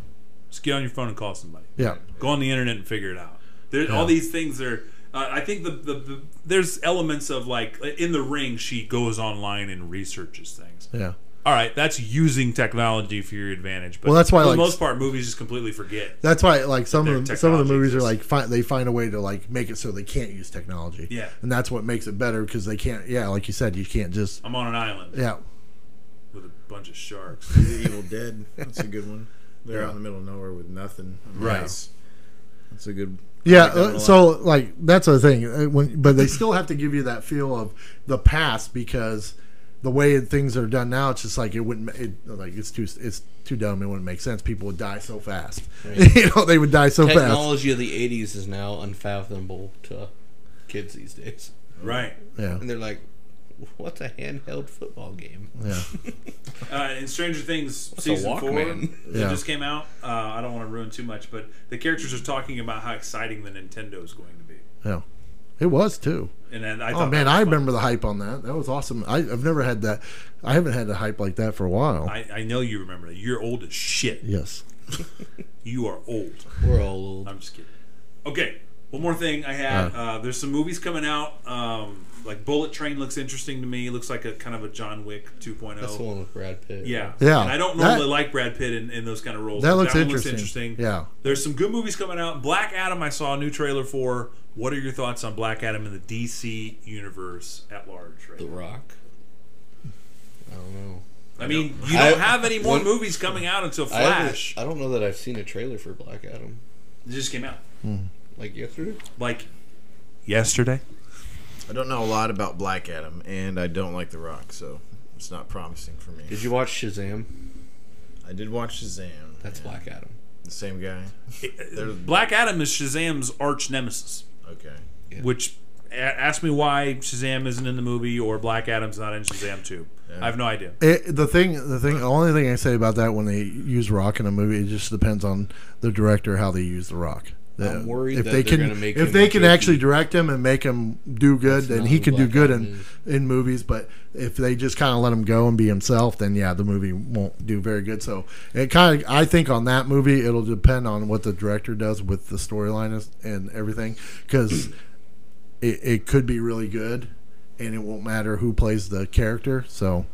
B: Just get on your phone and call somebody.
A: yeah.
B: Go on the internet and figure it out. There, All these things are. Uh, I think the, the, the there's elements of like uh, in the ring she goes online and researches things.
A: Yeah.
B: All right, that's using technology for your advantage. But
A: Well, that's why,
B: for
A: like-
B: the most part movies just completely forget.
A: That's why, like some
B: their
A: of the, some of the
B: technology
A: movies are like
B: exists.
A: fi- they find a way to like make it so they can't use technology.
B: Yeah.
A: and that's what makes it better because they can't. Yeah, like you said, you can't just.
B: I'm on an island
A: Yeah,
B: with a bunch of sharks.
A: *laughs*
I: The Evil Dead. That's a good one. They're out in the middle of nowhere with nothing. I mean,
B: Right.
I: That's, that's a good.
A: Yeah,
I: like that one
A: uh,
I: a
A: so like that's the thing. uh, When, but they still have to give you that feel of the past because the way things are done now, it's just like it wouldn't. ma- It, like it's too it's too dumb. It wouldn't make sense. People would die so fast. *laughs* you know, they would die so
C: Technology of the 80s is now unfathomable to kids these days.
B: right.
A: fast.
C: And they're like what's a handheld football game?
A: Yeah, yeah.
B: uh, in Stranger Things
C: a
B: season four
C: Walkman?
B: that
A: Yeah.
B: just came out. Uh, I don't want to ruin too much, but the characters are talking about how exciting the Nintendo is going to be,
A: yeah. It was too.
B: and then I
A: Oh
B: thought,
A: man,
B: that
A: I
B: was fun.
A: remember the hype on that. That was awesome. I, I've never had that. I haven't had a hype like that for a while.
B: I, I know you remember that. You're old as shit.
A: yes.
B: You are old.
C: We're all old.
B: I'm just kidding. Okay, one more thing I had. Uh, there's some movies coming out. Um, like Bullet Train looks interesting to me. It looks like a kind of a John Wick 2.0.
C: That's the one with Brad Pitt.
B: Yeah,
A: Yeah.
B: And I don't
A: That-
B: normally like Brad Pitt in, in those kind of roles.
A: That
B: but
A: looks
B: one
A: interesting. Yeah.
B: there's some good movies coming out. Black Adam, I saw a new trailer for. What are your thoughts on Black Adam in the DC universe at large? Right?
C: The Rock. I don't know.
B: I mean, you don't
C: I-
B: have any more
C: one-
B: movies coming out until
C: I, haven't-
B: Flash.
C: I don't know that I've seen a trailer for Black Adam.
B: It just came out
C: Like yesterday?
B: like yesterday.
I: I don't know a lot about Black Adam, and I don't like The Rock, so it's not promising for me.
C: Did you watch Shazam?
I: I did watch Shazam.
C: That's Black Adam.
I: The same guy. They're-
B: Black Adam is Shazam's arch nemesis,
I: okay.
B: which a- ask me why Shazam isn't in the movie or Black Adam's not in Shazam 2. I have no idea.
A: It, the thing, the thing, the only thing I say about that when they use rock in a movie, it just depends on the director how they use the rock. Uh,
C: I'm worried
A: if
C: that
A: they
C: they're
A: can,
C: gonna make
A: if
C: him
A: they can
C: goofy.
A: actually direct him and make him do good, then
C: not
A: he
C: who
A: can do
C: Black
A: good
C: Adam
A: in, in movies. But if they just kind of let him go and be himself, then yeah, the movie won't do very good. So it kind of, I think on that movie, it'll depend on what the director does with the storyline is- and everything, because it, it could be really good, and it won't matter who plays the character. So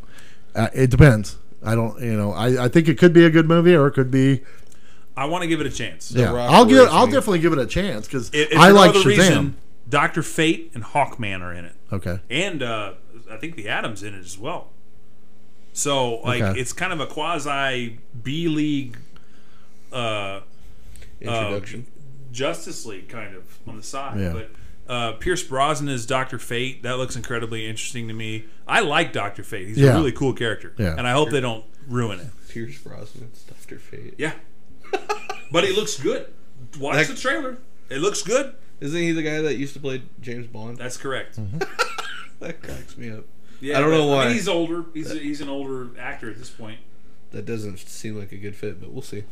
A: uh, it depends. I don't, you know, I, I think it could be a good movie or it could be.
B: I want to give it a chance.
A: yeah, I'll give, I'll definitely give it a chance because
B: If, if
A: I
B: for no
A: like
B: other
A: Shazam.
B: reason, Doctor Fate and Hawkman are in it,
A: Okay,
B: and uh, I think the Adam's in it as well. So like
A: Okay.
B: it's kind of a quasi B League uh,
C: Introduction.
B: Justice League kind of on the side.
A: Yeah.
B: But uh, Pierce Brosnan is Doctor Fate. That looks incredibly interesting to me. I like Doctor Fate. He's
A: Yeah.
B: a really cool character.
A: Yeah.
B: And I hope they don't ruin it.
C: Pierce Brosnan's Doctor Fate.
B: Yeah. but he looks good. Watch
C: That-
B: the trailer. It looks good.
C: Isn't he the guy that used to play James Bond?
B: That's correct.
A: Mm-hmm.
C: That cracks me up.
B: Yeah,
C: I don't
B: but,
C: know
B: mean,
C: why.
B: he's older. He's he's an older actor at this point.
C: That doesn't seem like a good fit, but we'll see.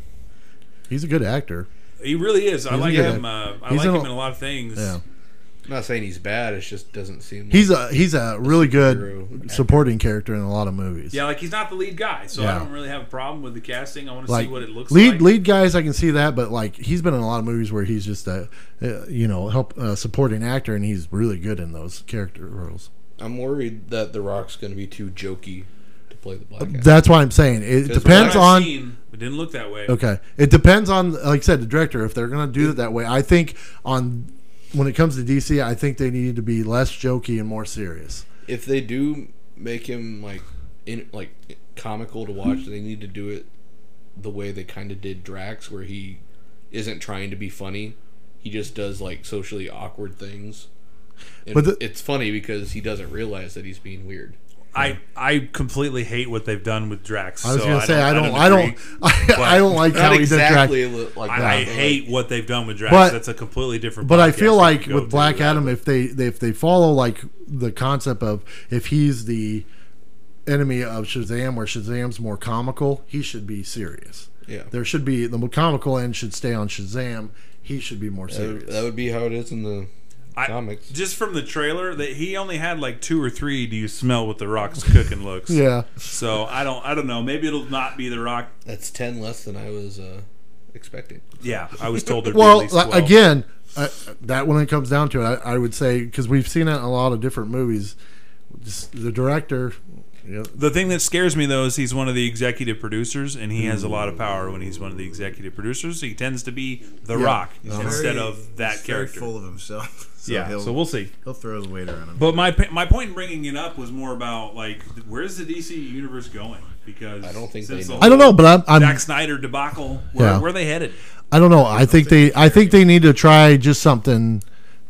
A: he's a good actor.
B: He really is. I
A: He's a
B: like
A: good
B: him. Uh, I
A: He's
B: like
A: an
B: him
A: ol-
B: in a lot of things.
A: Yeah,
C: I'm not saying he's bad. It just doesn't seem.
A: he's
C: like
A: a he's a really
C: superhero
A: good
C: actor.
A: supporting character in a lot of movies.
B: Yeah, like he's not the lead guy, so
A: Yeah.
B: I don't really have a problem with the casting. I want to
A: like
B: see what it looks
A: lead
B: like.
A: lead guys, I can see that, but like he's been in a lot of movies where he's just a uh, you know help uh, supporting actor, and he's really good in those character roles.
C: I'm worried that The Rock's going to be too jokey to play the black. Adam.
A: That's why I'm saying it
C: Because
A: depends
B: I've
A: on.
B: seen, it didn't look that way.
A: Okay. It depends on, like I said, the director. If they're going to do it that way, I think on when it comes to DC, I think they need to be less jokey and more serious.
C: if they do make him like in like comical to watch, they need to do it the way they kind of did Drax, where he isn't trying to be funny. He just does like socially awkward things. And
A: But the-
C: it's funny because he doesn't realize that he's being weird.
B: I I completely hate what they've done with Drax.
A: I was
B: so
A: going to say I don't, I
B: I
A: don't,
B: agree.
A: *laughs* I don't,
B: but-
A: I, don't like how he did Drax.
C: li- like
B: I,
C: that,
B: I
C: but, like,
B: hate what they've done with Drax.
A: But-
B: That's a completely different.
A: But I
B: podcast
A: feel
B: we
A: like
B: could go
A: with
B: to.
A: Black Adam, if they they- if they follow like the concept of if he's the enemy of Shazam, where Shazam's more comical, he should be serious.
C: Yeah.
A: There should be the more comical end should stay on Shazam. He should be more
C: That would,
A: serious.
C: that would be how it is in the
B: I-
C: comics.
B: just from the trailer, that he only had like two or three. Do you smell what the Rock's cooking looks?
A: yeah.
B: So I don't I don't know. Maybe it'll not be the Rock.
C: That's ten less than I was uh, expecting.
B: Yeah, I was told there'd
A: well
B: be at least
A: like,
B: 12.
A: again uh, that when it comes down to it i, I would say because we've seen it in a lot of different movies just the director you know,
B: The thing that scares me though is he's one of the executive producers, and he has a lot of power when he's one of the executive producers. He tends to be the
A: Yeah.
B: Rock
I: He's
B: instead
I: very-
B: of that
I: he's very
B: character.
I: full of himself. *laughs* So
B: yeah,
I: he'll,
B: so we'll see.
I: he'll throw his weight around him.
B: But my pa- my point in bringing it up was more about like where's the DC universe going? Because
C: I don't think
B: since
C: they
B: the
C: know.
A: i don't know but i'm, I'm
B: Zack Snyder debacle. Where,
A: Yeah.
B: where are they headed?
A: i don't know i think they i think they need to try just something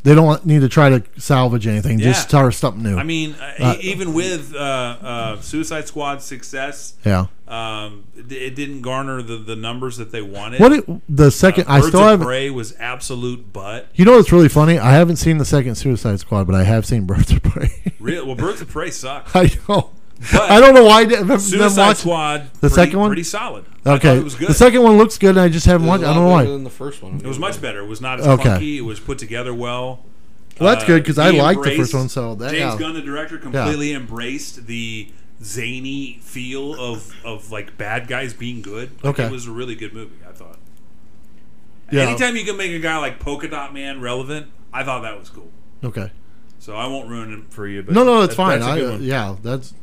A: they don't need to try to salvage anything just
B: Yeah.
A: start something new
B: I mean, uh,
A: Uh,
B: e- even with uh, uh, Suicide Squad's success,
A: yeah
B: um, it- it didn't garner the, the numbers that they wanted. Uh,
A: what it, the second i
B: Birds
A: still
B: of
A: haven't
B: Prey was absolute butt.
A: you know what's really funny i haven't seen the second suicide squad but i have seen birds of prey *laughs*
B: Real, well, Birds of Prey sucked.
A: i know
B: But
A: i don't know why i didn't them
B: Suicide
A: watch-
B: Squad,
A: The
B: pretty,
A: second one?
B: pretty solid. I thought
A: okay
B: it was good.
A: the second one looks good and i just haven't
C: It was
A: watched
C: a
A: i
C: lot
A: don't know
C: better
A: why
C: than the first one.
B: it was much better. It was not as
A: Okay.
B: clunky. It was put together well.
A: Well, that's
B: Uh,
A: good because I
B: he
A: liked the
B: embraced-
A: first one, so that
B: James
A: yeah.
B: Gunn, the director, completely embraced the zany feel of of like bad guys being good. Like,
A: Okay.
B: it was a really good movie. I thought.
A: Yeah.
B: Anytime you can make a guy like Polka Dot Man relevant, I thought that was cool.
A: Okay.
B: So I won't ruin it for you. But
A: No, no, it's
B: that-
A: fine.
B: that's a
A: I, uh,
B: good one.
A: yeah, that's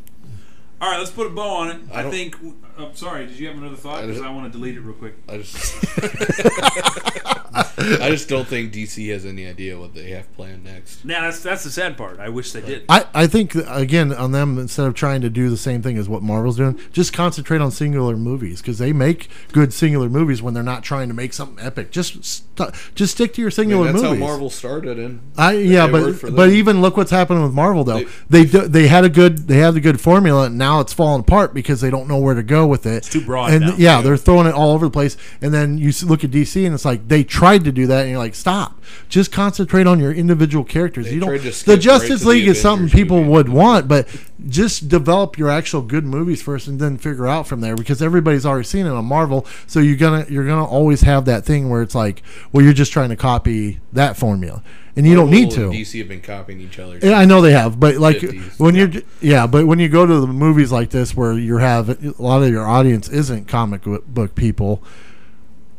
B: All right, let's put a bow on it. I,
C: don't-
B: think. I'm sorry. Did you have another thought?
C: I
B: Because
C: just-
B: I, want to delete it real quick.
C: I just *laughs* I just don't think DC has any idea what they have planned next.
B: Now that's that's the sad part. I wish they did.
A: I, I think again on them instead of trying to do the same thing as what Marvel's doing, just concentrate on singular movies because they make good singular movies when they're not trying to make something epic. Just st- just stick to your
C: I mean,
A: singular
C: that's how
A: movies.
C: Marvel started in.
A: I yeah,
C: They work for
A: but but
C: them.
A: even look what's happening with Marvel though. They do, they had a good they had a good formula and now it's falling apart because they don't know where to go with it. It's
B: too broad
A: And
B: now.
A: yeah, they're throwing it all over the place. And then you s- look at DC and it's like they tried to to do that, and you're like, stop. Just concentrate on your individual characters.
C: They
A: you
C: tried
A: don't.
C: to skip
A: The
C: right
A: Justice
C: to the
A: League is something
C: Avengers
A: people
C: movie.
A: would want, but just develop your actual good movies first, and then figure out from there because everybody's already seen it on Marvel. So you're gonna you're gonna always have that thing where it's like, well, you're just trying to copy that formula, and you don't need
C: Marvel
A: to.
C: and DC have been copying each other.
A: Yeah, I know they have, but like
C: 50s,
A: when you're yeah, but when you go to the movies like this where you have a lot of your audience isn't comic w- book people,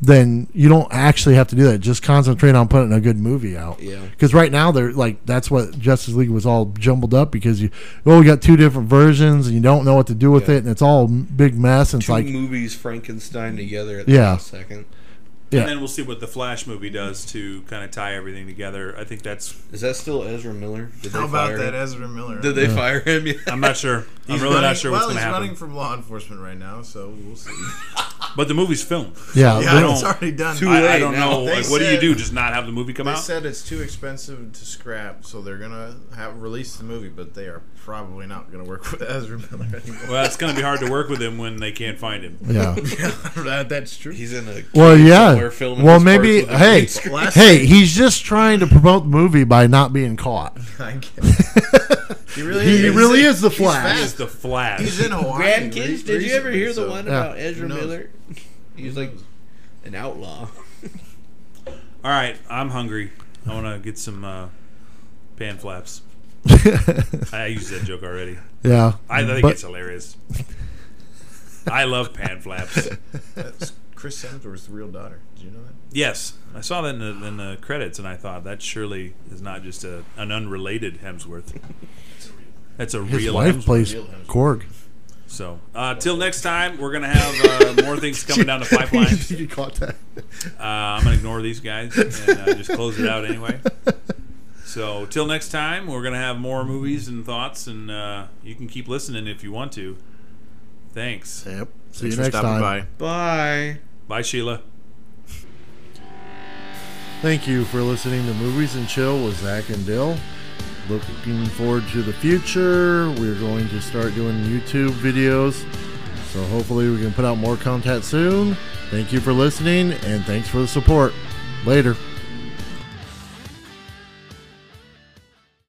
A: then you don't actually have to do that. Just concentrate on putting a good movie out.
C: Yeah.
A: Because right now they're like that's what Justice League was all jumbled up because you well we got two different versions and you don't know what to do with
C: Yeah.
A: it and it's all m- big mess and it's
C: Two
A: like
C: movies Frankenstein together at the
A: Yeah.
C: last second.
A: yeah
B: And then we'll see what the Flash movie does to kind of tie everything together. I think that's.
C: Is that still Ezra Miller? Did
I: How
C: they
I: about
C: fire
I: that
C: him?
I: Ezra Miller?
C: Did they fire
I: *laughs*
C: him? Yeah.
B: I'm not sure. I'm
I: He's
B: really
I: running-
B: not sure
I: well,
B: what's going to
I: he's
B: happen.
I: running from law enforcement right now, so we'll see.
B: But the movie's filmed.
A: yeah,
I: yeah,
A: they-
B: don't-
I: it's already done.
C: Too
B: I, I
C: late
B: don't
C: now.
B: know.
I: They
B: Like, what do you
I: said-
B: do? Just not have the movie come
I: They
B: out?
I: said it's too expensive to scrap, so they're gonna have release the movie, but they are probably not gonna work with Ezra Miller anymore.
B: well, it's going to be hard to work with him when they can't find him.
A: yeah.
C: *laughs*
I: that, that's true.
C: He's in a
A: Well,
C: cave
A: yeah.
C: somewhere filming
A: Well,
C: his parts
A: maybe.
C: with a
A: Hey,
C: green screen.
I: Last-
A: hey, he's just trying to promote the movie by not being caught.
I: *laughs* I guess. he really,
A: He
I: is.
A: really is the
I: He's
A: Flash.
B: It's
I: fast.
B: the Flash.
I: He's in Hawaii. re-
C: Grandkids, did you ever
I: recently,
C: hear the
I: so-
C: one
A: Yeah.
C: about Ezra
I: Who knows?
C: Miller? He's like an outlaw.
B: All right, I'm hungry. I want to get some uh, pan flaps. I used that joke already.
A: *laughs* Yeah.
B: I think
A: but,
B: it's hilarious. I love pan flaps.
I: That's Chris Hemsworth's real daughter. Did you know that?
B: Yes, I saw that in the, in the credits, and I thought that surely is not just a, an unrelated Hemsworth. That's a real.
A: his wife
B: Hemsworth.
A: plays Korg.
B: So, uh, till next time, we're gonna have uh, more things coming down the pipeline.
A: *laughs* you caught that.
B: Uh, I'm gonna ignore these guys and uh, just close it out anyway. So, till next time, we're gonna have more movies and thoughts, and uh, you can keep listening if you want to. Thanks.
A: Yep. See you next time.
I: By.
C: Bye.
B: Bye, Sheila.
A: Thank you for listening to Movies and Chill with Zach and Dill. Looking forward to the future. We're going to start doing YouTube videos. So hopefully we can put out more content soon. Thank you for listening and thanks for the support. Later.